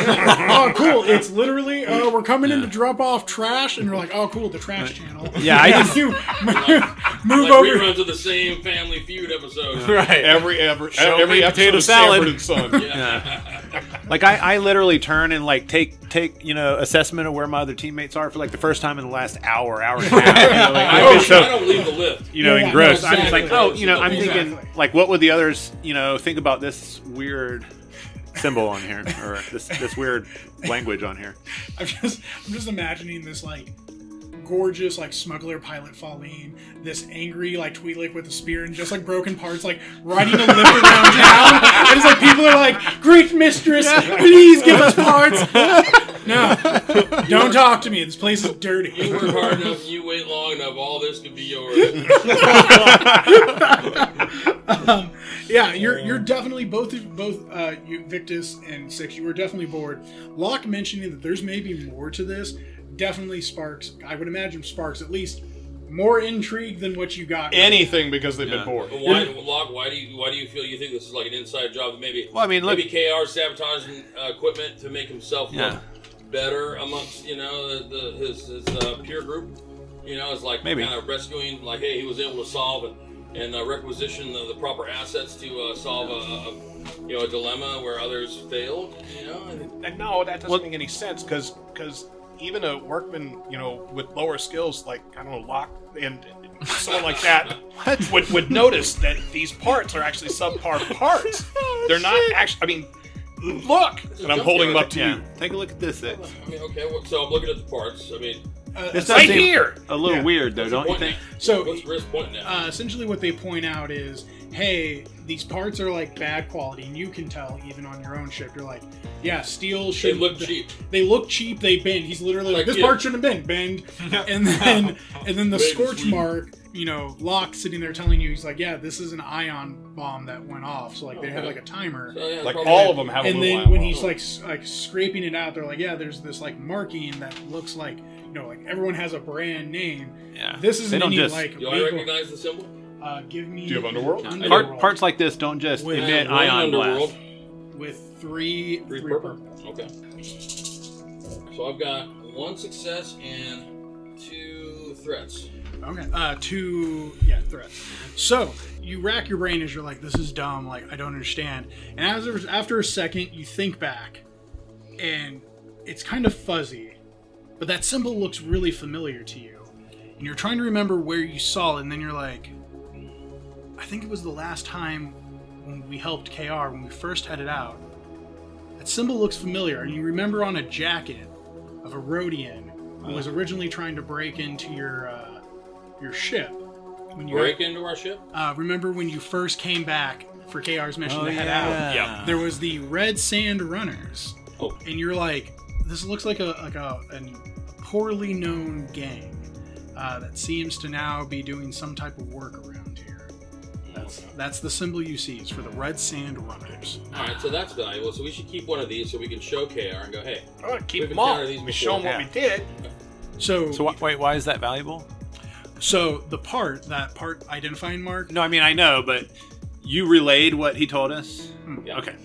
Speaker 2: oh, cool. It's literally, uh, we're coming in to drop off trash, and you're like, oh, cool, the trash channel. *laughs*
Speaker 3: Yeah, I
Speaker 5: *laughs*
Speaker 2: just move, move
Speaker 5: like
Speaker 2: over.
Speaker 5: reruns of the same Family Feud episode.
Speaker 4: right
Speaker 1: Every every
Speaker 4: Show
Speaker 1: every
Speaker 4: me
Speaker 1: episode
Speaker 4: potato
Speaker 1: of
Speaker 4: salad.
Speaker 1: Sanford and
Speaker 4: *laughs*
Speaker 1: Son.
Speaker 3: Like I, I literally turn and like take take you know assessment of where my other teammates are for like the first time in the last hour hour and a half. You know, like,
Speaker 5: I
Speaker 3: I've been
Speaker 5: don't, I
Speaker 3: so
Speaker 5: don't leave the lift.
Speaker 3: you know
Speaker 2: Yeah,
Speaker 3: engrossed.
Speaker 2: no,
Speaker 3: I'm just like
Speaker 5: exactly.
Speaker 3: oh you know I'm
Speaker 2: Exactly.
Speaker 3: thinking like what would the others you know think about this weird symbol on here or this this weird language on here.
Speaker 2: I'm just, I'm just imagining this like gorgeous like smuggler pilot Faline, this angry like Tweedlick with a spear and just like broken parts, like riding a lift around town. And it's like people are like, "Great mistress, please give us parts." *laughs* No, don't talk to me. This place is dirty.
Speaker 5: You work hard enough, you wait long enough, all this could be yours.
Speaker 2: um, yeah, you're you're definitely both of- both uh, you, Victus and Six. You were definitely bored. Locke mentioning that there's maybe more to this definitely sparks. I would imagine sparks at least more intrigue than what you got.
Speaker 1: Anything because they've been bored.
Speaker 5: But why, Locke, why do you why do you feel you think this is like an inside job? that Maybe
Speaker 3: Well, I mean, look-
Speaker 5: maybe KR sabotaging uh, equipment to make himself
Speaker 3: Yeah.
Speaker 5: look better amongst you know the, the, his, his uh, peer group. You know, it's like
Speaker 3: Maybe.
Speaker 5: kind of rescuing, like hey, he was able to solve and, and uh, requisition the, the proper assets to uh, solve a, a you know a dilemma where others failed. You know, and
Speaker 6: And no, that doesn't make any sense because even a workman, you know, with lower skills, like I don't know, lock and and someone like that, would would notice that these parts are actually subpar parts. They're not actually. I mean, look, and I'm holding them up to
Speaker 3: Yeah,
Speaker 6: you.
Speaker 3: take a look at this. It,
Speaker 5: I mean, okay, well, so I'm looking at the parts. I mean,
Speaker 3: this does
Speaker 6: Right
Speaker 3: seem
Speaker 6: here.
Speaker 3: a little
Speaker 6: Yeah.
Speaker 3: weird though, don't you
Speaker 5: point
Speaker 3: think?
Speaker 5: at?
Speaker 2: So-
Speaker 5: what's Riz pointing at?
Speaker 2: uh, essentially what they point out is hey these parts are like bad quality and you can tell even on your own ship you're like yeah steel should
Speaker 5: look cheap.
Speaker 2: they look cheap they bend he's literally like
Speaker 5: Like,
Speaker 2: this
Speaker 5: yeah.
Speaker 2: part shouldn't bend
Speaker 5: *laughs*
Speaker 2: bend and then and then the
Speaker 5: Bend,
Speaker 2: scorch
Speaker 5: sweet.
Speaker 2: mark you know Locke sitting there telling you he's like yeah this is an ion bomb that went off so like they have like a timer
Speaker 5: So, yeah,
Speaker 1: Like
Speaker 5: probably-
Speaker 1: all of them have a
Speaker 2: and
Speaker 1: little
Speaker 2: then when
Speaker 1: eyeball.
Speaker 2: he's like s- like scraping it out they're like yeah there's this like marking that looks like you know like everyone has a brand name
Speaker 3: Yeah.
Speaker 2: this isn't
Speaker 3: They don't
Speaker 2: any
Speaker 3: just-
Speaker 2: like
Speaker 5: Do I
Speaker 2: legal-
Speaker 5: recognize the symbol?
Speaker 2: uh, give me.
Speaker 1: Do you have Underworld?
Speaker 2: Underworld.
Speaker 3: Part, parts like this don't just
Speaker 2: With-
Speaker 3: emit
Speaker 5: One
Speaker 3: ion
Speaker 5: underworld,
Speaker 3: blast.
Speaker 2: with three.
Speaker 5: Three purple. Okay. So I've got one success and two threats.
Speaker 2: Okay. Uh, two. Yeah, threats. So you rack your brain as you're like, "This is dumb. Like, I don't understand." And as after a second, you think back, and it's kind of fuzzy, but that symbol looks really familiar to you. and you're trying to remember where you saw it, and then you're like, I think it was the last time when we helped KR when we first headed out. That symbol looks familiar, and you remember on a jacket of a Rhodian who was originally trying to break into your uh, your ship. When you
Speaker 5: Break into our ship?
Speaker 2: uh, remember when you first came back for KR's
Speaker 3: Oh,
Speaker 2: mission to head out?
Speaker 4: Yeah.
Speaker 2: Oh, There was the Red Sand Runners,
Speaker 5: Oh.
Speaker 2: and you're like, this looks like a like a an poorly known gang uh, that seems to now be doing some type of work around here. That's that's the symbol you see is for the Red Sand Runners.
Speaker 5: All right, so that's valuable. So we should keep one of these so we can show KR and go, hey,
Speaker 1: Oh, keep
Speaker 5: We've
Speaker 1: them on.
Speaker 5: encountered these
Speaker 1: We show them what we did.
Speaker 2: So
Speaker 3: So
Speaker 2: so,
Speaker 3: wh- wait, why is that valuable?
Speaker 2: the part that part identifying mark.
Speaker 3: No, I mean I know, but you relayed what he told us.
Speaker 5: Yeah.
Speaker 3: Hmm. Okay.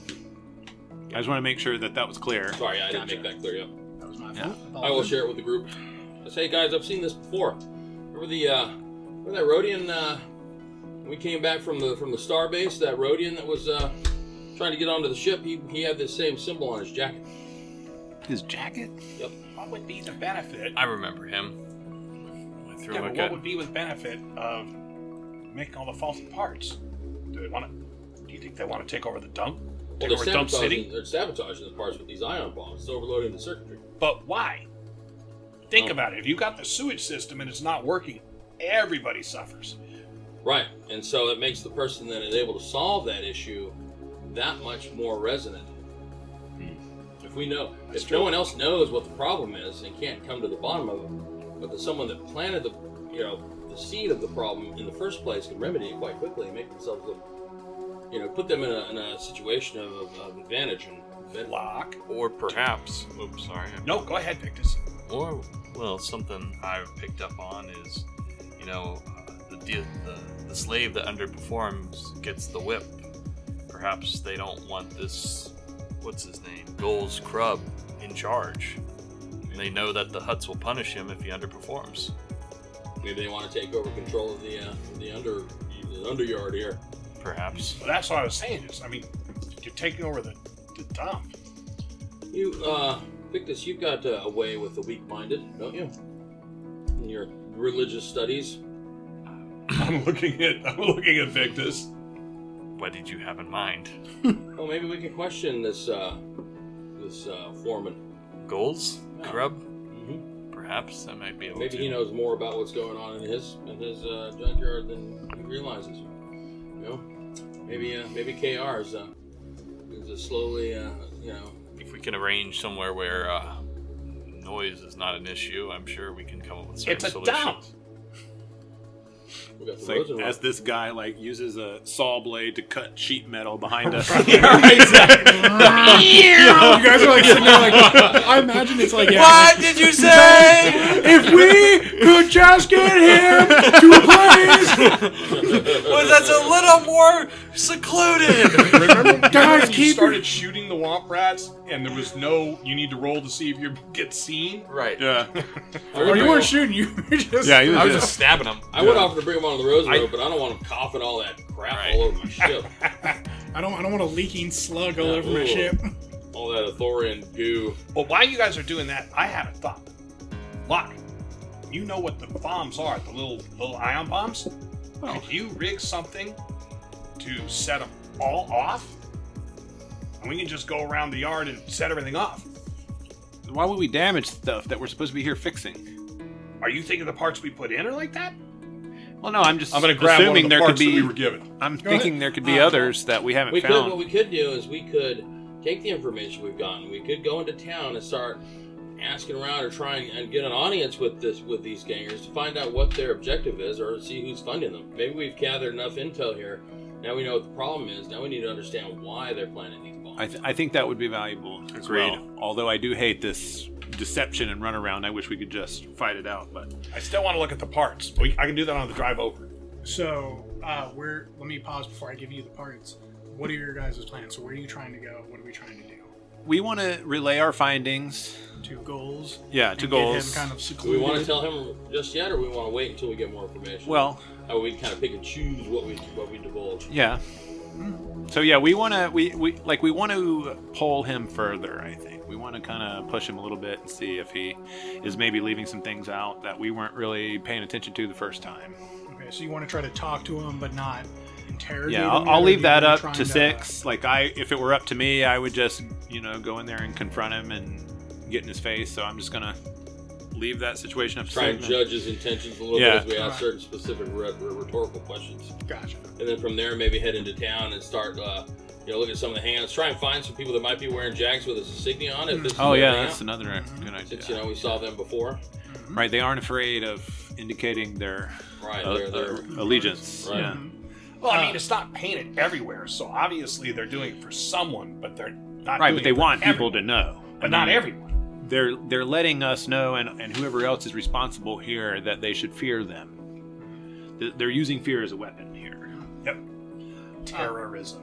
Speaker 3: I just want to make sure that that was clear.
Speaker 5: sorry, I didn't make that clear. Yeah.
Speaker 2: That was my
Speaker 3: Yeah.
Speaker 2: fault. Oh,
Speaker 5: I will share it with the group. I say, guys, I've seen this before. Remember the uh, remember that Rhodian? Uh, when we came back from the from the star base. That Rhodian that was uh, trying to get onto the ship. He, he had this same symbol on his jacket.
Speaker 3: His jacket?
Speaker 1: What would be the benefit?
Speaker 4: I remember him. Went through
Speaker 1: Yeah,
Speaker 4: like
Speaker 1: but
Speaker 4: a-
Speaker 1: what would be the benefit of making all the faulty parts? Do they want to? Do you think they want to take over the dump? Take over Dump City?
Speaker 5: sabotaging, they're sabotaging the parts with these ion bombs. It's overloading the circuitry.
Speaker 1: But why? Think
Speaker 5: Oh.
Speaker 1: about it. If you got the sewage system and it's not working, everybody suffers.
Speaker 5: Right, and so it makes the person that is able to solve that issue that much more resonant. If we know, if no one else knows what the problem is and can't come to the bottom of it, but the someone that planted the, you know, the seed of the problem in the first place can remedy it quite quickly and make themselves look, you know, put them in a, in a situation of, of, of advantage and. benefit.
Speaker 1: Lock.
Speaker 4: or perhaps, oops, sorry.
Speaker 1: No, go ahead, Victus.
Speaker 4: Or well, something I've picked up on is, you know, uh, the, de- the the slave that underperforms gets the whip. Perhaps they don't want this. What's his name? Goals Crub in charge. They know that the Huts will punish him if he underperforms.
Speaker 5: Maybe they want to take over control of the uh, the under the underyard here.
Speaker 4: Perhaps.
Speaker 1: But that's what I was saying. Is I mean, you're taking over the, the dump.
Speaker 5: You, uh, Victus, you've got uh, a way with the weak minded, don't you? In your religious studies.
Speaker 1: *laughs* I'm looking at. I'm looking at Victus.
Speaker 4: What did you have in mind?
Speaker 5: Well, Oh, maybe we can question this, uh, this, uh, foreman.
Speaker 4: Goals Crub?
Speaker 5: Mm-hmm.
Speaker 4: Perhaps that might be able to.
Speaker 5: Maybe he knows more about what's going on in his, in his, uh, junkyard than he realizes. You know? Maybe, uh, maybe KR is, uh, is uh, slowly, uh, you know,
Speaker 4: If we can arrange somewhere where uh, noise is not an issue, I'm sure we can come up with certain
Speaker 1: It's a
Speaker 4: solutions.
Speaker 1: dump.
Speaker 5: we got the
Speaker 3: It's like
Speaker 5: Rosenrock.
Speaker 3: as this guy like uses a saw blade to cut sheet metal
Speaker 1: *laughs*
Speaker 3: behind us. *laughs*
Speaker 2: you guys are like sitting there like I imagine it's like yeah,
Speaker 7: did you say?
Speaker 2: *laughs* if we could just get him to a place,
Speaker 5: *laughs*
Speaker 7: Was that's a little more secluded.
Speaker 1: Remember,
Speaker 2: Guys,
Speaker 1: guys, you
Speaker 2: keep-
Speaker 1: started shooting the Womp Rats, and there was no. You need to roll to see if you *laughs* get seen.
Speaker 4: Right.
Speaker 3: yeah.
Speaker 2: or you weren't shooting, you were just
Speaker 3: Yeah, you
Speaker 4: I was just stabbing him.
Speaker 5: I would offer to bring him onto the Rosenrock, but I don't want him coughing all that crap
Speaker 4: Right.
Speaker 5: all over my ship.
Speaker 2: I don't I don't want a leaking slug all
Speaker 5: Yeah,
Speaker 2: over my
Speaker 5: ooh.
Speaker 2: ship.
Speaker 5: all that Athorian goo.
Speaker 1: Well, while you guys are doing that, I had a thought. Lock, you know what the bombs are, the little little ion bombs?
Speaker 3: Oh.
Speaker 1: Could you rig something to set them all off? And we can just go around the yard and set everything off.
Speaker 3: Why would we damage stuff that we're supposed to be here fixing?
Speaker 1: Are you thinking the parts we put in are like that?
Speaker 3: Well, no, I'm just
Speaker 1: I'm gonna grab one
Speaker 3: assuming
Speaker 1: of the
Speaker 3: there could
Speaker 1: parts
Speaker 3: be.
Speaker 1: that we were given.
Speaker 3: I'm
Speaker 2: Go
Speaker 3: thinking
Speaker 2: ahead.
Speaker 3: there could be
Speaker 2: Uh,
Speaker 3: others that we haven't
Speaker 5: We could.
Speaker 3: found.
Speaker 5: What we could do is we could take the information we've gotten. We could go into town and start asking around or trying and get an audience with this with these gangers to find out what their objective is or see who's funding them. Maybe we've gathered enough intel here. Now we know what the problem is. Now we need to understand why they're planting these bombs.
Speaker 3: I, th- I think that would be valuable as
Speaker 4: Agreed.
Speaker 3: well. Although I do hate this deception and runaround. I wish we could just fight it out, but
Speaker 1: I still want to look at the parts. We, I can do that on the drive over.
Speaker 2: So uh where let me pause before I give you the parts. What are your guys' plans? So where are you trying to go? What are we trying to do?
Speaker 3: we want to relay our findings.
Speaker 2: To goals.
Speaker 3: Yeah,
Speaker 2: and
Speaker 3: to
Speaker 2: get
Speaker 3: goals.
Speaker 2: him kind of
Speaker 5: do we
Speaker 2: secluded.
Speaker 5: want to tell him just yet, or we want to wait until we get more information?
Speaker 3: Well,
Speaker 5: Or we kind of pick and choose what we what we divulge.
Speaker 3: yeah. So yeah, we want to we, we like we want to pull him further. I think we want to kind of push him a little bit and see if he is maybe leaving some things out that we weren't really paying attention to the first time.
Speaker 2: Okay, so you want to try to talk to him, but not interrogate
Speaker 3: Yeah,
Speaker 2: him,
Speaker 3: I'll,
Speaker 2: or
Speaker 3: I'll
Speaker 2: you
Speaker 3: leave that
Speaker 2: wanna
Speaker 3: up
Speaker 2: try
Speaker 3: to
Speaker 2: and, uh,
Speaker 3: six. Like I, if it were up to me, I would just you know go in there and confront him and get in his face. So I'm just gonna leave that situation up to
Speaker 5: Try and
Speaker 3: six.
Speaker 5: judge his intentions a little
Speaker 3: Yeah.
Speaker 5: bit as we ask certain specific re- rhetorical questions.
Speaker 2: Gotcha.
Speaker 5: and then from there maybe head into town and start uh, you know look at some of the hangouts try and find some people that might be wearing jags with his insignia on it if this is
Speaker 3: Oh
Speaker 5: their
Speaker 3: yeah,
Speaker 5: hangout,
Speaker 3: that's another good
Speaker 5: since
Speaker 3: idea.
Speaker 5: you know we saw them before
Speaker 3: Right, they aren't afraid of indicating their
Speaker 5: right
Speaker 3: uh,
Speaker 5: they're, they're
Speaker 3: uh, allegiance.
Speaker 5: Right.
Speaker 3: Yeah.
Speaker 6: Well,
Speaker 3: Uh,
Speaker 6: I mean, it's not painted everywhere, so obviously they're doing it for someone, but they're not
Speaker 3: Right,
Speaker 6: doing
Speaker 3: but they
Speaker 6: it for
Speaker 3: want people
Speaker 6: everyone,
Speaker 3: to Mm. know.
Speaker 6: but not everyone.
Speaker 3: They're they're letting us know, and, and whoever else is responsible here, that they should fear them. Th- They're using fear as a weapon here.
Speaker 6: Terrorism.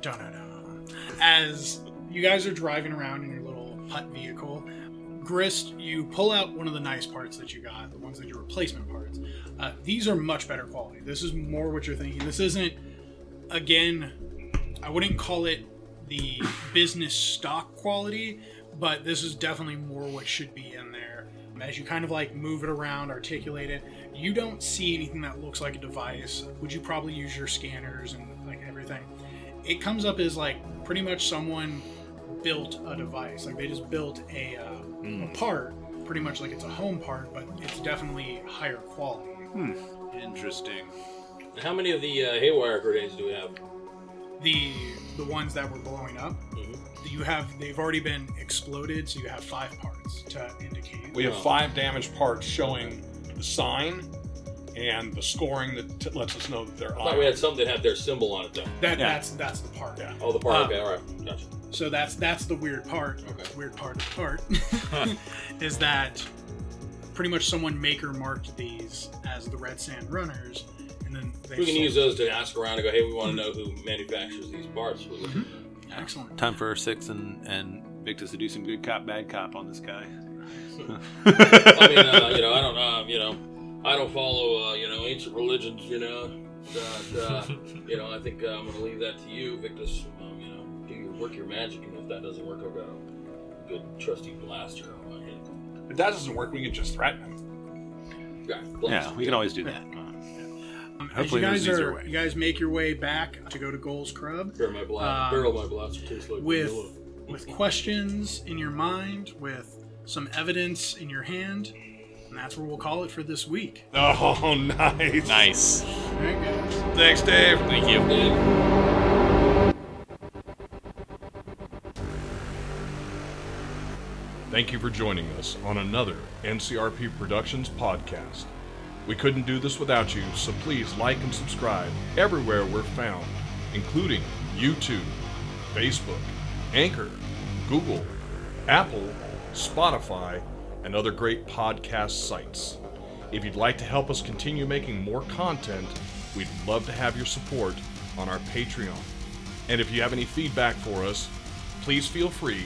Speaker 2: Dun, dun, dun. As you guys are driving around in your little putt vehicle, Grist, you pull out one of the nice parts that you got, the ones that are replacement parts. Uh, these are much better quality. This is more what you're thinking. This isn't, again, I wouldn't call it the business stock quality, but this is definitely more what should be in there. As you kind of like move it around, articulate it, you don't see anything that looks like a device. Would you probably use your scanners and like everything? it comes up as like pretty much someone built a device like they just built a, uh,
Speaker 5: Hmm.
Speaker 2: a part pretty much like it's a home part but it's definitely higher quality
Speaker 3: Interesting.
Speaker 5: how many of the uh, haywire grenades do we have
Speaker 2: the the ones that were blowing up
Speaker 5: Mm-hmm.
Speaker 2: you have they've already been exploded so you have five parts to indicate
Speaker 3: Oh.
Speaker 6: We have five damaged parts showing the sign and the scoring that t- lets us know that they're
Speaker 5: i thought
Speaker 6: on.
Speaker 5: we had some that had their symbol on it though
Speaker 2: that,
Speaker 3: Yeah.
Speaker 2: that's that's the part
Speaker 6: Yeah.
Speaker 5: oh the part
Speaker 3: Uh,
Speaker 2: Ah.
Speaker 5: okay all right gotcha
Speaker 2: so that's that's the weird part
Speaker 5: Okay.
Speaker 2: weird part of the part *laughs* is that pretty much someone maker marked these as the red sand runners and then they
Speaker 5: we can
Speaker 2: sold
Speaker 5: use those to ask around and go hey we want to know who manufactures these parts We'll look.
Speaker 2: Excellent.
Speaker 3: Time for six and and Victus to do some good cop bad cop on this guy.
Speaker 5: *laughs* i mean uh, you know i don't um, you know i don't follow uh, you know ancient religions you know but, uh, you know i think uh, i'm gonna leave that to you victus um, you know do your work your magic and if that doesn't work i've got a good trusty blaster on my hand
Speaker 6: If that doesn't work, we can just threaten them. *laughs*
Speaker 5: yeah,
Speaker 3: *laughs* yeah,
Speaker 5: blast.
Speaker 3: we can always do
Speaker 5: *laughs*
Speaker 3: that.
Speaker 2: Um,
Speaker 3: Hopefully
Speaker 2: as
Speaker 3: there's
Speaker 2: you guys
Speaker 3: an easier
Speaker 2: are,
Speaker 3: way.
Speaker 2: you guys make your way back to go to Goal's Crub
Speaker 5: Bury my bla-
Speaker 2: Um,
Speaker 5: barrel my blaster tastes like
Speaker 2: with
Speaker 5: vanilla.
Speaker 2: with questions in your mind, with some evidence in your hand, and that's where we'll call it for this week.
Speaker 6: Oh, nice.
Speaker 4: Nice.
Speaker 2: All right, guys.
Speaker 6: Thanks, Dave.
Speaker 4: Thank you.
Speaker 1: Thank you for joining us on another NCRP Productions podcast. We couldn't do this without you, so please like and subscribe everywhere we're found, including YouTube, Facebook, Anchor, Google, Apple, Spotify, and other great podcast sites. If you'd like to help us continue making more content, we'd love to have your support on our Patreon. And if you have any feedback for us, please feel free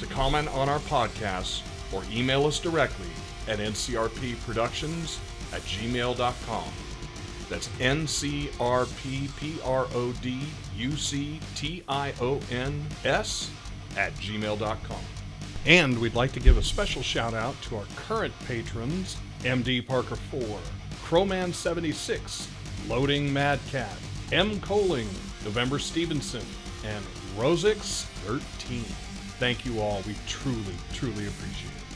Speaker 1: to comment on our podcasts or email us directly at ncrpproductions at gmail.com. That's N-C-R-P-P-R-O-D-U-C-T-I-O-N-S at gmail.com. And we'd like to give a special shout out to our current patrons MD Parker 4, Crowman 76, Loading Mad Cat, M. Coling, November Stevenson, and Rosix 13. Thank you all. We truly, truly appreciate it.